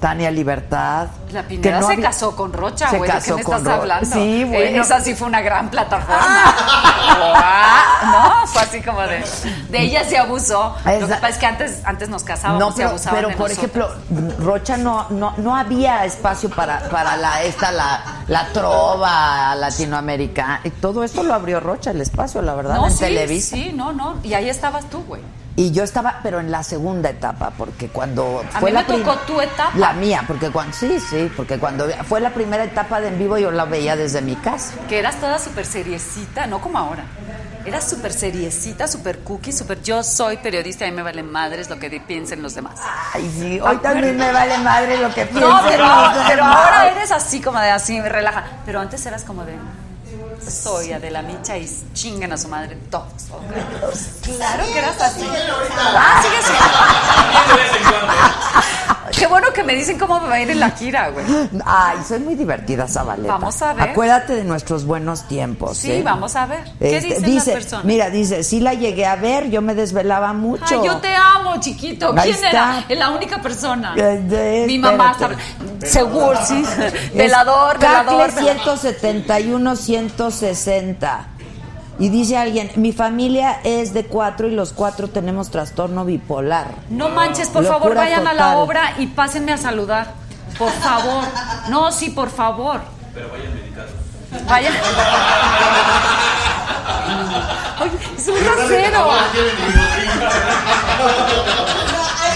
[SPEAKER 1] Tania Libertad.
[SPEAKER 7] La Pineda
[SPEAKER 1] que no
[SPEAKER 7] se
[SPEAKER 1] había-
[SPEAKER 7] casó con Rocha,
[SPEAKER 1] se
[SPEAKER 7] güey. ¿De qué
[SPEAKER 1] casó
[SPEAKER 7] me
[SPEAKER 1] con
[SPEAKER 7] estás
[SPEAKER 1] Ro-
[SPEAKER 7] hablando?
[SPEAKER 1] Sí,
[SPEAKER 7] Eh,
[SPEAKER 1] bueno.
[SPEAKER 7] esa sí fue una gran plataforma.
[SPEAKER 1] Ah.
[SPEAKER 7] Guau, no, fue así como de. De ella se abusó. Lo que
[SPEAKER 1] Esa-
[SPEAKER 7] pasa es que antes, antes nos casábamos
[SPEAKER 1] No,
[SPEAKER 7] y
[SPEAKER 1] pero,
[SPEAKER 7] abusaban
[SPEAKER 1] pero,
[SPEAKER 7] de
[SPEAKER 1] por
[SPEAKER 7] nosotras.
[SPEAKER 1] ejemplo, Rocha no, no, no había espacio para, para la, esta, la, la trova latinoamericana. Y todo esto lo abrió Rocha, el espacio, la verdad,
[SPEAKER 7] No,
[SPEAKER 1] en
[SPEAKER 7] sí,
[SPEAKER 1] Televisa.
[SPEAKER 7] sí, no, no. Y ahí estabas tú, güey.
[SPEAKER 1] Y yo estaba, pero en la segunda etapa, porque cuando
[SPEAKER 7] A
[SPEAKER 1] fue
[SPEAKER 7] mí
[SPEAKER 1] la
[SPEAKER 7] me tocó
[SPEAKER 1] prim-
[SPEAKER 7] tu etapa.
[SPEAKER 1] La mía, porque cuando, sí, sí, porque cuando fue la primera etapa de en vivo yo la veía desde mi casa.
[SPEAKER 7] Que eras toda súper seriecita, no como ahora. Eras súper seriecita, súper cookie, súper. Yo soy periodista y me vale madres lo que di- piensen los demás.
[SPEAKER 1] Ay, sí, hoy también me vale madre lo que piensen
[SPEAKER 7] No, pero,
[SPEAKER 1] los
[SPEAKER 7] pero
[SPEAKER 1] demás.
[SPEAKER 7] ahora eres así como de así, me relaja. Pero antes eras como de soy Adela Micha y chingan a su madre todos.
[SPEAKER 1] Pues
[SPEAKER 7] ok. Claro que eras así. Ah, sigue
[SPEAKER 3] De vez en cuando.
[SPEAKER 7] así. Qué bueno que me dicen cómo me va a ir en la gira, güey.
[SPEAKER 1] Ay, soy muy divertida, Zabaleta.
[SPEAKER 7] Vamos a ver.
[SPEAKER 1] Acuérdate de nuestros buenos tiempos.
[SPEAKER 7] Sí,
[SPEAKER 1] ¿eh?
[SPEAKER 7] vamos a ver. ¿Qué
[SPEAKER 1] Este,
[SPEAKER 7] dicen
[SPEAKER 1] dice,
[SPEAKER 7] las personas?
[SPEAKER 1] Mira, dice, sí la llegué a ver, yo me desvelaba mucho.
[SPEAKER 7] Ay, yo te amo, chiquito.
[SPEAKER 1] Ahí
[SPEAKER 7] ¿Quién
[SPEAKER 1] está.
[SPEAKER 7] era? Es la única persona.
[SPEAKER 1] Eh, de-
[SPEAKER 7] Mi mamá está.
[SPEAKER 1] espérate.
[SPEAKER 7] Seguro, sí.
[SPEAKER 1] Es
[SPEAKER 7] Velador, velador.
[SPEAKER 1] Cacle
[SPEAKER 7] velador.
[SPEAKER 1] 171 160. Y dice alguien, mi familia es de cuatro y los cuatro tenemos trastorno bipolar.
[SPEAKER 7] No manches, por
[SPEAKER 1] Locura
[SPEAKER 7] favor, vayan a la
[SPEAKER 1] total.
[SPEAKER 7] obra y pásenme a saludar. Por favor. No, sí, por favor. Pero vayan medicados. Vayan. Oye, es un rasero.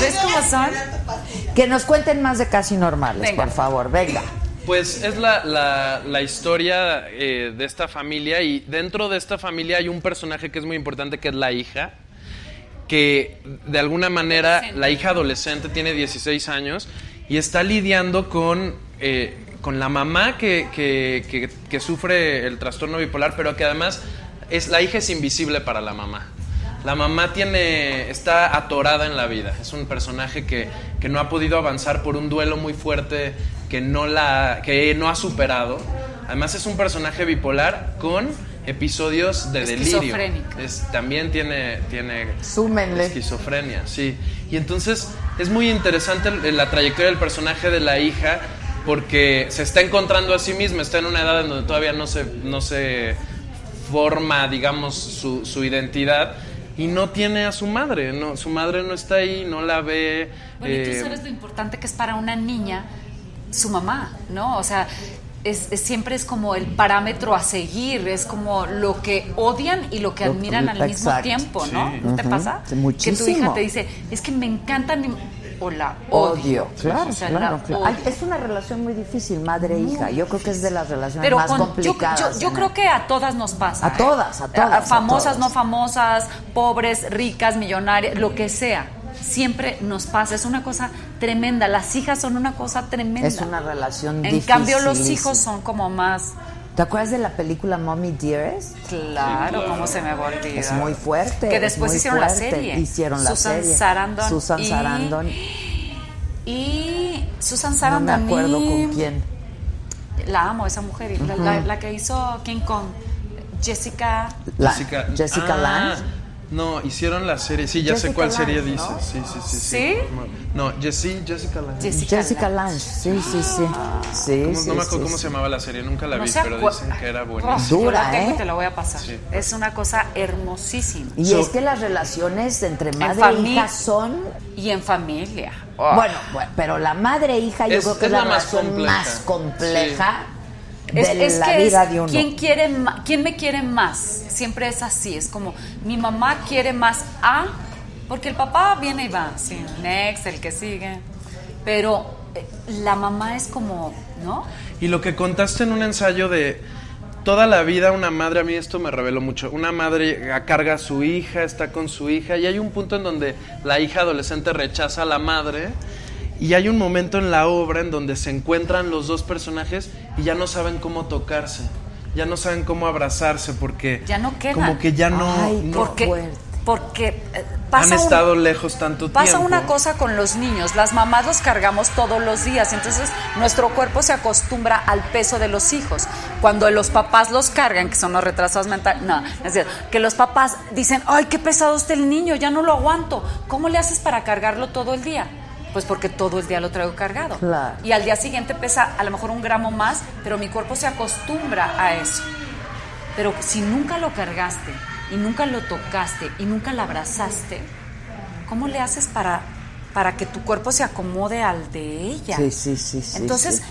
[SPEAKER 7] ¿Ves cómo son?
[SPEAKER 1] Que nos cuenten más de casi normales,
[SPEAKER 7] Venga.
[SPEAKER 1] por favor, venga.
[SPEAKER 8] Pues es la, la- la historia eh, de esta familia y dentro de esta familia hay un personaje que es muy importante que es la hija, que de alguna manera la hija adolescente tiene 16 años y está lidiando con, eh, con la mamá que, que- que- que sufre el trastorno bipolar, pero que además es, la hija es invisible para la mamá. La mamá tiene, está atorada en la vida. Es un personaje que, que no ha podido avanzar por un duelo muy fuerte que no, la, que no ha superado. Además es un personaje bipolar con episodios de delirio.
[SPEAKER 7] Esquizofrénico.
[SPEAKER 8] Es- también tiene, tiene
[SPEAKER 1] Súmenle.
[SPEAKER 8] esquizofrenia, sí. Y entonces es muy interesante el- la trayectoria del personaje de la hija porque se está encontrando a sí misma, está en una edad en donde todavía no se, no se forma, digamos, su, su identidad y no tiene a su madre, no, su madre no está ahí, no la ve.
[SPEAKER 7] Bueno, y
[SPEAKER 8] eh,
[SPEAKER 7] tú sabes lo importante que es para una niña su mamá, ¿no? O sea, es, es- siempre es como el parámetro a seguir, es como lo que odian y lo que
[SPEAKER 1] Lo-
[SPEAKER 7] admiran al mismo
[SPEAKER 1] exacto.
[SPEAKER 7] tiempo, ¿no?
[SPEAKER 8] Sí.
[SPEAKER 7] ¿No te
[SPEAKER 1] Ujú,
[SPEAKER 7] pasa?
[SPEAKER 1] sí,
[SPEAKER 7] Que tu
[SPEAKER 1] muchísimo.
[SPEAKER 7] hija te dice, es que me encanta mi... O la
[SPEAKER 1] Odio,
[SPEAKER 7] odio.
[SPEAKER 1] claro,
[SPEAKER 7] O sea,
[SPEAKER 1] claro,
[SPEAKER 7] la
[SPEAKER 1] claro.
[SPEAKER 7] odio.
[SPEAKER 1] Ay, es una relación muy difícil, madre e hija. Yo creo que es de las relaciones
[SPEAKER 7] Pero
[SPEAKER 1] más
[SPEAKER 7] con- yo,
[SPEAKER 1] complicadas.
[SPEAKER 7] yo- yo
[SPEAKER 1] ¿no?
[SPEAKER 7] creo que a todas nos pasa.
[SPEAKER 1] A
[SPEAKER 7] ¿eh?
[SPEAKER 1] todas, a todas, a
[SPEAKER 7] famosas,
[SPEAKER 1] todas.
[SPEAKER 7] no famosas, pobres, ricas, millonarias, lo que sea. Siempre nos pasa. Es una cosa tremenda. Las hijas son una cosa tremenda.
[SPEAKER 1] es una relación
[SPEAKER 7] En cambio, los
[SPEAKER 1] dificilísima.
[SPEAKER 7] hijos son como más.
[SPEAKER 1] ¿Te acuerdas de la película Mommy Dearest?
[SPEAKER 7] Claro, cómo se me olvida.
[SPEAKER 1] Es muy fuerte.
[SPEAKER 7] Que
[SPEAKER 1] es
[SPEAKER 7] después
[SPEAKER 1] muy
[SPEAKER 7] hicieron la
[SPEAKER 1] fuerte.
[SPEAKER 7] serie.
[SPEAKER 1] Hicieron la
[SPEAKER 7] Susan
[SPEAKER 1] serie.
[SPEAKER 7] Sarandon.
[SPEAKER 1] Susan
[SPEAKER 7] y-
[SPEAKER 1] Sarandon.
[SPEAKER 7] Y Susan
[SPEAKER 1] No
[SPEAKER 7] Sarandon.
[SPEAKER 1] me acuerdo
[SPEAKER 7] y-
[SPEAKER 1] con quién.
[SPEAKER 7] La amo, esa mujer. y la, la- la que hizo King Kong. Jessica.
[SPEAKER 1] La-
[SPEAKER 8] Jessica,
[SPEAKER 1] Jessica
[SPEAKER 8] Ah,
[SPEAKER 1] Lange.
[SPEAKER 8] No, hicieron la serie. Sí, ya
[SPEAKER 1] Jessica
[SPEAKER 8] sé cuál
[SPEAKER 1] Lange,
[SPEAKER 8] serie
[SPEAKER 1] ¿no?
[SPEAKER 8] dices. Sí, sí, sí.
[SPEAKER 7] ¿Sí?
[SPEAKER 8] No, Jessie, Jessica Lange.
[SPEAKER 7] Jessica,
[SPEAKER 1] Jessica
[SPEAKER 7] Lange. Ah.
[SPEAKER 1] Lange. Sí, sí, sí. Sí,
[SPEAKER 8] ¿Cómo-
[SPEAKER 1] sí,
[SPEAKER 8] no me
[SPEAKER 1] sí,
[SPEAKER 8] acuerdo cómo
[SPEAKER 1] sí.
[SPEAKER 8] se llamaba la serie, nunca la
[SPEAKER 7] No
[SPEAKER 8] vi,
[SPEAKER 7] sé
[SPEAKER 8] pero
[SPEAKER 7] cuál-
[SPEAKER 8] dicen que era
[SPEAKER 7] Oh,
[SPEAKER 8] buena.
[SPEAKER 7] yo la
[SPEAKER 1] Dura,
[SPEAKER 7] tengo y
[SPEAKER 1] ¿eh?
[SPEAKER 7] te la voy a pasar.
[SPEAKER 8] Sí.
[SPEAKER 7] Es una cosa hermosísima.
[SPEAKER 1] Y
[SPEAKER 8] So-
[SPEAKER 1] es que las relaciones entre madre e
[SPEAKER 7] familia.
[SPEAKER 1] hija son
[SPEAKER 7] Y en familia.
[SPEAKER 1] Bueno, bueno, pero la madre e hija yo
[SPEAKER 8] Ah. Es-
[SPEAKER 1] creo que es,
[SPEAKER 8] es
[SPEAKER 1] la,
[SPEAKER 8] la más
[SPEAKER 1] relación
[SPEAKER 8] compleja.
[SPEAKER 1] más compleja de
[SPEAKER 7] Es, es
[SPEAKER 1] la
[SPEAKER 7] que
[SPEAKER 1] vida
[SPEAKER 7] es,
[SPEAKER 1] de uno.
[SPEAKER 7] ¿quién, quiere ma- ¿Quién me quiere más? Siempre es así. Es como, mi mamá quiere más a... Porque el papá viene y va. Sí, el next, el que sigue. Pero eh, la mamá es como, ¿no?
[SPEAKER 8] Y lo que contaste en un ensayo de toda la vida una madre, a mí esto me reveló mucho, una madre carga a su hija, está con su hija y hay un punto en donde la hija adolescente rechaza a la madre y hay un momento en la obra en donde se encuentran los dos personajes y ya no saben cómo tocarse, ya no saben cómo abrazarse porque
[SPEAKER 7] Ya no quedan.
[SPEAKER 8] como que ya no,
[SPEAKER 1] Ay,
[SPEAKER 8] no-
[SPEAKER 7] porque
[SPEAKER 1] fuerte.
[SPEAKER 7] porque eh, pasa
[SPEAKER 8] han
[SPEAKER 7] un-
[SPEAKER 8] estado lejos tanto
[SPEAKER 7] Pasa
[SPEAKER 8] tiempo.
[SPEAKER 7] una cosa con los niños, las mamás los cargamos todos los días, entonces nuestro cuerpo se acostumbra al peso de los hijos. Cuando los papás los cargan, que son los retrasados mentales, no, es decir, que los papás dicen, ay, qué pesado está el niño, ya no lo aguanto, ¿cómo le haces para cargarlo todo el día? Pues porque todo el día lo traigo cargado.
[SPEAKER 1] Claro.
[SPEAKER 7] Y al día siguiente pesa a lo mejor un gramo más, pero mi cuerpo se acostumbra a eso. Pero si nunca lo cargaste y nunca lo tocaste y nunca la abrazaste, ¿cómo le haces para, para que tu cuerpo se acomode al de ella?
[SPEAKER 1] Sí, sí, sí, sí,
[SPEAKER 7] Entonces,
[SPEAKER 1] sí.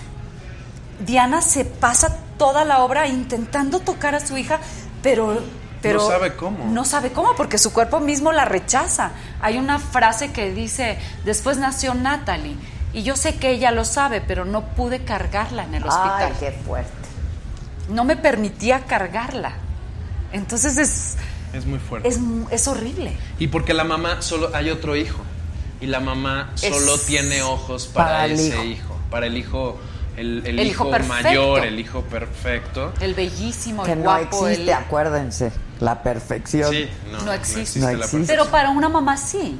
[SPEAKER 7] Diana se pasa toda la obra intentando tocar a su hija, pero... pero
[SPEAKER 8] No sabe cómo.
[SPEAKER 7] No sabe cómo, porque su cuerpo mismo la rechaza. Hay una frase que dice, después nació Natalie, y yo sé que ella lo sabe, pero no pude cargarla en el hospital
[SPEAKER 1] Ay, qué fuerte.
[SPEAKER 7] no me permitía cargarla. Entonces es,
[SPEAKER 8] Es muy fuerte.
[SPEAKER 7] es, es horrible.
[SPEAKER 8] Y porque la mamá solo hay otro hijo y la mamá
[SPEAKER 7] Es-
[SPEAKER 8] solo tiene ojos para,
[SPEAKER 1] para el
[SPEAKER 8] ese
[SPEAKER 1] hijo.
[SPEAKER 8] hijo. para el hijo el, el
[SPEAKER 7] El hijo
[SPEAKER 8] hijo,
[SPEAKER 7] perfecto.
[SPEAKER 8] mayor, el hijo perfecto.
[SPEAKER 7] El bellísimo,
[SPEAKER 1] Que
[SPEAKER 7] el
[SPEAKER 1] no
[SPEAKER 7] guapo,
[SPEAKER 1] existe,
[SPEAKER 7] el...
[SPEAKER 1] acuérdense, la perfección.
[SPEAKER 8] Sí, no,
[SPEAKER 7] No
[SPEAKER 8] no
[SPEAKER 7] existe.
[SPEAKER 8] existe,
[SPEAKER 1] No
[SPEAKER 8] la
[SPEAKER 1] existe.
[SPEAKER 8] perfección.
[SPEAKER 7] Pero para una mamá sí.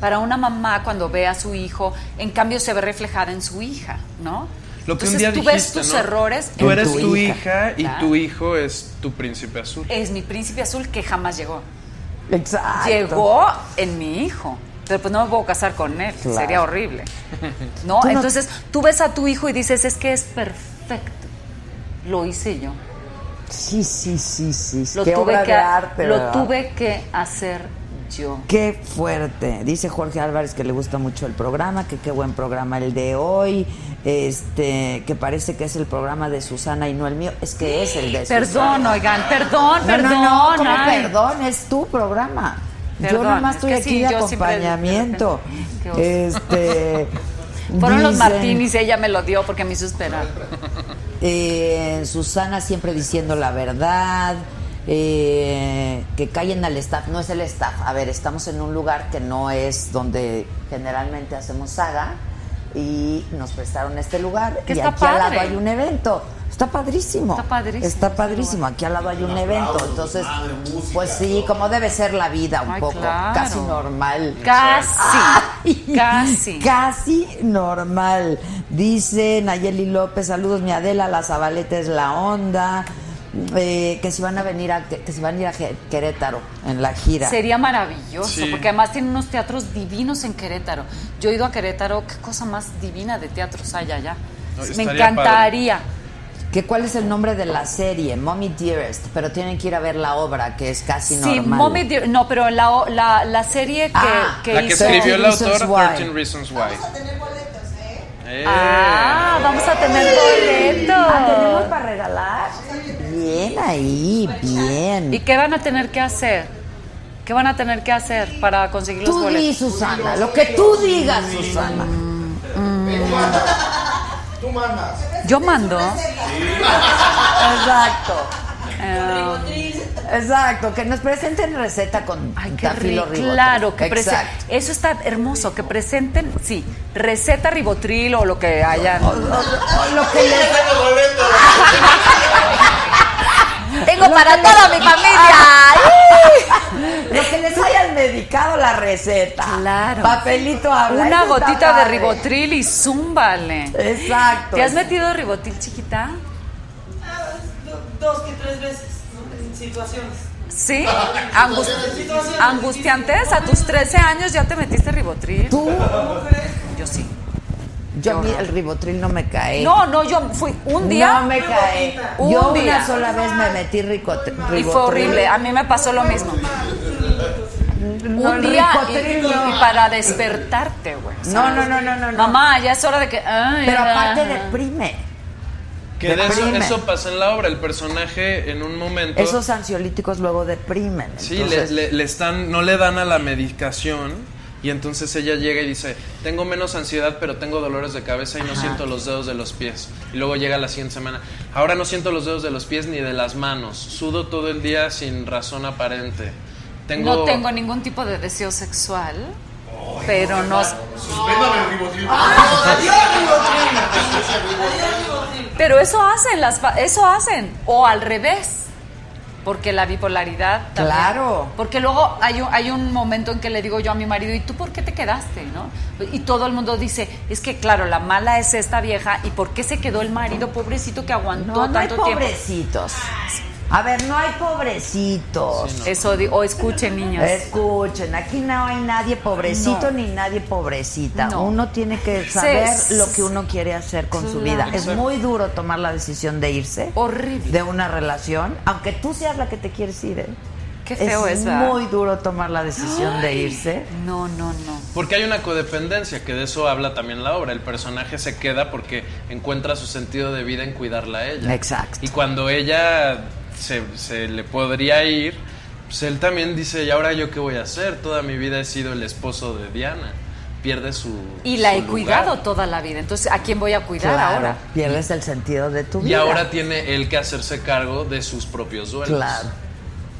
[SPEAKER 7] Para una mamá cuando ve a su hijo, en cambio se ve reflejada en su hija, ¿no?
[SPEAKER 8] Lo que
[SPEAKER 7] Entonces
[SPEAKER 8] un día
[SPEAKER 7] tú ves
[SPEAKER 8] dijiste,
[SPEAKER 7] tus
[SPEAKER 8] ¿no?
[SPEAKER 7] errores.
[SPEAKER 8] Tú
[SPEAKER 1] en
[SPEAKER 8] eres
[SPEAKER 1] tu
[SPEAKER 8] tu,
[SPEAKER 1] hija.
[SPEAKER 8] hija, y
[SPEAKER 7] Claro.
[SPEAKER 8] tu hijo es tu príncipe azul.
[SPEAKER 7] Es mi príncipe azul que jamás llegó.
[SPEAKER 1] Exacto.
[SPEAKER 7] Llegó en mi hijo. Pero pues no me puedo casar con él,
[SPEAKER 1] Claro.
[SPEAKER 7] sería horrible. ¿No?
[SPEAKER 1] Tú no-
[SPEAKER 7] Entonces tú ves a tu hijo y dices, es que es perfecto. Lo hice yo.
[SPEAKER 1] Sí, sí, sí, sí.
[SPEAKER 7] lo
[SPEAKER 1] qué
[SPEAKER 7] tuve
[SPEAKER 1] obra
[SPEAKER 7] que
[SPEAKER 1] de arte,
[SPEAKER 7] lo
[SPEAKER 1] ¿verdad?
[SPEAKER 7] tuve que hacer yo
[SPEAKER 1] Qué fuerte. Dice Jorge Álvarez que le gusta mucho el programa, que qué buen programa el de hoy. Este, que parece que es el programa de Susana y no el mío. Es que es el de Susana.
[SPEAKER 7] perdón oigan perdón
[SPEAKER 1] No,
[SPEAKER 7] perdón
[SPEAKER 1] no, no, ¿cómo
[SPEAKER 7] ay.
[SPEAKER 1] perdón? Es tu programa. yo
[SPEAKER 7] Perdón,
[SPEAKER 1] nada más
[SPEAKER 7] es
[SPEAKER 1] estoy
[SPEAKER 7] que
[SPEAKER 1] aquí
[SPEAKER 7] sí,
[SPEAKER 1] de
[SPEAKER 7] yo siempre de- de
[SPEAKER 1] acompañamiento.
[SPEAKER 7] repente- Qué oso.
[SPEAKER 1] Este.
[SPEAKER 7] fueron los
[SPEAKER 1] dicen,
[SPEAKER 7] martinis ella me lo dio porque me hizo esperar
[SPEAKER 1] eh, Susana siempre diciendo la verdad. eh, que callen al staff. No es el staff. A ver, estamos en un lugar que no es donde generalmente hacemos saga. Y nos prestaron este lugar.
[SPEAKER 7] Que
[SPEAKER 1] y
[SPEAKER 7] está
[SPEAKER 1] aquí al lado
[SPEAKER 7] padre.
[SPEAKER 1] hay un evento. Está padrísimo.
[SPEAKER 7] Está padrísimo
[SPEAKER 1] Está
[SPEAKER 7] este
[SPEAKER 1] padrísimo. Aquí al lado hay un evento.
[SPEAKER 2] aplauso,
[SPEAKER 1] Entonces,
[SPEAKER 2] madre, música,
[SPEAKER 1] pues sí, como debe ser la vida un
[SPEAKER 7] Ay,
[SPEAKER 1] poco.
[SPEAKER 7] claro.
[SPEAKER 1] Casi normal.
[SPEAKER 7] casi
[SPEAKER 1] Ay,
[SPEAKER 7] casi
[SPEAKER 1] Casi normal. Dice Nayeli López, saludos mi Adela, la Zabaleta es la onda. Eh, que si van a venir a que, que si van a ir a Je- Querétaro en la gira.
[SPEAKER 7] Sería maravilloso,
[SPEAKER 8] Sí.
[SPEAKER 7] porque además tiene unos teatros divinos en Querétaro. Yo he ido a Querétaro, qué cosa más divina de teatros hay allá.
[SPEAKER 8] No,
[SPEAKER 7] Me
[SPEAKER 8] estaría
[SPEAKER 7] encantaría.
[SPEAKER 1] que cuál es el nombre de la serie, Mommy Dearest, pero tienen que ir a ver la obra, que es casi
[SPEAKER 7] Sí,
[SPEAKER 1] normal.
[SPEAKER 7] Mommy Dear- no, pero la, o- la, la serie que,
[SPEAKER 1] Ah,
[SPEAKER 7] que
[SPEAKER 8] La que
[SPEAKER 7] hizo.
[SPEAKER 8] escribió el autor,
[SPEAKER 1] 13 Reasons Why.
[SPEAKER 8] 13 Reasons Why. Vamos a tener boletos, ¿eh?
[SPEAKER 7] Ah, vamos a tener boletos.
[SPEAKER 1] Ah,
[SPEAKER 5] para regalar?
[SPEAKER 1] Bien ahí,
[SPEAKER 7] ¿Y
[SPEAKER 1] bien.
[SPEAKER 7] qué van a tener que hacer? ¿Qué van a tener que hacer para conseguir los
[SPEAKER 1] Tú di,
[SPEAKER 7] boletos?
[SPEAKER 1] Susana, lo que tú digas, Susana.
[SPEAKER 2] Tú mandas.
[SPEAKER 7] Yo mando.
[SPEAKER 1] Exacto.
[SPEAKER 7] eh,
[SPEAKER 1] Exacto, que nos presenten receta con
[SPEAKER 7] Ay, qué
[SPEAKER 1] tafilo
[SPEAKER 7] rico.
[SPEAKER 1] ribotril.
[SPEAKER 7] Claro, que prese-
[SPEAKER 1] Exacto.
[SPEAKER 7] Eso está hermoso, que presenten, sí, receta ribotril o lo que hayan.
[SPEAKER 1] Lo que les-
[SPEAKER 7] Tengo para toda mi familia.
[SPEAKER 1] Lo que les hayan dedicado la receta.
[SPEAKER 7] Claro.
[SPEAKER 1] Papelito habla.
[SPEAKER 7] Una
[SPEAKER 1] eso está
[SPEAKER 7] gotita de
[SPEAKER 1] padre.
[SPEAKER 7] ribotril y zúmbale.
[SPEAKER 1] Exacto.
[SPEAKER 7] ¿Te has metido ribotril chiquita?
[SPEAKER 4] Ah, do- Dos que tres veces, ¿no? En situaciones.
[SPEAKER 7] Sí. Angus- angustiantes, a tus 13 años ya te metiste ribotril.
[SPEAKER 1] Tú,
[SPEAKER 7] Yo sí.
[SPEAKER 1] yo a mí el ribotril no me cae.
[SPEAKER 7] No, no, yo fui un día.
[SPEAKER 1] No me cae.
[SPEAKER 7] Un
[SPEAKER 1] yo una
[SPEAKER 7] día.
[SPEAKER 1] sola vez me metí rico, ribotril.
[SPEAKER 7] Y fue horrible, a mí me pasó lo mismo.
[SPEAKER 1] No,
[SPEAKER 7] un
[SPEAKER 1] el
[SPEAKER 7] día y,
[SPEAKER 1] ricotril
[SPEAKER 7] y-
[SPEAKER 1] no.
[SPEAKER 7] y para despertarte, güey. o sea,
[SPEAKER 1] No, no, no, no, no, no.
[SPEAKER 7] Mamá, ya es hora de que. ay,
[SPEAKER 1] Pero
[SPEAKER 7] ah,
[SPEAKER 1] aparte
[SPEAKER 7] ah".
[SPEAKER 1] deprime.
[SPEAKER 8] Que de eso,
[SPEAKER 1] Deprime.
[SPEAKER 8] eso pasa en la obra, el personaje en un momento...
[SPEAKER 1] Esos ansiolíticos luego deprimen.
[SPEAKER 8] Sí,
[SPEAKER 1] entonces-
[SPEAKER 8] le, le- le están, no le dan a la medicación y entonces ella llega y dice, tengo menos ansiedad pero tengo dolores de cabeza y no siento los dedos de los pies. Y luego llega la siguiente semana, ahora no siento los dedos de los pies ni de las manos, sudo todo el día sin razón aparente. Tengo,
[SPEAKER 7] No tengo ningún tipo de deseo sexual, pero no.
[SPEAKER 3] Suspéndame el ribotril.
[SPEAKER 2] Ah,
[SPEAKER 7] Pero eso hacen, las, fa- eso hacen. O al revés. Porque la bipolaridad también.
[SPEAKER 1] Claro.
[SPEAKER 7] Porque luego hay un, hay un momento en que le digo yo a mi marido, ¿y tú por qué te quedaste? ¿No? Y todo el mundo dice, es que claro, la mala es esta vieja, ¿y por qué se quedó el marido pobrecito que aguantó
[SPEAKER 1] No, no hay
[SPEAKER 7] tanto tiempo?
[SPEAKER 1] pobrecitos. A ver, no hay pobrecitos.
[SPEAKER 7] Eso digo, o escuchen niños.
[SPEAKER 1] Escuchen, aquí no hay nadie pobrecito
[SPEAKER 7] No.
[SPEAKER 1] ni nadie pobrecita.
[SPEAKER 7] No.
[SPEAKER 1] Uno tiene que saber
[SPEAKER 7] Se-
[SPEAKER 1] lo que uno quiere hacer con su
[SPEAKER 7] Claro.
[SPEAKER 1] vida. Es muy duro tomar la decisión de irse
[SPEAKER 7] Horrible.
[SPEAKER 1] de una relación, aunque tú seas la que te quieres ir. ¿eh?
[SPEAKER 7] Qué feo ¿ah? es, ¿verdad?
[SPEAKER 1] muy duro tomar la decisión de irse.
[SPEAKER 7] No, no, no.
[SPEAKER 8] Porque hay una codependencia, que de eso habla también la obra. El personaje se queda porque encuentra su sentido de vida en cuidarla a ella.
[SPEAKER 1] Exacto.
[SPEAKER 8] Y cuando ella se, se le podría ir, pues él también dice, ¿y ahora yo qué voy a hacer? Toda mi vida he sido el esposo de Diana. Pierde su...
[SPEAKER 7] Y la
[SPEAKER 8] su
[SPEAKER 7] he
[SPEAKER 8] lugar.
[SPEAKER 7] cuidado toda la vida. Entonces, ¿a quién voy a cuidar
[SPEAKER 1] Claro,
[SPEAKER 7] ahora?
[SPEAKER 1] Pierdes el sentido de tu
[SPEAKER 8] Y
[SPEAKER 1] vida.
[SPEAKER 8] ahora tiene él que hacerse cargo de sus propios duelos.
[SPEAKER 1] Claro.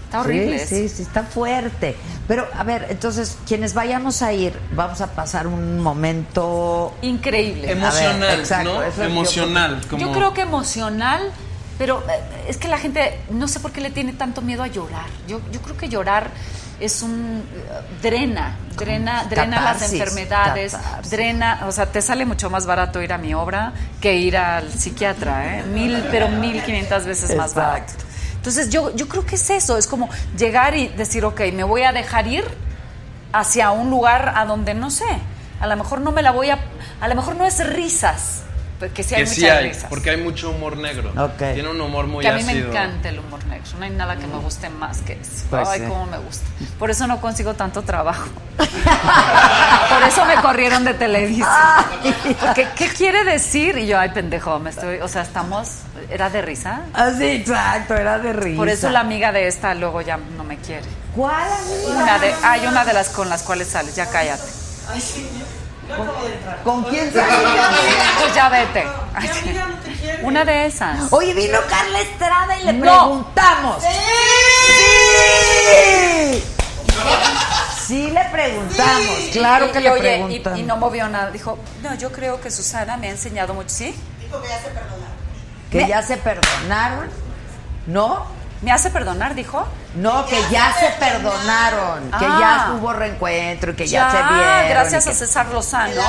[SPEAKER 7] Está horrible.
[SPEAKER 1] Sí,
[SPEAKER 7] eso.
[SPEAKER 1] sí, sí, está fuerte. Pero, a ver, entonces, quienes vayamos a ir, vamos a pasar un momento
[SPEAKER 7] Increíble.
[SPEAKER 8] Emocional,
[SPEAKER 1] A ver, exacto, eso es
[SPEAKER 8] ¿no?
[SPEAKER 1] lo que yo-
[SPEAKER 8] Emocional. como...
[SPEAKER 7] Yo creo que emocional, pero eh, es que la gente no sé por qué le tiene tanto miedo a llorar. Yo, yo creo que llorar es un eh, drena, drena, drena las
[SPEAKER 1] Catarsis,
[SPEAKER 7] enfermedades,
[SPEAKER 1] catarsis.
[SPEAKER 7] drena, o sea, te sale mucho más barato ir a mi obra que ir al psiquiatra, ¿eh? mil, pero mil quinientas veces más
[SPEAKER 1] Exacto.
[SPEAKER 7] barato. Entonces yo, yo creo que es eso, es como llegar y decir, ok, me voy a dejar ir hacia un lugar a donde no sé, a lo mejor no me la voy a, a lo mejor no es risas, porque sí hay
[SPEAKER 8] que
[SPEAKER 7] muchas
[SPEAKER 8] sí hay,
[SPEAKER 7] risas.
[SPEAKER 8] porque hay mucho humor negro.
[SPEAKER 1] Ok.
[SPEAKER 8] Tiene un humor muy
[SPEAKER 7] que a mí me
[SPEAKER 8] ácido. Mm.
[SPEAKER 7] encanta el humor negro, no hay nada que me guste más que eso.
[SPEAKER 1] Pues
[SPEAKER 7] Ay,
[SPEAKER 1] sí.
[SPEAKER 7] cómo me gusta. Por eso no consigo tanto trabajo. Por eso me corrieron de Televisa. Porque, ¿qué quiere decir? Y yo, ay, pendejo, me estoy, o sea, estamos, era de risa.
[SPEAKER 1] Ah, sí, exacto, era de risa.
[SPEAKER 7] Por eso la amiga de esta luego ya no me quiere.
[SPEAKER 1] ¿Cuál amiga?
[SPEAKER 7] Una de, hay una de las con las cuales sales, ya cállate.
[SPEAKER 4] Ay, sí, yo- yo acabo de entrar.
[SPEAKER 1] ¿Con quién saliste?
[SPEAKER 7] Pues ya vete. Ay,
[SPEAKER 4] Mi amiga no te quiere.
[SPEAKER 7] Una de esas.
[SPEAKER 1] Oye, vino Carla Estrada y le
[SPEAKER 7] No.
[SPEAKER 1] preguntamos. ¡Sí! Sí, le preguntamos. Claro que
[SPEAKER 7] Y- y,
[SPEAKER 1] le
[SPEAKER 7] oye, y-
[SPEAKER 1] preguntamos.
[SPEAKER 7] Y, no movió nada. Dijo, no, yo creo que Susana me ha enseñado mucho. ¿Sí?
[SPEAKER 1] Que
[SPEAKER 7] me-
[SPEAKER 1] ya se perdonaron. ¿No?
[SPEAKER 7] ¿Me hace perdonar? Dijo.
[SPEAKER 1] No, que ya se perdonaron, que
[SPEAKER 7] Ah.
[SPEAKER 1] ya hubo reencuentro y que ya, se vieron.
[SPEAKER 7] gracias
[SPEAKER 1] y
[SPEAKER 7] a
[SPEAKER 1] que-
[SPEAKER 7] César Lozano.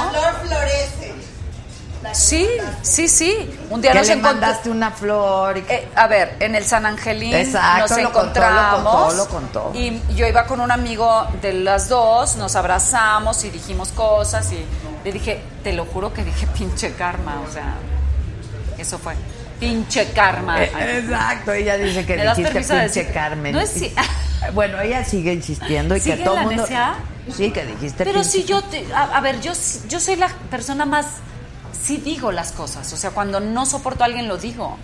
[SPEAKER 9] florece.
[SPEAKER 7] Sí, sí, sí. Un día
[SPEAKER 1] que
[SPEAKER 7] nos
[SPEAKER 1] le
[SPEAKER 7] encontramos.
[SPEAKER 1] mandaste una flor y que-
[SPEAKER 7] a ver, en el San Angelín
[SPEAKER 1] Exacto,
[SPEAKER 7] nos
[SPEAKER 1] lo contó, lo
[SPEAKER 7] encontramos.
[SPEAKER 1] contó, lo contó.
[SPEAKER 7] Y yo iba con un amigo de las dos, nos abrazamos y dijimos cosas y le dije, te lo juro que dije pinche karma, o sea, eso fue. Pinche karma.
[SPEAKER 1] Eh, Exacto, ella dice que
[SPEAKER 7] ¿Me das
[SPEAKER 1] dijiste
[SPEAKER 7] permiso de
[SPEAKER 1] pinche
[SPEAKER 7] decir-
[SPEAKER 1] Carmen.
[SPEAKER 7] No es si-
[SPEAKER 1] Bueno, ella sigue insistiendo y
[SPEAKER 7] ¿Sigue
[SPEAKER 1] que todo
[SPEAKER 7] la
[SPEAKER 1] el mundo.
[SPEAKER 7] necia?
[SPEAKER 1] Sí, que dijiste
[SPEAKER 7] Pero
[SPEAKER 1] pinche-
[SPEAKER 7] si yo te, a, a ver, yo, s- yo soy la persona más sí digo las cosas, o sea, cuando no soporto a alguien lo digo.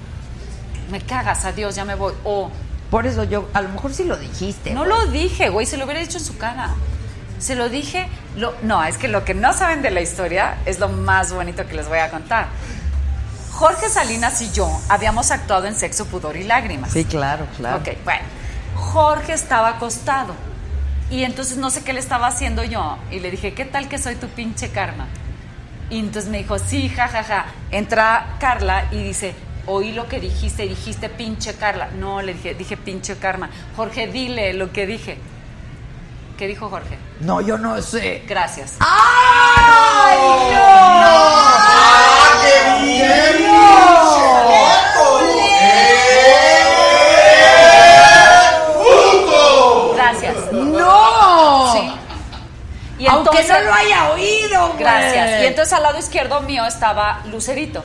[SPEAKER 7] Me cagas, adiós, ya me voy. O
[SPEAKER 1] Por eso yo, a lo mejor sí lo dijiste.
[SPEAKER 7] no
[SPEAKER 1] güey.
[SPEAKER 7] lo dije, güey, se lo hubiera dicho en su cara. Se lo dije, lo, no, es que lo que no saben de la historia es lo más bonito que les voy a contar. Jorge Salinas y yo habíamos actuado en Sexo, Pudor y Lágrimas.
[SPEAKER 1] Sí, claro, claro.
[SPEAKER 7] Ok, bueno. Jorge estaba acostado. Y entonces no sé qué le estaba haciendo yo. Y le dije, ¿qué tal que soy tu pinche karma? Y entonces me dijo, sí, jajaja. Entra Carla y dice, oí lo que dijiste, dijiste pinche Carla. No, le dije, dije pinche karma. Jorge, dile lo que dije. ¿Qué dijo Jorge?
[SPEAKER 1] No, yo no sé.
[SPEAKER 7] Gracias.
[SPEAKER 1] ¡Ay,
[SPEAKER 2] ¡Ah, qué bien!
[SPEAKER 7] Gracias.
[SPEAKER 1] no! ¡No!
[SPEAKER 7] Sí. Y
[SPEAKER 1] Aunque
[SPEAKER 7] entonces-
[SPEAKER 1] no lo haya oído, güey.
[SPEAKER 7] Gracias. Y entonces al lado izquierdo mío estaba Lucerito.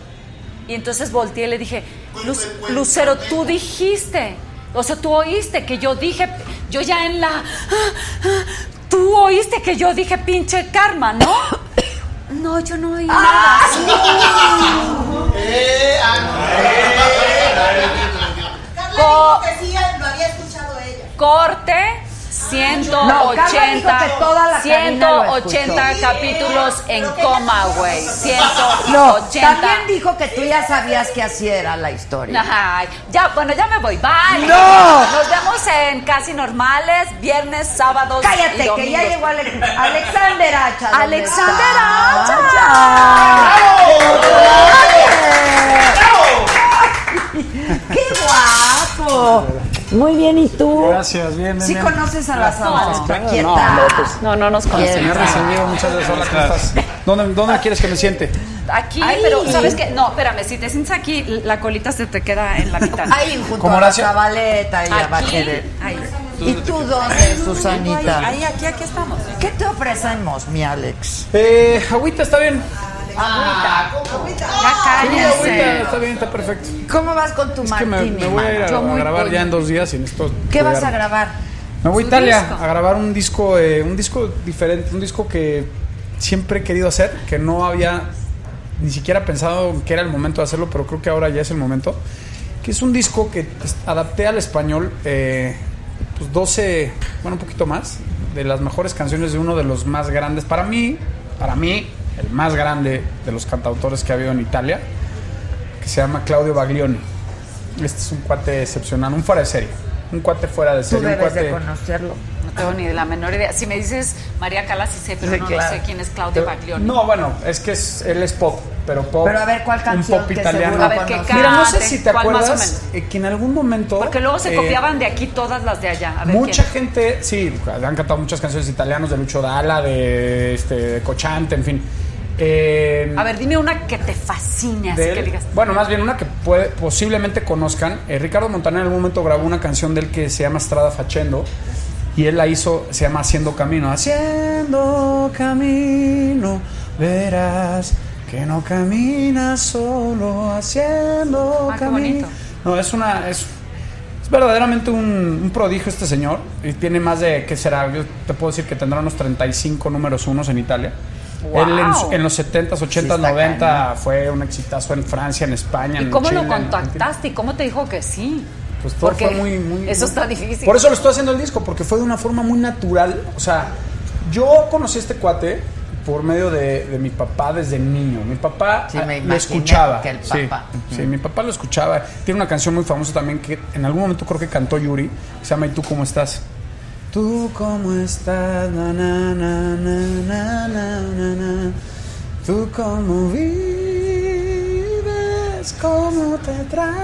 [SPEAKER 7] Y entonces volteé y le dije, "Luz- Lucero, tú dijiste, o sea, tú oíste que yo dije, yo ya en la... ah, ah, Tú oíste que yo dije pinche karma, ¿no? Ah, No, yo no oí nada.
[SPEAKER 2] ¡Eh,
[SPEAKER 7] Co-
[SPEAKER 4] que sí, lo había escuchado ella.
[SPEAKER 7] corte. 180,
[SPEAKER 1] No, Carla dijo que toda la cabina lo escuchó.
[SPEAKER 7] 180 capítulos en coma, güey. 180.
[SPEAKER 1] No, también dijo que tú ya sabías que así era la historia.
[SPEAKER 7] Ay, ya, bueno, ya me voy. Bye.
[SPEAKER 1] ¡No!
[SPEAKER 7] Nos vemos en Casi Normales, viernes, sábados. y
[SPEAKER 1] Cállate, que ya
[SPEAKER 7] domingos.
[SPEAKER 1] llegó Ale- Alexander Hacha. ¿dónde
[SPEAKER 7] Alexander
[SPEAKER 1] está?
[SPEAKER 7] Hacha.
[SPEAKER 1] ¡Qué guapo! Muy bien, ¿y tú?
[SPEAKER 9] Gracias, bien, bien,
[SPEAKER 1] ¿Sí
[SPEAKER 9] bien.
[SPEAKER 1] conoces a las amas?
[SPEAKER 9] Claro,
[SPEAKER 1] Quieta.
[SPEAKER 9] no, no, pues,
[SPEAKER 7] No, no nos
[SPEAKER 1] Quieta.
[SPEAKER 9] Me ha recibido muchas veces. Hola, ¿cómo estás? ¿Dónde, ¿Dónde quieres que me siente?
[SPEAKER 7] Aquí,
[SPEAKER 1] Ay.
[SPEAKER 7] pero ¿sabes qué? No, espérame, si te sientes aquí, la colita se te queda en la mitad.
[SPEAKER 1] Ahí junto
[SPEAKER 9] ¿Cómo
[SPEAKER 1] a la
[SPEAKER 9] Horacio?
[SPEAKER 1] chavaleta y a Bachelet.
[SPEAKER 7] ahí.
[SPEAKER 1] ¿Y tú dónde, Susanita?
[SPEAKER 7] Ahí, aquí, aquí estamos.
[SPEAKER 1] ¿Qué te ofrecemos, mi Alex?
[SPEAKER 9] Eh, agüita, está bien.
[SPEAKER 1] Ya
[SPEAKER 9] Sí, agüita,
[SPEAKER 1] cállense.
[SPEAKER 9] está bien, está perfecto.
[SPEAKER 1] ¿Cómo vas con tu
[SPEAKER 9] Es que me,
[SPEAKER 1] martini,
[SPEAKER 9] me voy a ir a,
[SPEAKER 1] mano? Yo
[SPEAKER 9] a
[SPEAKER 1] muy
[SPEAKER 9] grabar ya
[SPEAKER 1] contenta.
[SPEAKER 9] en dos días y necesito
[SPEAKER 1] ¿Qué vas a
[SPEAKER 9] cuidarme.
[SPEAKER 1] grabar?
[SPEAKER 9] Me voy a
[SPEAKER 7] Su
[SPEAKER 9] Italia
[SPEAKER 7] disco.
[SPEAKER 9] a grabar un disco, eh, un disco diferente, un disco que siempre he querido hacer, que no había ni siquiera pensado que era el momento de hacerlo, pero creo que ahora ya es el momento. Que es un disco que es- adapté al español, eh, pues 12, bueno, un poquito más, de las mejores canciones de uno de los más grandes, para mí, para mí, el más grande de los cantautores que ha habido en Italia, que se llama Claudio Baglioni. Este es un cuate excepcional, un fuera de serie. Un cuate fuera de
[SPEAKER 1] Tú
[SPEAKER 9] serie. un
[SPEAKER 1] debes
[SPEAKER 9] cuate,
[SPEAKER 1] de conocerlo.
[SPEAKER 7] No tengo ni la menor idea. Si me dices María Cala, sí sé, pero
[SPEAKER 1] Sí,
[SPEAKER 7] no,
[SPEAKER 1] claro.
[SPEAKER 7] sé quién es Claudio Baglioni.
[SPEAKER 9] No, bueno, es que es, él es pop, pero pop.
[SPEAKER 1] Pero a ver, ¿cuál canción
[SPEAKER 9] Un pop
[SPEAKER 1] que
[SPEAKER 9] italiano.
[SPEAKER 1] seguro
[SPEAKER 7] A ver, ¿qué conoces?
[SPEAKER 9] Mira, no sé
[SPEAKER 7] cante?
[SPEAKER 9] si te
[SPEAKER 7] ¿Cuál más o
[SPEAKER 9] acuerdas eh, que en algún momento.
[SPEAKER 7] Porque luego se
[SPEAKER 9] eh,
[SPEAKER 7] copiaban de aquí todas las de allá. A ver,
[SPEAKER 9] mucha
[SPEAKER 7] ¿quién?
[SPEAKER 9] gente, sí, han cantado muchas canciones italianas de Lucho Dalla, de, este, de Cochante, en fin. Eh,
[SPEAKER 7] A ver, dime una que te fascine, así
[SPEAKER 9] de
[SPEAKER 7] que
[SPEAKER 9] él.
[SPEAKER 7] digas.
[SPEAKER 9] Bueno, más bien una que puede- posiblemente conozcan. Eh, Ricardo Montaner en algún momento grabó una canción de él que se llama Estrada Fachendo. Y él la hizo, se llama Haciendo Camino. Haciendo camino, verás que no caminas solo, haciendo
[SPEAKER 7] Ah, qué bonito.
[SPEAKER 9] camino. No, es una. Es, es verdaderamente un, un prodigio este señor. Y tiene más de, ¿qué será? Yo te puedo decir que tendrá unos 35 números unos en Italia. Él en,
[SPEAKER 7] Wow.
[SPEAKER 9] en los 70s, 80s,
[SPEAKER 1] está
[SPEAKER 9] 90 fue un exitazo en Francia, en España.
[SPEAKER 7] ¿Y
[SPEAKER 9] en
[SPEAKER 7] cómo
[SPEAKER 9] Chile, en
[SPEAKER 7] lo
[SPEAKER 9] Argentina.
[SPEAKER 7] contactaste? ¿Y cómo te dijo que sí?
[SPEAKER 9] Pues todo
[SPEAKER 7] Porque
[SPEAKER 9] fue muy, muy-
[SPEAKER 7] eso está difícil.
[SPEAKER 9] Por eso lo estoy haciendo el disco, porque fue de una forma muy natural. O sea, yo conocí a este cuate por medio de, de mi papá desde niño. Mi papá
[SPEAKER 1] Sí,
[SPEAKER 9] ah,
[SPEAKER 1] me
[SPEAKER 9] lo
[SPEAKER 1] imaginé
[SPEAKER 9] escuchaba.
[SPEAKER 1] que el
[SPEAKER 9] Sí,
[SPEAKER 1] papá.
[SPEAKER 9] sí, mi papá lo escuchaba. Tiene una canción muy famosa también que en algún momento creo que cantó Yuri. que se llama ¿Y tú cómo estás? Tú cómo estás, na, na, na, na, na, na, na, na. Tú cómo vives, cómo te tratan,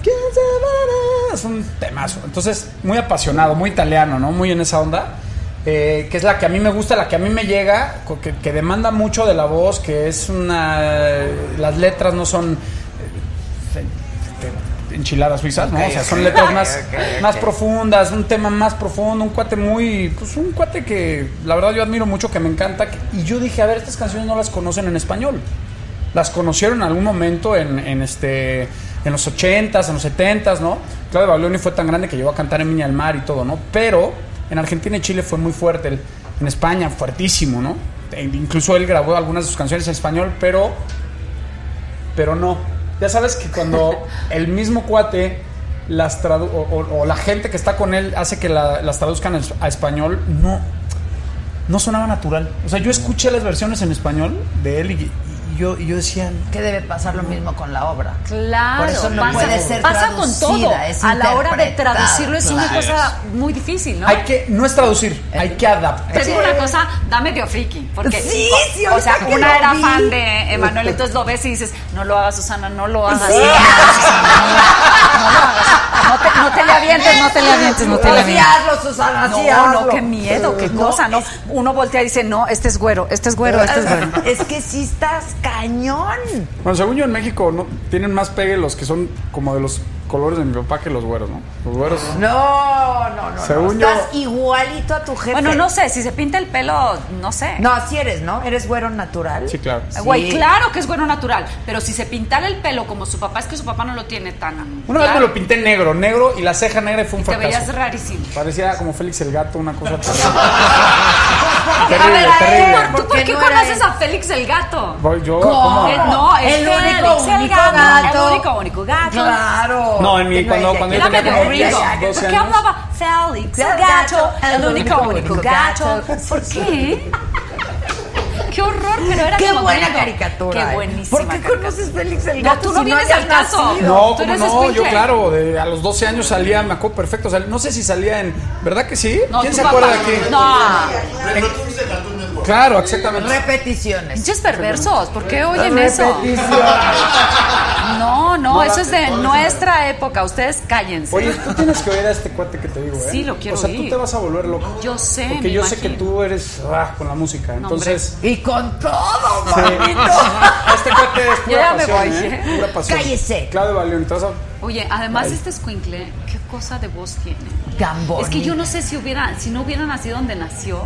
[SPEAKER 9] quién se verá. Es un temazo. Entonces, muy apasionado, muy italiano, ¿no? Muy en esa onda. eh, que es la que a mí me gusta, la que a mí me llega, co- que, que demanda mucho de la voz, que es una... Las letras no son enchiladas suizas, ¿no? O sea, son letras más, más profundas, un tema más profundo, un cuate muy, pues un cuate que la verdad yo admiro mucho, que me encanta. que- y yo dije, a ver, estas canciones no las conocen en español. las conocieron en algún momento en, en este en los 80s, en los 70s, ¿no? Claudia Baglioni fue tan grande que llegó a cantar en Viña del Mar y todo, ¿no? Pero en Argentina y Chile fue muy fuerte, el- en España fuertísimo, ¿no? E incluso él grabó algunas de sus canciones en español, pero pero no. Ya sabes que cuando el mismo cuate las tradu o, o- o la gente que está con él hace que la- las traduzcan a es- a español, no, no sonaba natural. O sea, yo escuché las versiones en español de él y, y yo, y yo decía,
[SPEAKER 1] Que debe pasar lo mismo con la obra.
[SPEAKER 7] Claro,
[SPEAKER 1] Por eso no
[SPEAKER 7] pasa,
[SPEAKER 1] puede ser
[SPEAKER 7] pasa con
[SPEAKER 1] traducida,
[SPEAKER 7] todo.
[SPEAKER 1] es
[SPEAKER 7] A la hora de
[SPEAKER 1] interpretada,
[SPEAKER 7] traducirlo es una
[SPEAKER 1] claro.
[SPEAKER 7] cosa muy difícil, ¿no?
[SPEAKER 9] hay que, no es traducir, hay que adaptar.
[SPEAKER 7] Pero es una cosa, da medio friki. Porque,
[SPEAKER 1] Sí, sí,
[SPEAKER 7] o sea,
[SPEAKER 1] ahorita que
[SPEAKER 7] una
[SPEAKER 1] lo
[SPEAKER 7] era
[SPEAKER 1] vi.
[SPEAKER 7] fan de Emanuel, entonces lo ves y dices, no lo hagas, Susana, no lo hagas.
[SPEAKER 1] Sí.
[SPEAKER 7] No, lo hagas. No te, no te le avientes, no te le avientes, no te le
[SPEAKER 1] Así
[SPEAKER 7] avientes.
[SPEAKER 1] Pues hazlo, Susana, así
[SPEAKER 7] No,
[SPEAKER 1] hazlo.
[SPEAKER 7] no, qué miedo, qué cosa, ¿no? Uno voltea y dice, no, este es güero, este es güero, este es güero.
[SPEAKER 1] Ah, Es que sí estás cañón.
[SPEAKER 9] Bueno, según yo en México no tienen más pegue los que son como de los colores de mi papá que los güeros, ¿no? Los güeros.
[SPEAKER 1] No, no, no.
[SPEAKER 9] Según
[SPEAKER 1] no.
[SPEAKER 9] yo-
[SPEAKER 1] Estás igualito a tu jefe.
[SPEAKER 7] Bueno, no sé, si se pinta el pelo, no sé.
[SPEAKER 1] No, así eres, ¿no? Eres güero natural. Ah,
[SPEAKER 9] Sí, claro.
[SPEAKER 7] Güey,
[SPEAKER 1] Sí.
[SPEAKER 7] claro que es bueno natural, pero si se pintara el pelo como su papá, es que su papá no lo tiene tan.
[SPEAKER 9] Una vez me
[SPEAKER 7] claro.
[SPEAKER 9] lo pinté negro, negro y la ceja negra y fue un
[SPEAKER 7] Te
[SPEAKER 9] fracaso.
[SPEAKER 7] veías rarísimo.
[SPEAKER 9] Parecía como Félix el gato, una cosa terrible.
[SPEAKER 1] A ver,
[SPEAKER 9] terrible,
[SPEAKER 1] a ver,
[SPEAKER 9] terrible.
[SPEAKER 7] ¿Tú por
[SPEAKER 1] Porque
[SPEAKER 7] qué
[SPEAKER 1] no era
[SPEAKER 7] conoces
[SPEAKER 1] él.
[SPEAKER 7] a Félix el gato?
[SPEAKER 9] Voy yo
[SPEAKER 1] ¿Cómo?
[SPEAKER 7] Eh, no, es
[SPEAKER 1] El
[SPEAKER 7] Félix,
[SPEAKER 1] único,
[SPEAKER 7] el
[SPEAKER 1] único
[SPEAKER 7] gato,
[SPEAKER 1] gato.
[SPEAKER 7] El único, único gato.
[SPEAKER 1] Claro.
[SPEAKER 9] No, en mi-
[SPEAKER 1] Que
[SPEAKER 9] cuando-
[SPEAKER 1] hay-
[SPEAKER 9] cuando yo
[SPEAKER 7] Era
[SPEAKER 9] tenía
[SPEAKER 7] medio
[SPEAKER 9] como
[SPEAKER 7] gringo.
[SPEAKER 9] 12
[SPEAKER 7] ¿Por qué
[SPEAKER 9] años.
[SPEAKER 7] hablaba Félix el gato? El único, único gato. ¿Por qué? Qué horror, pero era
[SPEAKER 1] Qué
[SPEAKER 7] como
[SPEAKER 1] buena
[SPEAKER 7] gringo.
[SPEAKER 1] caricatura.
[SPEAKER 7] Qué
[SPEAKER 1] eh.
[SPEAKER 7] buenísima.
[SPEAKER 1] ¿Por qué
[SPEAKER 7] caricatura.
[SPEAKER 1] conoces Félix el
[SPEAKER 7] No,
[SPEAKER 1] gato?
[SPEAKER 7] tú no
[SPEAKER 1] si
[SPEAKER 7] vienes
[SPEAKER 1] hayas
[SPEAKER 7] al caso.
[SPEAKER 1] nacido?
[SPEAKER 9] No,
[SPEAKER 7] Tú
[SPEAKER 9] como
[SPEAKER 7] eres
[SPEAKER 9] no,
[SPEAKER 7] escuincle.
[SPEAKER 9] yo claro, de- a los 12 años salía, me acuerdo perfecto, o sea, no sé si salía en, ¿verdad que sí?
[SPEAKER 7] No,
[SPEAKER 9] ¿Quién
[SPEAKER 7] tu
[SPEAKER 9] se
[SPEAKER 7] papá.
[SPEAKER 9] acuerda de aquí?
[SPEAKER 7] No,
[SPEAKER 9] Claro, exactamente.
[SPEAKER 1] Repeticiones.
[SPEAKER 7] pinches perversos. ¿Por qué oyen eso? No, no, eso es de nuestra época. Ustedes cállense.
[SPEAKER 9] Oye, tú tienes que oír a este cuate que te digo, ¿eh?
[SPEAKER 7] Sí, lo quiero
[SPEAKER 9] O sea, tú
[SPEAKER 7] oír.
[SPEAKER 9] te vas a volver loco.
[SPEAKER 7] Yo sé,
[SPEAKER 9] Porque
[SPEAKER 7] me
[SPEAKER 9] yo sé que
[SPEAKER 7] imagino.
[SPEAKER 9] tú eres ah, con la música,
[SPEAKER 7] hombre.
[SPEAKER 9] entonces...
[SPEAKER 1] Y con todo,
[SPEAKER 9] sí.
[SPEAKER 1] mamito.
[SPEAKER 9] Este cuate es pura
[SPEAKER 7] Ya me
[SPEAKER 9] pasión,
[SPEAKER 7] voy,
[SPEAKER 9] ¿eh?
[SPEAKER 7] ¿eh?
[SPEAKER 9] Pura pasión.
[SPEAKER 1] Cállese.
[SPEAKER 9] Claudio Valión, te vas a...
[SPEAKER 7] Oye, además este escuincle, qué cosa de voz tiene.
[SPEAKER 1] Tan
[SPEAKER 7] Es que
[SPEAKER 1] bonita.
[SPEAKER 7] yo no sé si hubiera, si no hubiera nacido donde nació,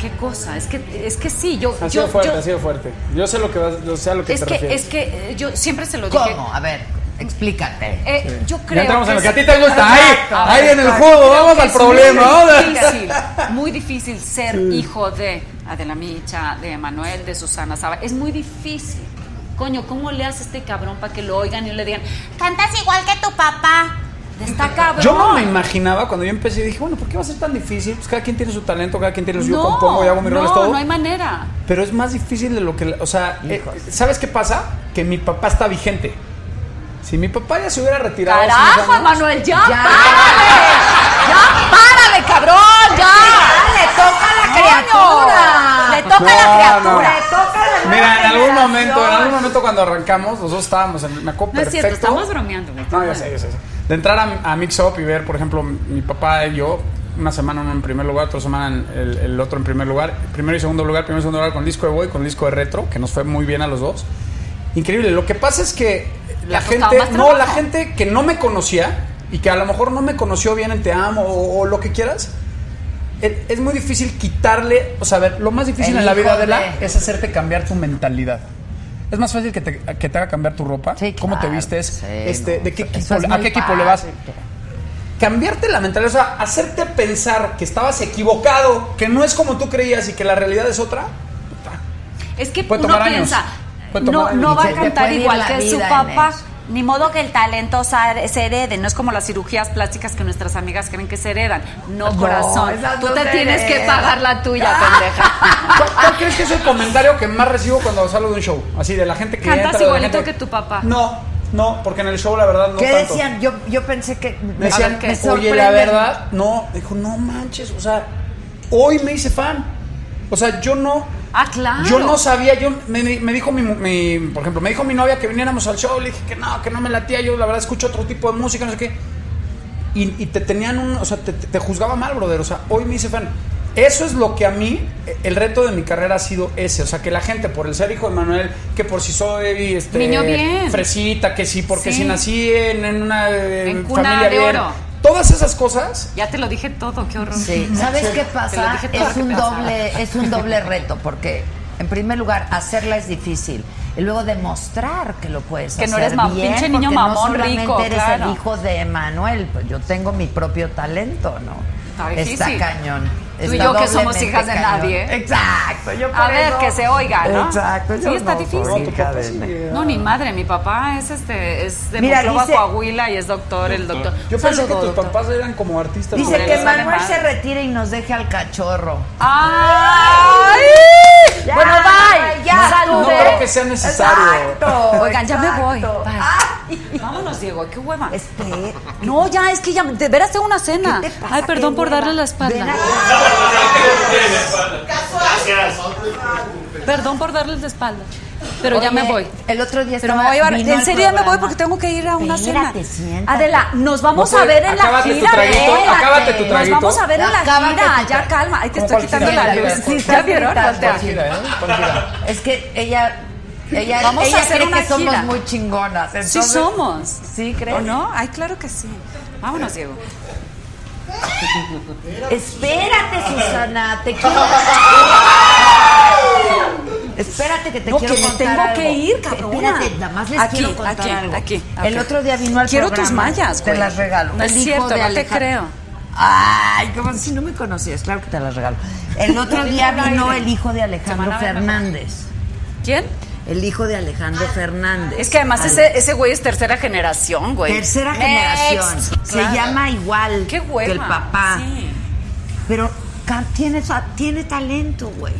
[SPEAKER 7] qué cosa. Es que, es que sí, yo,
[SPEAKER 9] Ha sido
[SPEAKER 7] yo,
[SPEAKER 9] fuerte,
[SPEAKER 7] yo-
[SPEAKER 9] ha sido fuerte. Yo sé lo que vas, yo sé a lo que
[SPEAKER 7] es
[SPEAKER 9] te
[SPEAKER 7] que,
[SPEAKER 9] refieres.
[SPEAKER 7] es que eh, yo siempre se lo dije.
[SPEAKER 1] ¿Cómo? A ver, explícate.
[SPEAKER 7] Eh, Yo creo
[SPEAKER 9] ya entramos
[SPEAKER 7] que
[SPEAKER 9] en lo que a
[SPEAKER 7] es-
[SPEAKER 9] ti te gusta. Ahí,
[SPEAKER 1] Exacto.
[SPEAKER 9] ahí en el
[SPEAKER 1] Exacto.
[SPEAKER 9] juego,
[SPEAKER 7] Creo
[SPEAKER 9] vamos
[SPEAKER 7] que
[SPEAKER 9] al
[SPEAKER 7] es
[SPEAKER 9] problema.
[SPEAKER 7] Muy
[SPEAKER 9] vamos a-
[SPEAKER 7] difícil, muy difícil ser hijo de Adela Micha, de Manuel, de Susana Saba. Es muy difícil. Coño, ¿cómo le hace este cabrón para que lo oigan y le digan, cantas igual que tu papá? Está cabrón.
[SPEAKER 9] Yo no me imaginaba cuando yo empecé, dije, bueno, ¿por qué va a ser tan difícil? Pues cada quien tiene su talento, cada quien tiene su... yo compongo y hago mis
[SPEAKER 7] no,
[SPEAKER 9] roles, todo.
[SPEAKER 7] No, hay manera.
[SPEAKER 9] Pero es más difícil de lo que... la- O sea, eh, ¿sabes qué pasa? Que mi papá está vigente. Si mi papá ya se hubiera retirado... hace unos
[SPEAKER 7] Carajo,
[SPEAKER 9] años-
[SPEAKER 7] Manuel, ya, ¡Ah, párale. Ya párale, cabrón, ya.
[SPEAKER 1] Le toca a la
[SPEAKER 7] Coño,
[SPEAKER 1] criatura.
[SPEAKER 7] Le toca
[SPEAKER 9] No,
[SPEAKER 7] la criatura.
[SPEAKER 9] no.
[SPEAKER 1] Le toca a la nueva
[SPEAKER 9] Mira, en algún
[SPEAKER 1] generación.
[SPEAKER 9] momento, en algún momento cuando arrancamos, nosotros estábamos en... Me acuerdo
[SPEAKER 7] No es cierto,
[SPEAKER 9] perfecto.
[SPEAKER 7] estamos bromeando, güey.
[SPEAKER 9] No, ya sé, ya sé. ya sé. De entrar a, a Mix Up y ver, por ejemplo, mi papá y yo, una semana uno en primer lugar, otra semana en el, el otro en primer lugar, primero y segundo lugar, primero y segundo lugar con disco de Boy, con disco de Retro, que nos fue muy bien a los dos. Increíble. Lo que pasa es que la
[SPEAKER 7] costaba
[SPEAKER 9] gente,
[SPEAKER 7] más
[SPEAKER 9] no, la
[SPEAKER 7] trabajo.
[SPEAKER 9] gente que no me conocía y que a lo mejor no me conoció bien en Te Amo o, o lo que quieras. e- Es muy difícil quitarle, o sea, a ver, lo más difícil
[SPEAKER 1] El
[SPEAKER 9] en la
[SPEAKER 1] hijo
[SPEAKER 9] vida de la
[SPEAKER 1] de-
[SPEAKER 9] es hacerte cambiar tu mentalidad. Es más fácil que te, que te haga cambiar tu ropa,
[SPEAKER 1] Sí,
[SPEAKER 9] cómo te
[SPEAKER 1] claro,
[SPEAKER 9] vistes,
[SPEAKER 1] sí,
[SPEAKER 9] este,
[SPEAKER 1] no,
[SPEAKER 9] de qué
[SPEAKER 1] eso
[SPEAKER 9] equipo-
[SPEAKER 1] es
[SPEAKER 9] a
[SPEAKER 1] muy
[SPEAKER 9] qué equipo le vas.
[SPEAKER 1] fácil, claro.
[SPEAKER 9] Cambiarte la mentalidad, o sea, hacerte pensar que estabas equivocado, que no es como tú creías y que la realidad es otra.
[SPEAKER 7] Es que
[SPEAKER 9] Puede
[SPEAKER 7] uno
[SPEAKER 9] tomar años.
[SPEAKER 7] piensa,
[SPEAKER 9] Puede
[SPEAKER 7] no,
[SPEAKER 9] tomar años.
[SPEAKER 7] no va
[SPEAKER 1] Se
[SPEAKER 7] a
[SPEAKER 1] te
[SPEAKER 7] cantar
[SPEAKER 1] puede ir
[SPEAKER 7] igual
[SPEAKER 1] la
[SPEAKER 7] que su
[SPEAKER 1] vida en
[SPEAKER 7] papá.
[SPEAKER 1] eso.
[SPEAKER 7] Ni modo que el talento sa- se herede, no es como las cirugías plásticas que nuestras amigas creen que se heredan. No,
[SPEAKER 1] No,
[SPEAKER 7] corazón,
[SPEAKER 1] esas
[SPEAKER 7] tú
[SPEAKER 1] no
[SPEAKER 7] te
[SPEAKER 1] se
[SPEAKER 7] tienes que
[SPEAKER 1] heredan.
[SPEAKER 7] pagar la tuya, pendeja.
[SPEAKER 9] ¿Cuál, cuál crees que es el comentario que más recibo cuando salgo de un show? Así, de la gente que
[SPEAKER 7] Cantas
[SPEAKER 9] entra, de la
[SPEAKER 7] igualito
[SPEAKER 9] gente-
[SPEAKER 7] que tu papá.
[SPEAKER 9] No, no, porque en el show la verdad no
[SPEAKER 1] ¿Qué
[SPEAKER 9] tanto.
[SPEAKER 1] decían? Yo, yo pensé que.
[SPEAKER 9] Me decían,
[SPEAKER 1] a ver, me
[SPEAKER 9] oye,
[SPEAKER 1] sorprenden.
[SPEAKER 9] la verdad, no. Dijo, no manches, o sea, hoy me hice fan. O sea, yo no,
[SPEAKER 7] Ah, claro.
[SPEAKER 9] Yo no sabía, yo me, me- me dijo mi, mu- mi- por ejemplo, me dijo mi novia que viniéramos al show, le dije que no, que no me latía, yo la verdad escucho otro tipo de música, no sé qué. Y, y te tenían un, o sea, te, te- te juzgaba mal, brother, o sea, hoy me hice fan. Eso es lo que a mí, eh, el reto de mi carrera ha sido ese, o sea, que la gente, por el ser hijo de Manuel, que por si soy, este,
[SPEAKER 7] Niño bien.
[SPEAKER 9] fresita, que sí, porque
[SPEAKER 7] Sí.
[SPEAKER 9] si nací en, en una eh,
[SPEAKER 7] En cuna
[SPEAKER 9] familia
[SPEAKER 7] de
[SPEAKER 9] bien,
[SPEAKER 7] oro.
[SPEAKER 9] todas esas cosas,
[SPEAKER 7] Ya te lo dije todo, qué horror.
[SPEAKER 1] Sí, ¿sabes qué
[SPEAKER 7] Te lo
[SPEAKER 1] pasa?
[SPEAKER 7] dije todo lo
[SPEAKER 1] Es
[SPEAKER 7] que
[SPEAKER 1] un
[SPEAKER 7] pensaba.
[SPEAKER 1] doble, es un doble reto, porque en primer lugar, hacerla es difícil. y luego demostrar que lo puedes
[SPEAKER 7] Que
[SPEAKER 1] pues, hacer
[SPEAKER 7] no eres ma-
[SPEAKER 1] bien,
[SPEAKER 7] pinche niño
[SPEAKER 1] porque
[SPEAKER 7] mamón
[SPEAKER 1] no solamente
[SPEAKER 7] rico,
[SPEAKER 1] eres el
[SPEAKER 7] claro.
[SPEAKER 1] hijo de Emanuel, pues yo tengo mi propio talento, ¿no?
[SPEAKER 7] Está
[SPEAKER 1] Está
[SPEAKER 7] difícil.
[SPEAKER 1] cañón.
[SPEAKER 7] Tú y
[SPEAKER 1] Está
[SPEAKER 7] yo que somos
[SPEAKER 1] doblemente
[SPEAKER 7] hijas de nadie.
[SPEAKER 1] Exacto, yo
[SPEAKER 7] A
[SPEAKER 1] por
[SPEAKER 7] ver,
[SPEAKER 1] eso-
[SPEAKER 7] que se oiga, ¿no? pues,
[SPEAKER 1] Exacto, yo
[SPEAKER 7] Sí, está
[SPEAKER 1] no soy
[SPEAKER 7] difícil.
[SPEAKER 1] hija de nadie.
[SPEAKER 7] No, ni madre, mi papá es este es de
[SPEAKER 1] Mira,
[SPEAKER 7] Monclova,
[SPEAKER 1] dice-
[SPEAKER 7] Coahuila y es doctor, el doctor.
[SPEAKER 9] Yo
[SPEAKER 7] Saludo,
[SPEAKER 9] pensé que tus
[SPEAKER 7] doctor.
[SPEAKER 9] papás eran como artistas.
[SPEAKER 1] Dice
[SPEAKER 7] Hombre,
[SPEAKER 1] que
[SPEAKER 7] les vale
[SPEAKER 1] Manuel
[SPEAKER 7] madre.
[SPEAKER 1] se retire y nos deje al cachorro.
[SPEAKER 7] ¡Ay!
[SPEAKER 1] Ya,
[SPEAKER 7] bueno, bye.
[SPEAKER 1] ya,
[SPEAKER 9] no
[SPEAKER 7] Salude.
[SPEAKER 9] creo que sea necesario.
[SPEAKER 1] Exacto.
[SPEAKER 7] Oigan, ya me voy.
[SPEAKER 1] exacto.
[SPEAKER 7] Bye.
[SPEAKER 1] Ay,
[SPEAKER 7] Vámonos, Diego, qué hueva.
[SPEAKER 1] Este,
[SPEAKER 7] No, ya, es que ya, de veras tengo una cena.
[SPEAKER 1] ¿qué te pasa?
[SPEAKER 7] Ay, perdón
[SPEAKER 1] Qué
[SPEAKER 7] por darle
[SPEAKER 1] hueva.
[SPEAKER 7] la
[SPEAKER 1] Ven
[SPEAKER 7] espalda.
[SPEAKER 1] acá.
[SPEAKER 3] Gracias.
[SPEAKER 7] Perdón por darle la espalda. Pero ya
[SPEAKER 1] Oye,
[SPEAKER 7] me voy.
[SPEAKER 1] El otro día
[SPEAKER 7] Pero
[SPEAKER 1] estaba-
[SPEAKER 7] me voy a llevar.
[SPEAKER 1] vino
[SPEAKER 7] En
[SPEAKER 1] al
[SPEAKER 7] serio, ya me voy
[SPEAKER 1] programa.
[SPEAKER 7] porque tengo que ir a una
[SPEAKER 1] Espérate,
[SPEAKER 7] cena.
[SPEAKER 1] siéntate.
[SPEAKER 7] Adela, nos vamos
[SPEAKER 9] No
[SPEAKER 7] a
[SPEAKER 9] sé,
[SPEAKER 7] ver en la
[SPEAKER 9] acábate tu
[SPEAKER 7] gira.
[SPEAKER 9] traguito,
[SPEAKER 7] espérate.
[SPEAKER 9] acábate tu
[SPEAKER 7] Nos
[SPEAKER 9] traguito.
[SPEAKER 7] vamos a ver en la
[SPEAKER 1] Acábate
[SPEAKER 7] gira.
[SPEAKER 1] tu
[SPEAKER 7] Ya
[SPEAKER 1] tra-
[SPEAKER 7] calma. Ay, te estoy
[SPEAKER 9] cual
[SPEAKER 7] quitando
[SPEAKER 9] gira,
[SPEAKER 7] la
[SPEAKER 9] ya
[SPEAKER 7] luz.
[SPEAKER 9] ves, cual
[SPEAKER 7] ¿Ya vieron? Voltea.
[SPEAKER 9] Mira, ¿eh? Cualquiera.
[SPEAKER 1] Es que ella, ella,
[SPEAKER 7] Vamos a
[SPEAKER 1] ella
[SPEAKER 7] hacer
[SPEAKER 1] cree
[SPEAKER 7] una
[SPEAKER 1] que somos
[SPEAKER 7] gira.
[SPEAKER 1] muy chingonas.
[SPEAKER 7] Sí
[SPEAKER 1] entonces-
[SPEAKER 7] somos.
[SPEAKER 1] Sí, creo.
[SPEAKER 7] ¿O no? Ay, claro que sí. Vámonos, Diego.
[SPEAKER 1] Espérate, Susana, te quiero. Espérate que te
[SPEAKER 7] No,
[SPEAKER 1] quiero
[SPEAKER 7] que me
[SPEAKER 1] contar
[SPEAKER 7] tengo
[SPEAKER 1] algo.
[SPEAKER 7] que ir, cabrona.
[SPEAKER 1] Espérate, nada más les
[SPEAKER 7] Aquí,
[SPEAKER 1] quiero contar
[SPEAKER 7] aquí,
[SPEAKER 1] algo.
[SPEAKER 7] aquí,
[SPEAKER 1] El
[SPEAKER 7] ok.
[SPEAKER 1] otro día vino al
[SPEAKER 7] Quiero
[SPEAKER 1] programa.
[SPEAKER 7] tus mallas,
[SPEAKER 1] Te
[SPEAKER 7] güey.
[SPEAKER 1] las regalo.
[SPEAKER 7] No es
[SPEAKER 1] El hijo
[SPEAKER 7] cierto,
[SPEAKER 1] de
[SPEAKER 7] no te
[SPEAKER 1] Alejandro-
[SPEAKER 7] creo.
[SPEAKER 1] Ay, como si no me conocías, claro que te las regalo. El otro día
[SPEAKER 7] Déjala
[SPEAKER 1] vino
[SPEAKER 7] aire.
[SPEAKER 1] el hijo de
[SPEAKER 7] Se
[SPEAKER 1] Alejandro
[SPEAKER 7] van a ver mejor.
[SPEAKER 1] Fernández.
[SPEAKER 7] ¿Quién?
[SPEAKER 1] El hijo de Alejandro Fernández.
[SPEAKER 7] Ah, Es que además
[SPEAKER 1] Al-
[SPEAKER 7] ese, ese güey es tercera generación, güey.
[SPEAKER 1] Tercera
[SPEAKER 7] Pues, Next.
[SPEAKER 1] generación.
[SPEAKER 7] Claro.
[SPEAKER 1] Se llama igual
[SPEAKER 7] Qué hueva.
[SPEAKER 1] que el papá.
[SPEAKER 7] Sí.
[SPEAKER 1] Pero ca- tiene, ta- tiene talento, güey.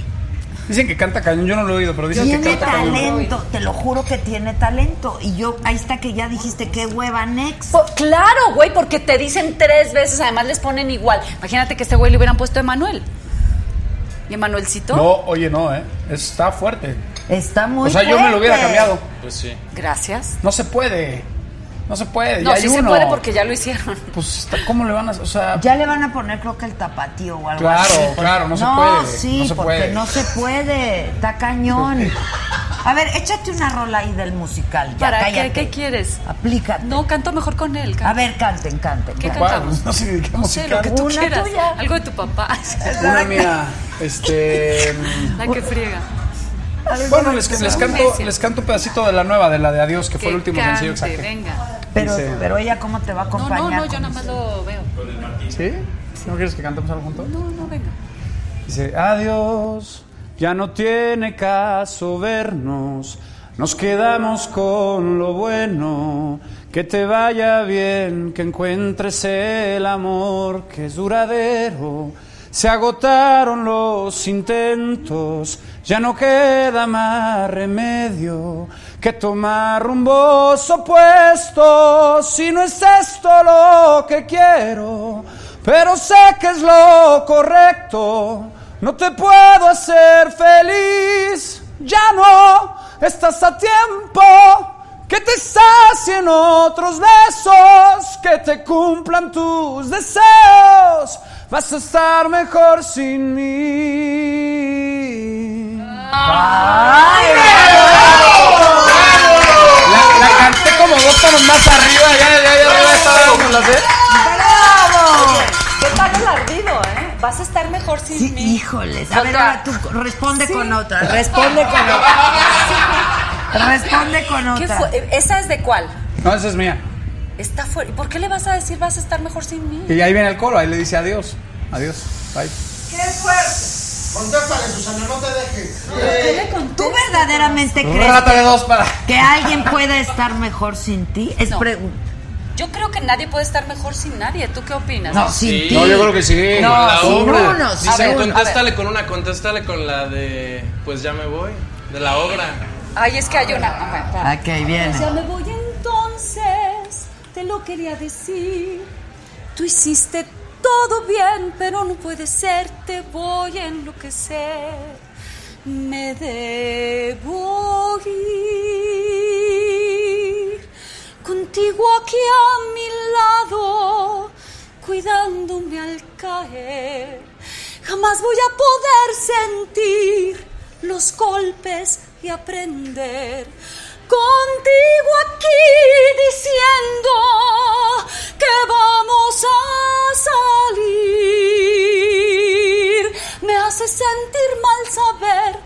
[SPEAKER 9] Dicen que canta cañón, yo no lo he oído, pero dicen que
[SPEAKER 1] Tiene
[SPEAKER 9] canta cañón.
[SPEAKER 1] talento, te lo juro que tiene talento. Y yo, ahí está que ya dijiste qué hueva next.
[SPEAKER 7] Po- claro, güey, porque te dicen tres veces, además les ponen igual. Imagínate que este güey le hubieran puesto Emanuel. ¿Y Emanuelcito?
[SPEAKER 9] No, oye, no, ¿eh? Está fuerte.
[SPEAKER 1] Está muy
[SPEAKER 9] o sea, yo me lo hubiera
[SPEAKER 1] fuerte.
[SPEAKER 9] cambiado.
[SPEAKER 8] Pues sí.
[SPEAKER 7] Gracias.
[SPEAKER 9] No se puede. No se puede.
[SPEAKER 7] No,
[SPEAKER 9] ya hay
[SPEAKER 7] sí se
[SPEAKER 9] uno.
[SPEAKER 7] puede porque ya lo hicieron.
[SPEAKER 9] Pues, está- ¿cómo le van a...? O sea,
[SPEAKER 1] Ya le van a poner, creo que el tapatío o algo
[SPEAKER 9] Claro,
[SPEAKER 1] así.
[SPEAKER 9] claro, no se
[SPEAKER 1] No,
[SPEAKER 9] puede,
[SPEAKER 1] sí,
[SPEAKER 9] no se
[SPEAKER 1] porque
[SPEAKER 9] puede.
[SPEAKER 1] no se puede. Está cañón. A ver, échate una rola ahí del musical. Ya,
[SPEAKER 7] ¿Para qué?
[SPEAKER 1] cállate.
[SPEAKER 7] ¿Qué quieres?
[SPEAKER 1] Aplícate.
[SPEAKER 7] No, canto mejor con él.
[SPEAKER 1] A
[SPEAKER 7] canto.
[SPEAKER 1] ver, canten, canten.
[SPEAKER 7] ¿Qué
[SPEAKER 1] ya.
[SPEAKER 9] Ah, bueno,
[SPEAKER 7] cantamos?
[SPEAKER 9] no sé de qué
[SPEAKER 7] No sé, lo
[SPEAKER 9] música.
[SPEAKER 7] que tú
[SPEAKER 1] Una
[SPEAKER 7] quieras.
[SPEAKER 1] tuya.
[SPEAKER 7] Algo de tu papá.
[SPEAKER 9] Una mía, este...
[SPEAKER 7] La que friega.
[SPEAKER 9] Bueno, les, les canto,
[SPEAKER 7] Sugerencia.
[SPEAKER 9] les canto un pedacito de la nueva, de la de Adiós, que fue
[SPEAKER 7] Que
[SPEAKER 9] el último
[SPEAKER 7] cante,
[SPEAKER 9] sencillo que saqué.
[SPEAKER 7] Venga.
[SPEAKER 1] Pero,
[SPEAKER 9] Dice-
[SPEAKER 1] pero ella, ¿cómo te va a
[SPEAKER 7] No,
[SPEAKER 1] acompañar?
[SPEAKER 7] no, no, yo
[SPEAKER 1] con
[SPEAKER 7] nada más lo veo.
[SPEAKER 9] ¿Sí? ¿No quieres que cantemos algo juntos?
[SPEAKER 7] No, no, venga.
[SPEAKER 9] Dice, adiós, ya no tiene caso vernos, nos quedamos con lo bueno, que te vaya bien, que encuentres el amor que es duradero. Se agotaron los intentos, ya no queda más remedio que tomar rumbos opuestos, si no es esto lo que quiero. Pero sé que es lo correcto. No te puedo hacer feliz. Ya no estás a tiempo. Que te sacien otros besos. Que te cumplan tus deseos. Vas a estar mejor sin mí. La, la canté como dos tonos más arriba. Ya, ya, ya, ya, ya estaba como la sé.
[SPEAKER 7] ¡Bravo! ¿Qué tal el ardido, eh? Vas a estar mejor sin
[SPEAKER 1] Sí,
[SPEAKER 7] mí.
[SPEAKER 1] híjoles. A ver,
[SPEAKER 7] Otra.
[SPEAKER 1] ahora tú responde con otra. Responde con otra. Responde con
[SPEAKER 7] ¿Qué
[SPEAKER 1] otra.
[SPEAKER 7] fue? ¿Esa es de cuál?
[SPEAKER 9] No, esa es mía.
[SPEAKER 7] Está fuera. ¿Y por qué le vas a decir vas a estar mejor sin mí?
[SPEAKER 9] Y ahí viene el coro, ahí le dice adiós. Adiós. Bye.
[SPEAKER 2] Contéstale, Susana, no te dejes.
[SPEAKER 1] ¿Tú verdaderamente
[SPEAKER 9] Un
[SPEAKER 1] crees
[SPEAKER 9] rato de dos para.
[SPEAKER 1] que alguien puede estar mejor sin ti? Es
[SPEAKER 7] No.
[SPEAKER 1] pregunta.
[SPEAKER 7] Yo creo que nadie puede estar mejor sin nadie. ¿Tú qué opinas?
[SPEAKER 1] No, sin ti.
[SPEAKER 9] No, yo creo que sí.
[SPEAKER 1] No,
[SPEAKER 8] la
[SPEAKER 1] sin
[SPEAKER 8] obra.
[SPEAKER 1] unos.
[SPEAKER 7] A
[SPEAKER 8] Dicen,
[SPEAKER 7] ver,
[SPEAKER 8] contéstale con una, contéstale con la de Pues ya me voy, de la obra.
[SPEAKER 7] Ay, es que hay una. Ah, bueno, para.
[SPEAKER 1] Ok, viene.
[SPEAKER 7] Ya me voy entonces, te lo quería decir. Tú hiciste todo bien, pero no puede ser, te voy a enloquecer. Me debo ir contigo aquí a mi lado, cuidándome al caer. Jamás voy a poder sentir los golpes y aprender contigo aquí diciendo que vamos a salir. Me hace sentir mal saber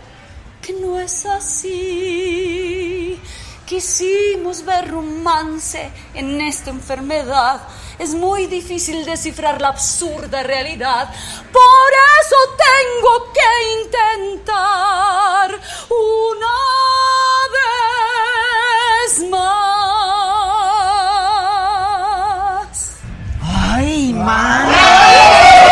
[SPEAKER 7] que no es así.
[SPEAKER 10] Quisimos ver romance en esta enfermedad. Es muy difícil descifrar la absurda realidad. Por eso tengo que intentar una vez más.
[SPEAKER 1] Ay, mano.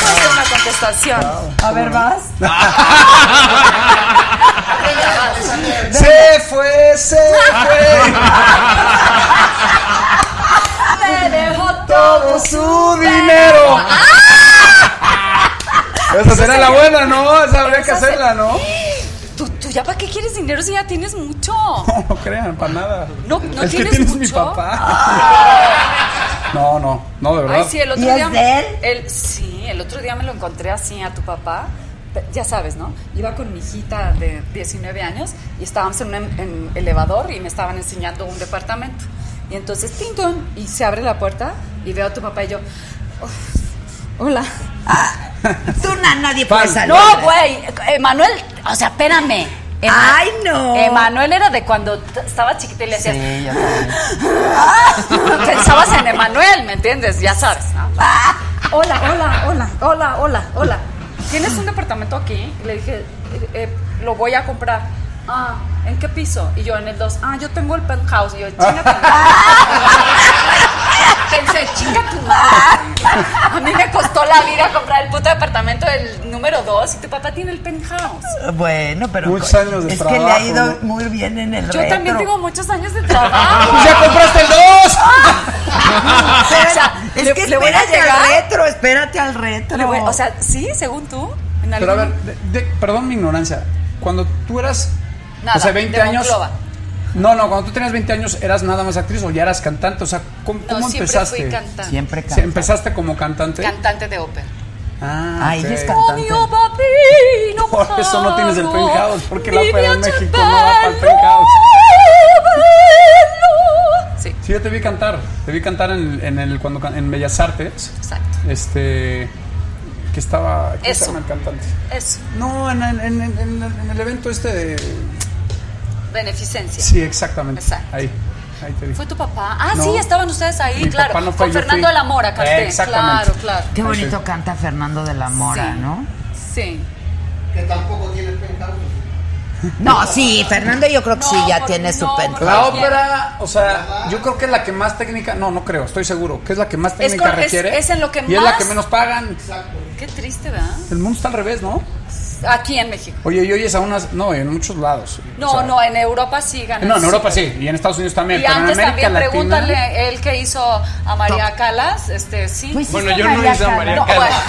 [SPEAKER 7] Puedo hacer una contestación.
[SPEAKER 6] A ver, vas.
[SPEAKER 9] Se fue, se fue
[SPEAKER 10] Te dejo
[SPEAKER 9] todo su dinero. Esa será la buena, ¿no? Esa habría que
[SPEAKER 10] Esa se-
[SPEAKER 9] hacerla, ¿no?
[SPEAKER 10] ¿Tú, tú ya para qué quieres dinero si ya tienes mucho?
[SPEAKER 9] No, no crean, para nada.
[SPEAKER 10] No, no
[SPEAKER 9] el que
[SPEAKER 10] tienes
[SPEAKER 9] tienes
[SPEAKER 10] mucho.
[SPEAKER 9] mi papá. No, no, no, de verdad.
[SPEAKER 7] Ay, sí, el otro
[SPEAKER 1] ¿Y es
[SPEAKER 7] día.
[SPEAKER 1] de él?
[SPEAKER 7] el- sí, el otro día me lo encontré así a tu papá. Pe- Ya sabes, ¿no? Iba con mi hijita de 19 años y estábamos en un em- en elevador y me estaban enseñando un departamento. Y entonces, ting y se abre la puerta y veo a tu papá y yo, "Oh, hola.
[SPEAKER 1] Tú na- nadie
[SPEAKER 9] Pan.
[SPEAKER 1] puede salir.
[SPEAKER 7] No, pues. güey, Emanuel, o sea, espérame. Ema-
[SPEAKER 1] Ay, no.
[SPEAKER 7] Emanuel era de cuando t- estaba chiquita y le hacías,
[SPEAKER 1] Sí, yo también.
[SPEAKER 7] Pensabas en Emanuel, ¿me entiendes? Ya sabes. ¿no? Hola, hola, hola, hola, hola, hola. ¿Tienes un departamento aquí? Le dije, eh, eh, lo voy a comprar. Ah, ¿en qué piso? Y yo en el 2. Ah, yo tengo el penthouse. Y yo, chinga tu madre". Pensé, chinga tu madre. A mí me costó la vida comprar el puto departamento del número 2 y tu papá tiene el penthouse.
[SPEAKER 1] Bueno, pero
[SPEAKER 9] Muchos años de
[SPEAKER 1] es que le ha
[SPEAKER 9] trabajo,
[SPEAKER 1] ido
[SPEAKER 9] ¿no?
[SPEAKER 1] muy bien en el
[SPEAKER 7] Yo
[SPEAKER 1] retro.
[SPEAKER 7] también tengo muchos años de trabajo.
[SPEAKER 9] ¡Pues ya compraste el 2!
[SPEAKER 7] O sea,
[SPEAKER 1] es
[SPEAKER 7] le-
[SPEAKER 1] que
[SPEAKER 7] le voy a
[SPEAKER 1] espérate al
[SPEAKER 7] llegar.
[SPEAKER 1] retro, espérate al retro.
[SPEAKER 7] Le voy- o sea, sí, según tú. En
[SPEAKER 9] Pero a
[SPEAKER 7] algún-
[SPEAKER 9] ver, de- de- perdón mi ignorancia. Cuando tú eras,
[SPEAKER 7] Nada,
[SPEAKER 9] o sea, 20
[SPEAKER 7] de
[SPEAKER 9] años.
[SPEAKER 7] Monclova.
[SPEAKER 9] No, no, cuando tú tenías 20 años, ¿eras nada más actriz o ya eras cantante? O sea, ¿cómo,
[SPEAKER 7] No,
[SPEAKER 9] cómo
[SPEAKER 7] siempre
[SPEAKER 9] empezaste?
[SPEAKER 7] fui cantante.
[SPEAKER 1] Siempre
[SPEAKER 9] Sí,
[SPEAKER 1] canta.
[SPEAKER 9] ¿Empezaste como cantante?
[SPEAKER 7] Cantante de ópera.
[SPEAKER 9] ah,
[SPEAKER 1] Ah, ella
[SPEAKER 9] ok.
[SPEAKER 1] es cantante.
[SPEAKER 10] Mio papino
[SPEAKER 9] Por eso no tienes el
[SPEAKER 10] caro,
[SPEAKER 9] penthouse, porque la
[SPEAKER 10] mi
[SPEAKER 9] ópera en
[SPEAKER 10] viaje
[SPEAKER 9] México no va para el
[SPEAKER 10] bello,
[SPEAKER 9] penthouse.
[SPEAKER 10] bello.
[SPEAKER 7] Sí,
[SPEAKER 9] Sí, yo te vi cantar. Te vi cantar en, en el cuando can- en Bellas Artes.
[SPEAKER 7] exacto.
[SPEAKER 9] Este que estaba ¿cómo
[SPEAKER 7] Eso.
[SPEAKER 9] se llama el cantante?
[SPEAKER 7] Eso.
[SPEAKER 9] No, en, en- en- en- en el evento este de
[SPEAKER 7] Beneficencia.
[SPEAKER 9] Sí, exactamente.
[SPEAKER 7] Exacto.
[SPEAKER 9] Ahí. Ahí te vi.
[SPEAKER 7] ¿Fue tu papá? Ah,
[SPEAKER 9] No.
[SPEAKER 7] sí, estaban ustedes ahí,
[SPEAKER 9] Mi
[SPEAKER 7] claro.
[SPEAKER 9] papá no fue,
[SPEAKER 7] Con
[SPEAKER 9] yo
[SPEAKER 7] Fernando
[SPEAKER 9] fui.
[SPEAKER 7] de la Mora, canté.
[SPEAKER 9] Exactamente.
[SPEAKER 7] Claro, claro.
[SPEAKER 1] Qué bonito canta Fernando de la Mora,
[SPEAKER 7] Sí.
[SPEAKER 1] ¿no?
[SPEAKER 7] Sí.
[SPEAKER 2] Que tampoco tiene el penthouse.
[SPEAKER 1] No, sí, Fernando yo creo que sí
[SPEAKER 7] No,
[SPEAKER 1] ya
[SPEAKER 7] porque
[SPEAKER 1] tiene su
[SPEAKER 7] no,
[SPEAKER 1] penthouse.
[SPEAKER 9] La ópera, o sea, yo creo que es la que más técnica, no, no creo, estoy seguro, que es la que más técnica
[SPEAKER 7] con- es-
[SPEAKER 9] requiere.
[SPEAKER 7] es en lo que
[SPEAKER 9] Y es la
[SPEAKER 7] más-
[SPEAKER 9] que menos pagan.
[SPEAKER 7] Qué triste, ¿verdad?
[SPEAKER 9] El mundo está al revés, ¿no?
[SPEAKER 7] Aquí en México.
[SPEAKER 9] Oye, y oyes a unas, no, en muchos lados.
[SPEAKER 7] No,
[SPEAKER 9] o sea,
[SPEAKER 7] no, en Europa sí ganan.
[SPEAKER 9] No, en Europa sí, y en Estados Unidos también.
[SPEAKER 7] Y
[SPEAKER 9] pero en
[SPEAKER 7] antes
[SPEAKER 9] América
[SPEAKER 7] también
[SPEAKER 9] Latina-
[SPEAKER 7] pregúntale el que hizo a María Calas, este sí.
[SPEAKER 1] Pues sí,
[SPEAKER 8] Bueno,
[SPEAKER 1] está
[SPEAKER 8] yo no
[SPEAKER 1] María
[SPEAKER 8] hice a
[SPEAKER 1] Cala.
[SPEAKER 8] María
[SPEAKER 7] No,
[SPEAKER 8] Calas.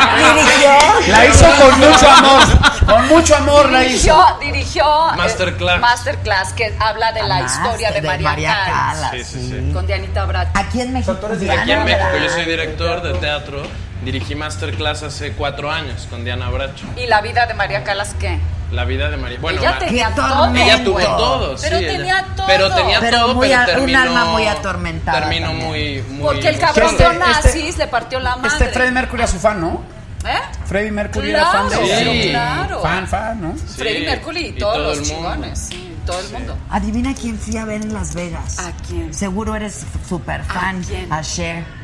[SPEAKER 1] Dirigió.
[SPEAKER 9] La hizo con mucho amor, con mucho amor la
[SPEAKER 7] dirigió,
[SPEAKER 9] hizo.
[SPEAKER 7] dirigió eh,
[SPEAKER 8] Masterclass.
[SPEAKER 7] Masterclass que habla de la
[SPEAKER 1] Ah,
[SPEAKER 7] historia de,
[SPEAKER 1] de
[SPEAKER 7] María, Calas,
[SPEAKER 1] Calas.
[SPEAKER 8] Sí, sí, sí.
[SPEAKER 7] con Dianita Bracho.
[SPEAKER 1] Aquí en México.
[SPEAKER 8] Aquí en
[SPEAKER 1] Diana,
[SPEAKER 8] México
[SPEAKER 1] ¿verdad?
[SPEAKER 8] yo soy director de teatro. Dirigí masterclass hace cuatro años con Diana Bracho.
[SPEAKER 7] Y la vida de María Calas qué?
[SPEAKER 8] La vida de María. Bueno,
[SPEAKER 7] ella
[SPEAKER 8] ma-
[SPEAKER 7] tenía
[SPEAKER 1] Qué
[SPEAKER 7] todo.
[SPEAKER 1] tormento.
[SPEAKER 8] ella tuvo
[SPEAKER 1] güey.
[SPEAKER 8] todo, sí,
[SPEAKER 7] Pero
[SPEAKER 8] ella-
[SPEAKER 7] tenía todo.
[SPEAKER 8] Pero tenía
[SPEAKER 1] Pero
[SPEAKER 8] todo,
[SPEAKER 1] muy
[SPEAKER 8] pero
[SPEAKER 1] a- un
[SPEAKER 8] terminó.
[SPEAKER 1] alma muy atormentada
[SPEAKER 8] Terminó
[SPEAKER 1] también.
[SPEAKER 8] muy, muy.
[SPEAKER 7] Porque el
[SPEAKER 8] muy
[SPEAKER 7] cabrón
[SPEAKER 9] Este-
[SPEAKER 7] de
[SPEAKER 8] fuerte.
[SPEAKER 7] Onassis
[SPEAKER 9] este-
[SPEAKER 7] le partió la madre.
[SPEAKER 9] Este Freddie Mercury era su fan, ¿no?
[SPEAKER 7] ¿Eh?
[SPEAKER 9] Freddie Mercury era fan
[SPEAKER 7] Claro,
[SPEAKER 9] de
[SPEAKER 8] Sí.
[SPEAKER 7] claro.
[SPEAKER 9] Fan, fan, ¿no?
[SPEAKER 8] Sí,
[SPEAKER 7] Freddie Mercury y
[SPEAKER 8] y
[SPEAKER 7] todos
[SPEAKER 8] todo
[SPEAKER 7] los
[SPEAKER 8] el mundo.
[SPEAKER 7] chingones. sí, todo el mundo.
[SPEAKER 1] Adivina quién fui a ver en Las Vegas.
[SPEAKER 7] ¿A quién?
[SPEAKER 1] Seguro eres super fan.
[SPEAKER 7] ¿A quién?
[SPEAKER 1] Cher.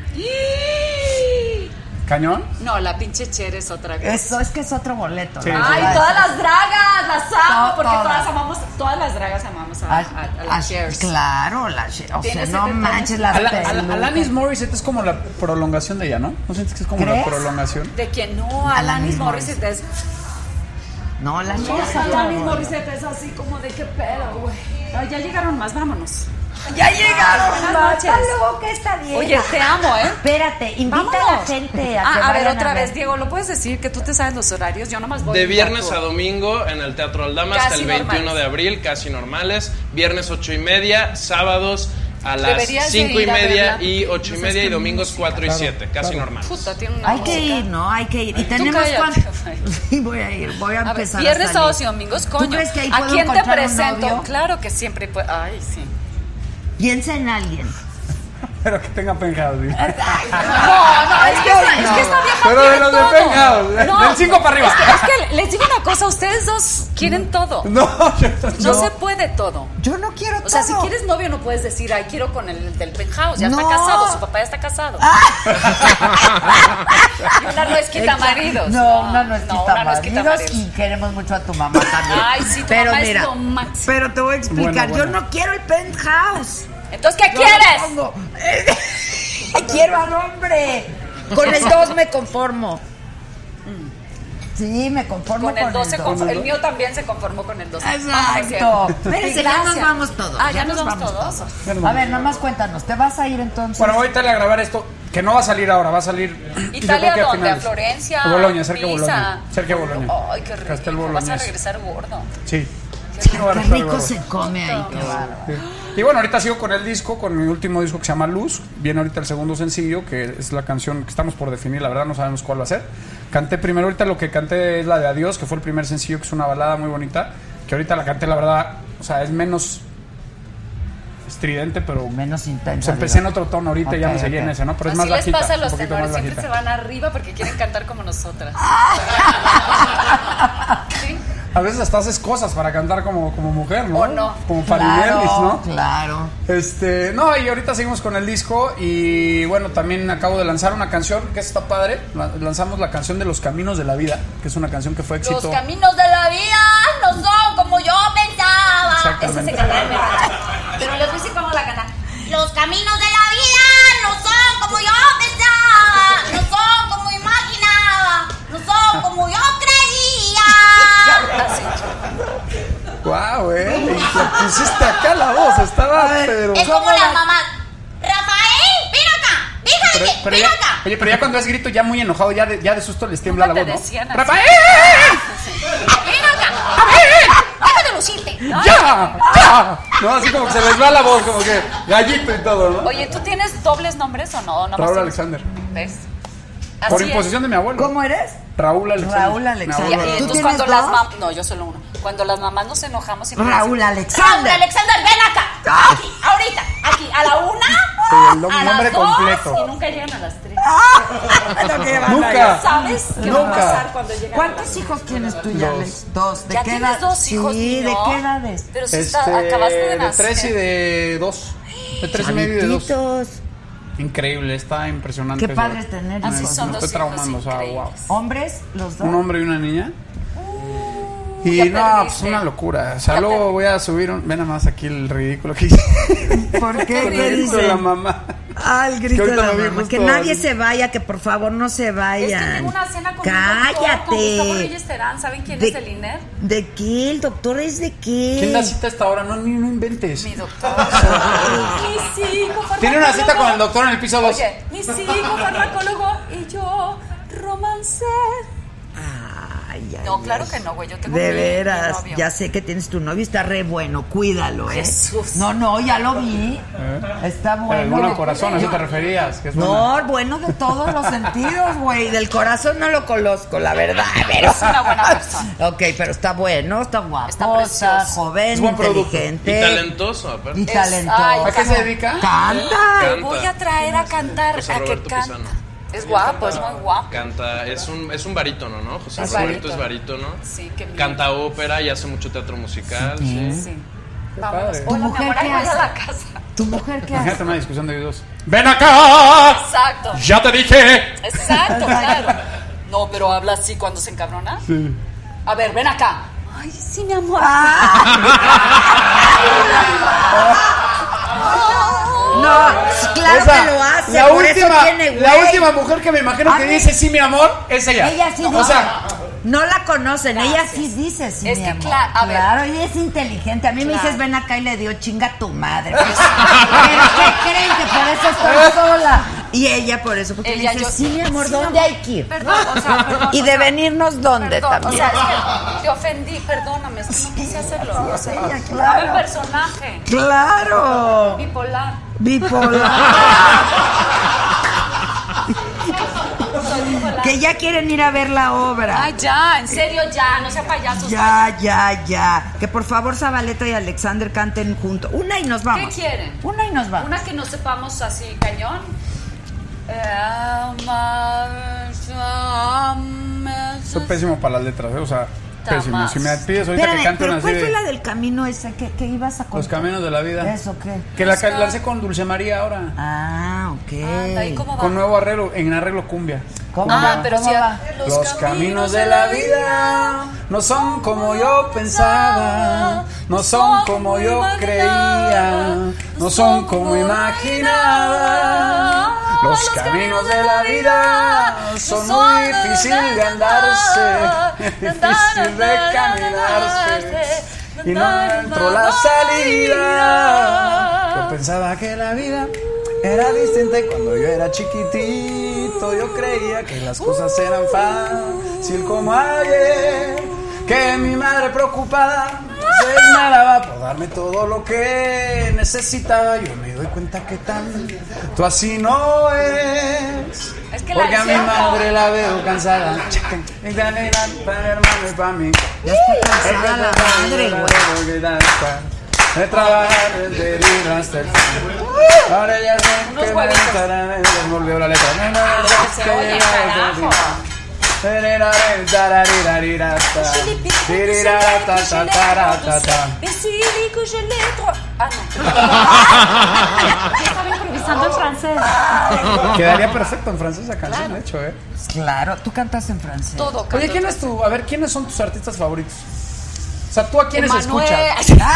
[SPEAKER 7] ¡Yii!
[SPEAKER 9] ¿Cañón?
[SPEAKER 7] No, la pinche Cher es otra cosa.
[SPEAKER 1] Eso es que es otro boleto.
[SPEAKER 9] Sí.
[SPEAKER 1] la
[SPEAKER 7] Ay,
[SPEAKER 1] verdad.
[SPEAKER 7] todas las dragas, las amo,
[SPEAKER 1] To-
[SPEAKER 7] porque
[SPEAKER 1] todas.
[SPEAKER 7] todas. amamos, todas las dragas amamos a,
[SPEAKER 1] A-
[SPEAKER 7] a- a
[SPEAKER 1] a-
[SPEAKER 7] las Chers.
[SPEAKER 1] Claro, la Cher. O sea,
[SPEAKER 7] Tiene
[SPEAKER 1] no
[SPEAKER 7] 70
[SPEAKER 1] manches las
[SPEAKER 9] Ala- Ala-
[SPEAKER 1] pelucas.
[SPEAKER 9] Alanis Morissette es como la prolongación de ella, ¿no? ¿No sientes que es como la
[SPEAKER 1] ¿Crees?
[SPEAKER 9] prolongación?
[SPEAKER 7] De que no, Alanis Morissette es...
[SPEAKER 1] No, la Cher. es otro
[SPEAKER 7] Alanis
[SPEAKER 1] boleto.
[SPEAKER 7] Morissette es así como de qué pedo, güey. Ay, Ya llegaron más, vámonos.
[SPEAKER 1] Ya llegaron.
[SPEAKER 7] Buenas
[SPEAKER 1] no,
[SPEAKER 7] noches.
[SPEAKER 1] Está loca esta vieja.
[SPEAKER 7] Oye, te amo, ¿eh?
[SPEAKER 1] Espérate, invita a la
[SPEAKER 7] Vámonos.
[SPEAKER 1] gente a que
[SPEAKER 7] Ah, a ver,
[SPEAKER 1] vayan
[SPEAKER 7] otra vez,
[SPEAKER 1] ver.
[SPEAKER 7] Diego, ¿lo puedes decir que tú te sabes los horarios? Yo nomás voy...
[SPEAKER 8] De
[SPEAKER 7] y
[SPEAKER 8] viernes a
[SPEAKER 7] actúo.
[SPEAKER 8] domingo en el Teatro Aldama hasta
[SPEAKER 7] Casi
[SPEAKER 8] el 21
[SPEAKER 7] normales.
[SPEAKER 8] de abril, casi normales. Viernes 8 y media, sábados a las
[SPEAKER 7] Deberías de
[SPEAKER 8] 5 y
[SPEAKER 7] ir a
[SPEAKER 8] media
[SPEAKER 7] verla.
[SPEAKER 8] y 8 y
[SPEAKER 7] No sabes
[SPEAKER 8] media y
[SPEAKER 7] qué
[SPEAKER 8] domingos 4 y 7, casi normales.
[SPEAKER 7] Puta, tiene una
[SPEAKER 1] Hay que
[SPEAKER 7] música.
[SPEAKER 1] ir, ¿no? Hay que ir. Y tenemos
[SPEAKER 7] cállate,
[SPEAKER 1] cuánto.
[SPEAKER 7] güey.
[SPEAKER 1] Sí, voy a ir, voy a
[SPEAKER 7] A ver,
[SPEAKER 1] empezar.
[SPEAKER 7] viernes,
[SPEAKER 1] a salir.
[SPEAKER 7] sábados y domingos, coño.
[SPEAKER 1] crees que ahí
[SPEAKER 7] ¿A
[SPEAKER 1] puedo
[SPEAKER 7] quién te
[SPEAKER 1] encontrar un
[SPEAKER 7] presento?
[SPEAKER 1] novio?
[SPEAKER 7] Claro que siempre... pu- Ay, sí.
[SPEAKER 1] Piensa en alguien.
[SPEAKER 9] Pero que tenga penthouse. güey.
[SPEAKER 10] No, no, es que, esta, es que esta vieja
[SPEAKER 9] Pero de
[SPEAKER 10] quiere
[SPEAKER 9] los de
[SPEAKER 10] todo.
[SPEAKER 9] Penthouse, del cinco para arriba.
[SPEAKER 10] Es que, es que les digo una cosa, ustedes dos quieren todo. No,
[SPEAKER 9] No, yo
[SPEAKER 10] se puede todo.
[SPEAKER 1] Yo no quiero
[SPEAKER 10] O sea, si
[SPEAKER 1] todo.
[SPEAKER 10] quieres novio no puedes decir, ay, quiero con el del penthouse, ya
[SPEAKER 1] No.
[SPEAKER 10] está casado, su papá ya está casado. y una no es quita maridos.
[SPEAKER 1] Ah. No, una no es
[SPEAKER 10] una no es
[SPEAKER 1] quita maridos
[SPEAKER 10] quitamaridos.
[SPEAKER 1] y queremos mucho a tu mamá también.
[SPEAKER 10] Ay, sí, tu
[SPEAKER 1] pero
[SPEAKER 10] mamá es
[SPEAKER 1] mira,
[SPEAKER 10] lo máximo.
[SPEAKER 1] pero te voy a explicar,
[SPEAKER 9] Bueno, bueno.
[SPEAKER 1] yo no quiero el penthouse.
[SPEAKER 10] Entonces, ¿qué
[SPEAKER 1] Yo
[SPEAKER 10] quieres?
[SPEAKER 1] lo pongo. quiero al hombre. Con el 2 me conformo. Sí, me conformo
[SPEAKER 10] Mm. Con el 12
[SPEAKER 1] dos.
[SPEAKER 10] conformó. El mío también se conformó con el 12.
[SPEAKER 1] Exacto. Espérense, ya nos vamos todos.
[SPEAKER 10] Ah, ya, nos, vamos, todos.
[SPEAKER 1] A ver, nada más cuéntanos, ¿te vas a ir entonces?
[SPEAKER 9] Bueno, voy a Italia a grabar esto, que no va a salir ahora, va a salir. yo creo
[SPEAKER 10] ¿Italia
[SPEAKER 9] que
[SPEAKER 10] dónde? ¿A
[SPEAKER 9] finales.
[SPEAKER 10] Florencia?
[SPEAKER 9] A Bolonia, cerca de
[SPEAKER 10] Pisa.
[SPEAKER 9] Bolonia. Cerca de Bolonia.
[SPEAKER 10] Ay, qué rico.
[SPEAKER 9] Castel
[SPEAKER 10] Vas a
[SPEAKER 9] Bolognese.
[SPEAKER 10] regresar gordo.
[SPEAKER 9] Sí.
[SPEAKER 1] Qué
[SPEAKER 9] No va a estar
[SPEAKER 1] rico
[SPEAKER 9] gordo.
[SPEAKER 1] se come ahí, qué bárbaro.
[SPEAKER 9] Sí. Y bueno, ahorita sigo con el disco, con mi último disco que se llama Luz. Viene ahorita el segundo sencillo, que es la canción que estamos por definir, la verdad no sabemos cuál va a ser. Canté primero, ahorita lo que canté es la de Adiós, que fue el primer sencillo, que es una balada muy bonita, que ahorita la canté, la verdad, o sea, es menos estridente, pero...
[SPEAKER 1] Menos
[SPEAKER 9] Pues
[SPEAKER 1] intensa.
[SPEAKER 9] empecé en
[SPEAKER 1] digamos.
[SPEAKER 9] otro tono ahorita y ya
[SPEAKER 1] Ok,
[SPEAKER 9] me seguí
[SPEAKER 1] ok.
[SPEAKER 9] en ese, ¿no? Pero es
[SPEAKER 10] Así
[SPEAKER 9] más
[SPEAKER 10] les
[SPEAKER 9] bajita,
[SPEAKER 10] pasa a
[SPEAKER 9] un
[SPEAKER 10] los
[SPEAKER 9] poquito más
[SPEAKER 10] tenores, siempre
[SPEAKER 9] bajita.
[SPEAKER 10] se van arriba porque quieren cantar como nosotras. ¿Sí?
[SPEAKER 9] A veces hasta haces cosas para cantar como, como mujer, ¿no?
[SPEAKER 10] O no.
[SPEAKER 9] Como
[SPEAKER 1] Claro,
[SPEAKER 9] Farinellis, ¿no?
[SPEAKER 1] claro.
[SPEAKER 9] Este, no, y ahorita seguimos con el disco y bueno, también acabo de lanzar una canción que está padre. La- Lanzamos la canción de Los Caminos de la Vida, que es una canción que fue
[SPEAKER 10] Los
[SPEAKER 9] éxito.
[SPEAKER 10] caminos de la vida no son como yo pensaba. Ese
[SPEAKER 9] Exactamente.
[SPEAKER 10] se cantaba en mi rancho. Pero les voy a decir cómo la cantan. Los caminos de la vida no son como yo pensaba. No son como imaginaba. No son como yo creía.
[SPEAKER 9] ¡Guau, eh! Y te pusiste acá la voz, estaba pero.
[SPEAKER 10] Es como las mamás. Rafael, ven acá.
[SPEAKER 9] Pero,
[SPEAKER 10] Déjate,
[SPEAKER 9] pero
[SPEAKER 10] ven
[SPEAKER 9] ya,
[SPEAKER 10] acá.
[SPEAKER 9] oye, pero ya cuando es grito ya muy enojado, ya de, ya de susto les tiembla la
[SPEAKER 7] Nunca
[SPEAKER 9] voz,
[SPEAKER 7] te
[SPEAKER 9] ¿no? ¡eh,
[SPEAKER 7] decían así.
[SPEAKER 9] ¡Rafael! eh,
[SPEAKER 10] Ven acá. Déjate lucirte. ¿no?
[SPEAKER 9] ¡Ya! ¡Ya! No, así como que se les va la voz, como que gallito y todo, ¿no?
[SPEAKER 7] Oye, ¿tú tienes dobles nombres o no? Nada más
[SPEAKER 9] Raúl
[SPEAKER 7] tienes-
[SPEAKER 9] Alexander.
[SPEAKER 7] ¿Ves?
[SPEAKER 9] Por
[SPEAKER 7] Así es.
[SPEAKER 9] imposición de mi abuelo.
[SPEAKER 1] ¿Cómo eres?
[SPEAKER 9] Raúl Alexander.
[SPEAKER 1] Raúl
[SPEAKER 9] Mi
[SPEAKER 1] Alexander.
[SPEAKER 7] Y,
[SPEAKER 9] abuelo.
[SPEAKER 7] y
[SPEAKER 1] ¿Tú
[SPEAKER 7] entonces
[SPEAKER 1] tienes
[SPEAKER 7] cuando las
[SPEAKER 1] dos?
[SPEAKER 7] mamás... No, yo solo uno. Cuando las mamás nos enojamos... siempre
[SPEAKER 1] Raúl
[SPEAKER 7] decimos,
[SPEAKER 10] Raúl
[SPEAKER 1] Alexander.
[SPEAKER 10] Alexander, ven acá. Aquí, ahorita. Aquí, a la una.
[SPEAKER 9] Sí, el nom-
[SPEAKER 10] a
[SPEAKER 9] nombre
[SPEAKER 10] las dos,
[SPEAKER 9] completo. Ah,
[SPEAKER 10] Y nunca llegan a las tres.
[SPEAKER 1] Bueno, qué bárbaro.
[SPEAKER 9] Nunca.
[SPEAKER 7] ¿Sabes qué va a
[SPEAKER 9] Nunca.
[SPEAKER 7] pasar cuando llegan a las
[SPEAKER 1] ¿Cuántos hijos tienes tú ya, Alex? Dos. ¿De
[SPEAKER 7] Ya
[SPEAKER 1] qué
[SPEAKER 7] tienes
[SPEAKER 1] edad?
[SPEAKER 7] dos hijos,
[SPEAKER 1] Sí,
[SPEAKER 7] niño.
[SPEAKER 1] ¿de qué edades?
[SPEAKER 7] Pero si
[SPEAKER 9] Este,
[SPEAKER 7] está- acabaste de
[SPEAKER 9] de
[SPEAKER 7] nacer.
[SPEAKER 9] 3 y de 2. De 3 y medio y de 2.
[SPEAKER 1] Chiquitos.
[SPEAKER 9] Increíble, está impresionante.
[SPEAKER 1] Qué
[SPEAKER 9] eso,
[SPEAKER 1] padre
[SPEAKER 9] ¿eh?
[SPEAKER 1] tener
[SPEAKER 9] Me-
[SPEAKER 7] Así
[SPEAKER 1] hijos.
[SPEAKER 7] son
[SPEAKER 9] me
[SPEAKER 7] los
[SPEAKER 9] estoy
[SPEAKER 7] hijos
[SPEAKER 9] traumando, o sea, wow.
[SPEAKER 7] increíbles.
[SPEAKER 1] ¿Hombres los dos?
[SPEAKER 9] Un hombre y una niña.
[SPEAKER 7] Uh, ya
[SPEAKER 9] Y no, pues
[SPEAKER 7] perdiste.
[SPEAKER 9] una locura. O sea,
[SPEAKER 7] Ya
[SPEAKER 9] luego
[SPEAKER 7] perdiste.
[SPEAKER 9] voy a subir un. Ve nada más aquí el ridículo que hice.
[SPEAKER 1] ¿Por qué?
[SPEAKER 9] Con el
[SPEAKER 1] ¿Qué
[SPEAKER 9] grito de
[SPEAKER 1] dicen?
[SPEAKER 9] la mamá.
[SPEAKER 1] Ah, el grito
[SPEAKER 9] Que
[SPEAKER 1] de
[SPEAKER 9] ahorita
[SPEAKER 1] la
[SPEAKER 9] lo vi
[SPEAKER 1] mamá.
[SPEAKER 9] justo
[SPEAKER 1] Que nadie
[SPEAKER 9] así.
[SPEAKER 1] se vaya, que por favor no se
[SPEAKER 7] Es que
[SPEAKER 1] vayan.
[SPEAKER 7] tengo una cena con un doctor, con Gustavo
[SPEAKER 1] Cállate.
[SPEAKER 7] Reyes Terán. ¿Saben quién es el INER?
[SPEAKER 1] ¿De qué? ¿El doctor es de qué?
[SPEAKER 9] ¿Quién da cita a esta hora? No, ni no inventes.
[SPEAKER 7] Mi doctor. mis hijos,
[SPEAKER 9] Tiene una cita
[SPEAKER 7] farmacólogo.
[SPEAKER 9] con el doctor en el piso 2.
[SPEAKER 7] Oye, mis hijos, farmacólogo y yo, romancer.
[SPEAKER 1] Ay, ay,
[SPEAKER 7] No,
[SPEAKER 1] ay.
[SPEAKER 7] claro que no, güey. Yo tengo
[SPEAKER 1] De
[SPEAKER 7] mi- mi
[SPEAKER 1] veras,
[SPEAKER 7] novio.
[SPEAKER 1] ya sé que tienes tu novio, está re bueno, cuídalo, ¿eh?
[SPEAKER 7] Jesús. ¿Eh?
[SPEAKER 1] No, no, ya lo vi. Está
[SPEAKER 9] El
[SPEAKER 1] bueno.
[SPEAKER 9] bueno corazón, a eso te referías. Que es buena.
[SPEAKER 1] No, bueno de todos los sentidos, güey. Del corazón no lo conozco, la verdad. Pero
[SPEAKER 7] Es una buena persona.
[SPEAKER 1] Ok, pero está bueno, está guapo,
[SPEAKER 7] Está
[SPEAKER 1] está,
[SPEAKER 7] precioso.
[SPEAKER 1] joven,
[SPEAKER 9] Es buen producto.
[SPEAKER 8] Y
[SPEAKER 1] inteligente.
[SPEAKER 8] talentoso, aparte.
[SPEAKER 1] Y
[SPEAKER 7] Es-
[SPEAKER 1] talentoso.
[SPEAKER 7] ay,
[SPEAKER 9] ¿A qué se dedica?
[SPEAKER 1] Canta.
[SPEAKER 7] Te voy a traer a cantar
[SPEAKER 8] José
[SPEAKER 7] Pues a que
[SPEAKER 8] Roberto
[SPEAKER 7] canta.
[SPEAKER 8] Pizano.
[SPEAKER 7] Es guapo, es muy guapo.
[SPEAKER 8] Canta, es un, es un barítono, ¿no? José
[SPEAKER 7] Es
[SPEAKER 8] Roberto es
[SPEAKER 7] barítono.
[SPEAKER 8] barítono.
[SPEAKER 7] Sí, qué bien.
[SPEAKER 8] Canta ópera y hace mucho teatro musical. Sí.
[SPEAKER 7] Sí. Vámonos.
[SPEAKER 9] padre.
[SPEAKER 7] Hola, mi
[SPEAKER 1] mujer
[SPEAKER 7] amor,
[SPEAKER 1] qué
[SPEAKER 7] ahí voy a
[SPEAKER 1] hace?
[SPEAKER 7] la casa.
[SPEAKER 1] ¿Tu mujer qué hace?
[SPEAKER 9] Imagínate una discusión de ellos dos. ¡Ven acá!
[SPEAKER 7] Exacto.
[SPEAKER 9] ¡Ya te dije!
[SPEAKER 7] Exacto, claro. No, pero habla así cuando se encabrona. Sí. A ver, ven acá. Ay, sí, mi amor.
[SPEAKER 1] Ah. No, s- claro
[SPEAKER 9] Esa,
[SPEAKER 1] que lo hace.
[SPEAKER 9] La
[SPEAKER 1] por
[SPEAKER 9] última,
[SPEAKER 1] eso tiene,
[SPEAKER 9] la
[SPEAKER 1] güey.
[SPEAKER 9] última mujer que me imagino
[SPEAKER 1] A
[SPEAKER 9] que
[SPEAKER 1] mí-
[SPEAKER 9] dice sí, mi amor, es ella.
[SPEAKER 1] Ella sí dice.
[SPEAKER 9] O sea,
[SPEAKER 1] no la conocen, ella
[SPEAKER 7] Gracias.
[SPEAKER 1] sí dice, sí,
[SPEAKER 7] Es
[SPEAKER 1] mi
[SPEAKER 7] que
[SPEAKER 1] amor.
[SPEAKER 7] cla- a ver.
[SPEAKER 1] claro, ella es inteligente. A mí me
[SPEAKER 7] Claro.
[SPEAKER 1] dices, ven acá y le dio chinga tu madre. Pues, Pero ¿qué creen? Que por eso estoy sola. Y ella por eso, porque
[SPEAKER 7] Ella,
[SPEAKER 1] me dice,
[SPEAKER 7] yo-
[SPEAKER 1] sí, mi amor,
[SPEAKER 7] sí,
[SPEAKER 1] ¿dónde
[SPEAKER 7] amor.
[SPEAKER 1] hay que ir?
[SPEAKER 7] Perdón, o sea, perdón,
[SPEAKER 1] Y
[SPEAKER 7] o
[SPEAKER 1] de
[SPEAKER 7] sea,
[SPEAKER 1] venirnos dónde
[SPEAKER 7] perdón,
[SPEAKER 1] también.
[SPEAKER 7] O sea, es que te ofendí, perdóname, es que no quise hacerlo. O sea,
[SPEAKER 1] Ella,
[SPEAKER 7] dame
[SPEAKER 1] claro.
[SPEAKER 7] personaje,
[SPEAKER 1] Claro.
[SPEAKER 7] bipolar.
[SPEAKER 1] Bipolar. Que ya quieren ir a ver la obra.
[SPEAKER 3] Ay, ya, en serio, ya, no sea payaso.
[SPEAKER 1] Ya, ya, ya. Que por favor Zabaleta y Alexander canten juntos. Una y nos
[SPEAKER 3] ¿Qué
[SPEAKER 1] vamos.
[SPEAKER 3] quieren?
[SPEAKER 1] Una y nos vamos.
[SPEAKER 3] Una que no sepamos así, cañón. Soy
[SPEAKER 7] Soy pésimo para las letras, ¿eh? o sea, pésimo. Si me pides Pues ahorita
[SPEAKER 1] Espérame,
[SPEAKER 7] que cante
[SPEAKER 1] pero
[SPEAKER 7] una así
[SPEAKER 1] ¿cuál fue
[SPEAKER 7] de
[SPEAKER 1] la del camino esa que, que ibas a contar?
[SPEAKER 7] Los caminos de la vida.
[SPEAKER 1] ¿Eso qué?
[SPEAKER 7] Que la ca- lancé con Dulce María ahora.
[SPEAKER 1] Ah, ok.
[SPEAKER 3] ¿Y cómo va?
[SPEAKER 7] Con nuevo arreglo, en arreglo cumbia.
[SPEAKER 1] ¿Cómo
[SPEAKER 7] Cumbia.
[SPEAKER 3] Ah, pero sí.
[SPEAKER 7] Los, caminos de la vida no son como yo pensaba, no son como yo creía, no son como imaginaba. Los caminos de la vida son muy difíciles de andarse, difícil de caminarse. Y no entró la salida. Yo pensaba que la vida era distinta y cuando yo era chiquitito. Yo creía que las cosas eran fácil como ayer. Que mi madre preocupada se esmeraba por darme todo lo que necesitaba. Yo me doy cuenta que tanto así no es.
[SPEAKER 3] Es que la
[SPEAKER 7] Porque a mi
[SPEAKER 3] hicieron.
[SPEAKER 7] madre la veo cansada. Y dale, dale, para hermano y para mí.
[SPEAKER 1] Ya está
[SPEAKER 7] Es que
[SPEAKER 1] cansada la
[SPEAKER 7] trabajo,
[SPEAKER 1] madre,
[SPEAKER 7] la
[SPEAKER 1] güey.
[SPEAKER 7] debo olvidar, pa. De trabajar desde el libro hasta el fin. Ahora ya sé
[SPEAKER 11] Unos
[SPEAKER 7] que me
[SPEAKER 11] huevitos.
[SPEAKER 7] estarán- me volvió la letra. No, no, no,
[SPEAKER 11] se
[SPEAKER 7] que
[SPEAKER 11] oye,
[SPEAKER 7] me
[SPEAKER 11] carajo.
[SPEAKER 7] Tararara, tararira, ta. Tirirara, ta, ta, tara, ta, ta.
[SPEAKER 11] Ah, no.
[SPEAKER 3] Estaba improvisando en francés.
[SPEAKER 7] Quedaría perfecto en francés esa canción, de hecho, ¿eh?
[SPEAKER 1] Claro, tú cantas en francés.
[SPEAKER 3] Todo,
[SPEAKER 7] Oye,
[SPEAKER 3] canto.
[SPEAKER 7] ¿quién es tu? A ver, ¿quiénes son tus artistas favoritos? O sea, ¿tú a quiénes
[SPEAKER 3] Emanuel.
[SPEAKER 7] escuchas?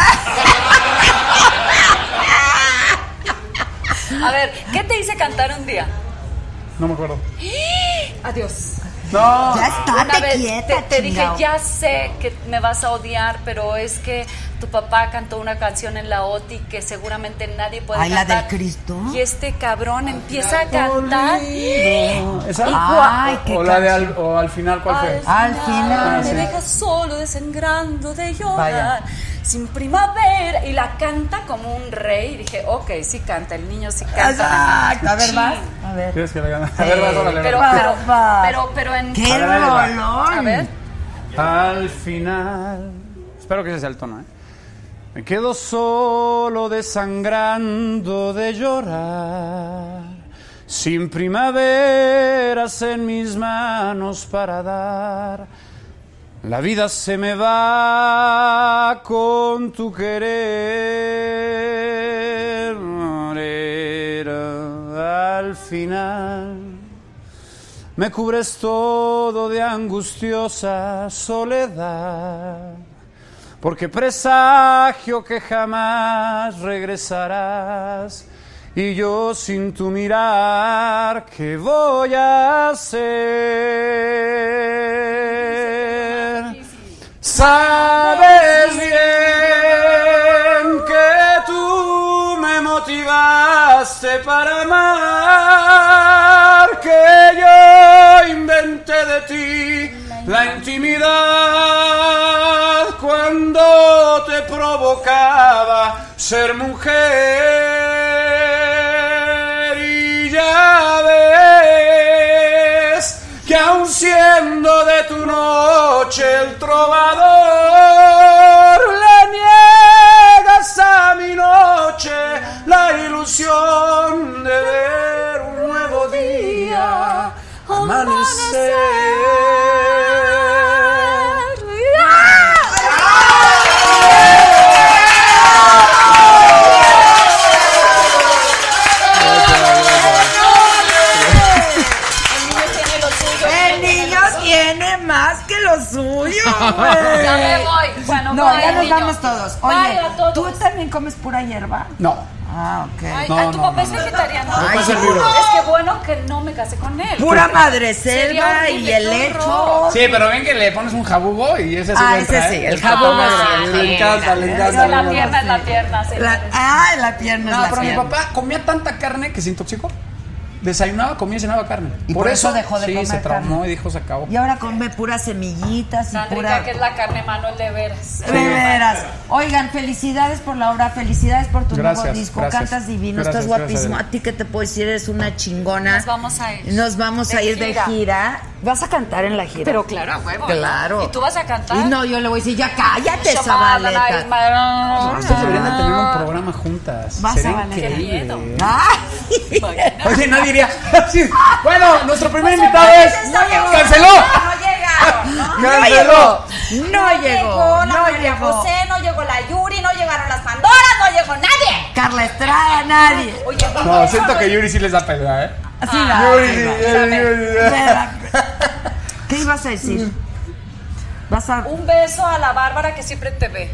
[SPEAKER 3] A ver, ¿qué te hice cantar un día?
[SPEAKER 7] No me acuerdo.
[SPEAKER 3] Adiós.
[SPEAKER 7] No.
[SPEAKER 1] Ya está,
[SPEAKER 3] Una
[SPEAKER 1] te
[SPEAKER 3] vez
[SPEAKER 1] quieta,
[SPEAKER 3] te, te dije,
[SPEAKER 1] chingao.
[SPEAKER 3] ya sé que me vas a odiar, pero es que tu papá cantó una canción en la OTI que seguramente nadie puede
[SPEAKER 1] Ay, la
[SPEAKER 3] cantar.
[SPEAKER 1] del Cristo.
[SPEAKER 3] Y este cabrón empieza a cantar.
[SPEAKER 7] ¿Esa?
[SPEAKER 1] Ay, qué
[SPEAKER 7] o la de al, o al final, ¿cuál fue?
[SPEAKER 1] Al final.
[SPEAKER 7] Ah, sí.
[SPEAKER 3] me dejas solo desangrando de llorar.
[SPEAKER 1] Vaya.
[SPEAKER 3] Sin primavera. Y la canta como un rey. Y dije, ok, sí canta, el niño sí canta.
[SPEAKER 1] Exacto, a ver, vas. A ver.
[SPEAKER 7] ¿Quieres que la gane? A ver, vas, órale,
[SPEAKER 3] Pero,
[SPEAKER 7] órale.
[SPEAKER 3] pero,
[SPEAKER 1] va.
[SPEAKER 3] pero, pero en...
[SPEAKER 1] ¡Qué
[SPEAKER 7] A ver, ahí va.
[SPEAKER 1] rolón!
[SPEAKER 3] A ver.
[SPEAKER 7] Al final. Espero que ese sea el tono, ¿eh? Me quedo solo desangrando de llorar. Sin primaveras en mis manos para dar. La vida se me va con tu querer. Al final. Me cubres todo de angustiosa soledad, porque presagio que jamás regresarás. Y yo sin tu mirar, ¿qué voy a hacer? Sabes bien que tú me motivaste para amar, que yo inventé de ti la intimidad cuando te provocaba ser mujer y ya ves que aun siendo de tu noche el trovador, le niegas a mi noche la ilusión de ver un nuevo día amanecer.
[SPEAKER 3] El niño tiene lo suyo.
[SPEAKER 1] El niño tiene más que lo suyo,
[SPEAKER 3] Ya
[SPEAKER 1] güey.
[SPEAKER 3] me voy. Bueno,
[SPEAKER 1] No,
[SPEAKER 3] bye,
[SPEAKER 1] ya nos
[SPEAKER 3] niño.
[SPEAKER 1] vamos todos.
[SPEAKER 3] Bye
[SPEAKER 1] Oye,
[SPEAKER 3] a todos.
[SPEAKER 1] ¿tú también comes pura hierba?
[SPEAKER 7] No,
[SPEAKER 1] Ah, ok.
[SPEAKER 3] Ay,
[SPEAKER 7] No,
[SPEAKER 3] ay, tu
[SPEAKER 7] no,
[SPEAKER 3] papá
[SPEAKER 7] no,
[SPEAKER 3] es vegetariano.
[SPEAKER 7] Ay, es el
[SPEAKER 3] es
[SPEAKER 7] libro.
[SPEAKER 3] que bueno que no me casé con él.
[SPEAKER 1] Pura madre
[SPEAKER 3] Sería
[SPEAKER 1] selva
[SPEAKER 3] horrible,
[SPEAKER 1] y
[SPEAKER 3] qué
[SPEAKER 1] helecho.
[SPEAKER 3] horror.
[SPEAKER 7] Sí, pero ven que le pones un jabugo y ese sí
[SPEAKER 1] Ah,
[SPEAKER 7] le entra,
[SPEAKER 1] ese sí,
[SPEAKER 7] ¿eh?
[SPEAKER 1] el jabugo
[SPEAKER 7] Ah,
[SPEAKER 1] sí,
[SPEAKER 7] Le
[SPEAKER 1] sí.
[SPEAKER 7] encanta, le
[SPEAKER 3] Es
[SPEAKER 7] encanta.
[SPEAKER 3] que la
[SPEAKER 7] le
[SPEAKER 3] pierna es la pierna,
[SPEAKER 1] La,
[SPEAKER 3] señores.
[SPEAKER 1] ah, la pierna
[SPEAKER 7] No,
[SPEAKER 1] es la
[SPEAKER 7] pero mi
[SPEAKER 1] pierna.
[SPEAKER 7] papá comía tanta carne que se intoxicó.
[SPEAKER 9] desayunaba, comía y cenaba carne.
[SPEAKER 1] Y por eso dejó de
[SPEAKER 9] sí,
[SPEAKER 1] comer
[SPEAKER 9] se traumó
[SPEAKER 1] carne.
[SPEAKER 9] y dijo se acabó.
[SPEAKER 1] Y ahora come puras semillitas y
[SPEAKER 7] Tan
[SPEAKER 1] pura...
[SPEAKER 7] rica que es la carne Manuel de veras.
[SPEAKER 1] De veras. Oigan, felicidades por la obra, felicidades por tu nuevo
[SPEAKER 9] Gracias,
[SPEAKER 1] disco.
[SPEAKER 9] gracias.
[SPEAKER 1] Cantas divino,
[SPEAKER 9] Gracias,
[SPEAKER 1] estás
[SPEAKER 9] gracias,
[SPEAKER 1] guapísimo.
[SPEAKER 9] Adela.
[SPEAKER 1] a ti que te puedo decir, eres una chingona.
[SPEAKER 7] Nos vamos a ir.
[SPEAKER 1] Nos vamos
[SPEAKER 7] De
[SPEAKER 1] a ir
[SPEAKER 7] gira.
[SPEAKER 1] de gira. ¿Vas a cantar en la gira?
[SPEAKER 7] Pero claro, a huevo.
[SPEAKER 1] Claro.
[SPEAKER 7] ¿Y tú vas a cantar?
[SPEAKER 1] Y no, yo le voy a decir, ya cállate,
[SPEAKER 7] Shabana,
[SPEAKER 1] Zabaleta.
[SPEAKER 7] Naima-
[SPEAKER 9] Ustedes deberían de tener un programa juntas.
[SPEAKER 1] Vas
[SPEAKER 9] Sería
[SPEAKER 1] a valer.
[SPEAKER 9] increíble.
[SPEAKER 7] Qué miedo.
[SPEAKER 1] ¡Ay!
[SPEAKER 9] Oye, no diría. sí, Bueno, nuestro primer
[SPEAKER 10] Pues
[SPEAKER 9] invitado es. ¡Canceló!
[SPEAKER 1] No
[SPEAKER 9] ¡Canceló!
[SPEAKER 1] No llegó, no llegó.
[SPEAKER 10] no llegó la Yuri, no llegaron las Pandoras, no llegó nadie.
[SPEAKER 1] Carla Estrada, nadie.
[SPEAKER 10] Oye, pues?
[SPEAKER 9] No, siento que Yuri sí les da pelea, ¿eh?
[SPEAKER 1] Así
[SPEAKER 10] Ah.
[SPEAKER 1] la-
[SPEAKER 9] Yuri, eh.
[SPEAKER 1] ahí va.
[SPEAKER 9] Yuri, Yuri.
[SPEAKER 1] ¿Qué ibas a decir?
[SPEAKER 9] Mm.
[SPEAKER 1] Vas a.
[SPEAKER 7] Un beso a la Bárbara que siempre te ve.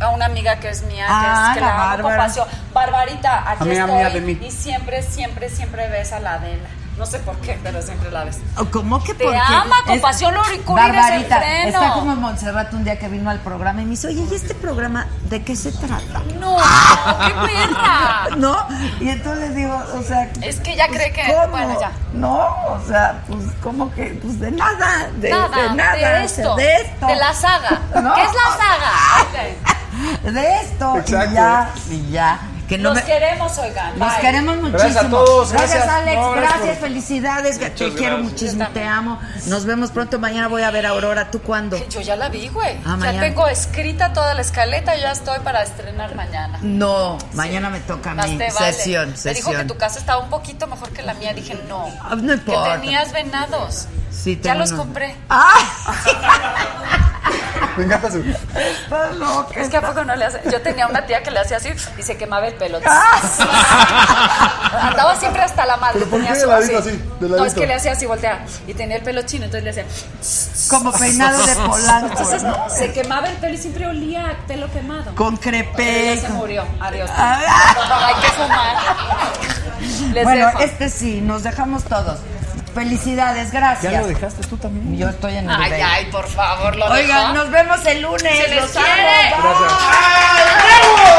[SPEAKER 7] A una amiga que es mía, que,
[SPEAKER 1] Ah,
[SPEAKER 7] es, que
[SPEAKER 1] la
[SPEAKER 7] la, amo con
[SPEAKER 1] Bárbara.
[SPEAKER 7] pasión. Barbarita, aquí
[SPEAKER 9] Amiga
[SPEAKER 7] estoy.
[SPEAKER 9] mía de mí.
[SPEAKER 7] Y siempre, siempre, siempre ves a la Adela. No sé por qué, pero siempre la ves.
[SPEAKER 1] ¿Cómo que
[SPEAKER 7] Te
[SPEAKER 1] por qué?
[SPEAKER 7] ama con
[SPEAKER 1] Es-
[SPEAKER 7] pasión, lo recurrir es el
[SPEAKER 1] Barbarita,
[SPEAKER 7] freno.
[SPEAKER 1] está como Montserrat un día que vino al programa y me dice, oye, ¿y este programa de qué se trata?
[SPEAKER 7] ¡No! ¡Qué perra!
[SPEAKER 1] ¿No? Y entonces digo, o sea...
[SPEAKER 7] Es que ya
[SPEAKER 1] pues,
[SPEAKER 7] Ah. cree que-
[SPEAKER 1] ¿cómo?
[SPEAKER 7] bueno, ya.
[SPEAKER 1] No, o sea, pues, ¿cómo que? Pues de nada, de de nada,
[SPEAKER 7] Nada, de esto.
[SPEAKER 1] de esto.
[SPEAKER 7] De la saga.
[SPEAKER 1] ¿No? Ah,
[SPEAKER 7] ¿Qué es la saga? Ok.
[SPEAKER 1] De esto,
[SPEAKER 9] Exacto.
[SPEAKER 1] y ya, y ya. Que no
[SPEAKER 7] Los
[SPEAKER 1] me-
[SPEAKER 7] queremos, oigan.
[SPEAKER 1] Los
[SPEAKER 7] Bye.
[SPEAKER 1] queremos muchísimo.
[SPEAKER 9] Gracias a todos,
[SPEAKER 1] Gracias,
[SPEAKER 9] gracias.
[SPEAKER 1] Alex.
[SPEAKER 9] No,
[SPEAKER 1] gracias,
[SPEAKER 9] gracias
[SPEAKER 1] felicidades. te quiero muchísimo, te amo. Nos vemos pronto. Mañana voy a ver a Aurora. ¿Tú cuándo?
[SPEAKER 7] Yo ya la vi, güey.
[SPEAKER 1] Ah,
[SPEAKER 7] ya
[SPEAKER 1] mañana.
[SPEAKER 7] tengo escrita toda la escaleta, ya estoy para estrenar mañana.
[SPEAKER 1] No, mañana me toca a
[SPEAKER 7] Más
[SPEAKER 1] mí.
[SPEAKER 7] te vale.
[SPEAKER 1] Mm, Sesión,
[SPEAKER 7] Me dijo que
[SPEAKER 1] sesión.
[SPEAKER 7] tu casa estaba un poquito mejor que la mía. Dije, no.
[SPEAKER 1] Ah, no importa.
[SPEAKER 7] Que tenías venados.
[SPEAKER 1] Sí,
[SPEAKER 7] ya
[SPEAKER 1] tengo
[SPEAKER 7] los
[SPEAKER 1] unos-
[SPEAKER 7] compré.
[SPEAKER 1] ¡Ah!
[SPEAKER 9] Me encanta su.
[SPEAKER 1] Estás loca.
[SPEAKER 7] Es que a poco no le hace. Yo tenía una tía que le hacía así y se quemaba el pelo.
[SPEAKER 1] Ah.
[SPEAKER 7] Andaba siempre hasta la madre.
[SPEAKER 9] ¿Pero por
[SPEAKER 7] tenía
[SPEAKER 9] qué
[SPEAKER 7] su-
[SPEAKER 9] de ladito así? De
[SPEAKER 7] No, es
[SPEAKER 9] ladito.
[SPEAKER 7] que le hacía así, voltea. Y tenía el pelo chino, entonces le hacía.
[SPEAKER 1] Como peinado de polanco.
[SPEAKER 7] Entonces
[SPEAKER 1] ¿no?
[SPEAKER 7] se quemaba el pelo y siempre olía a pelo quemado.
[SPEAKER 1] Con
[SPEAKER 7] Pero
[SPEAKER 1] crepe.
[SPEAKER 7] ya se murió. Adiós.
[SPEAKER 1] Ah.
[SPEAKER 7] Hay que fumar. Les
[SPEAKER 1] bueno,
[SPEAKER 7] dejo.
[SPEAKER 1] este sí, nos dejamos todos. Felicidades, gracias.
[SPEAKER 9] ¿Ya lo dejaste tú también?
[SPEAKER 1] Yo estoy en el
[SPEAKER 7] Ay,
[SPEAKER 1] break.
[SPEAKER 7] ay, por favor, lo
[SPEAKER 1] Oigan,
[SPEAKER 7] dejó.
[SPEAKER 1] nos vemos el lunes.
[SPEAKER 7] Se les
[SPEAKER 1] los amo.
[SPEAKER 7] quiere.
[SPEAKER 1] Bye. Bravo.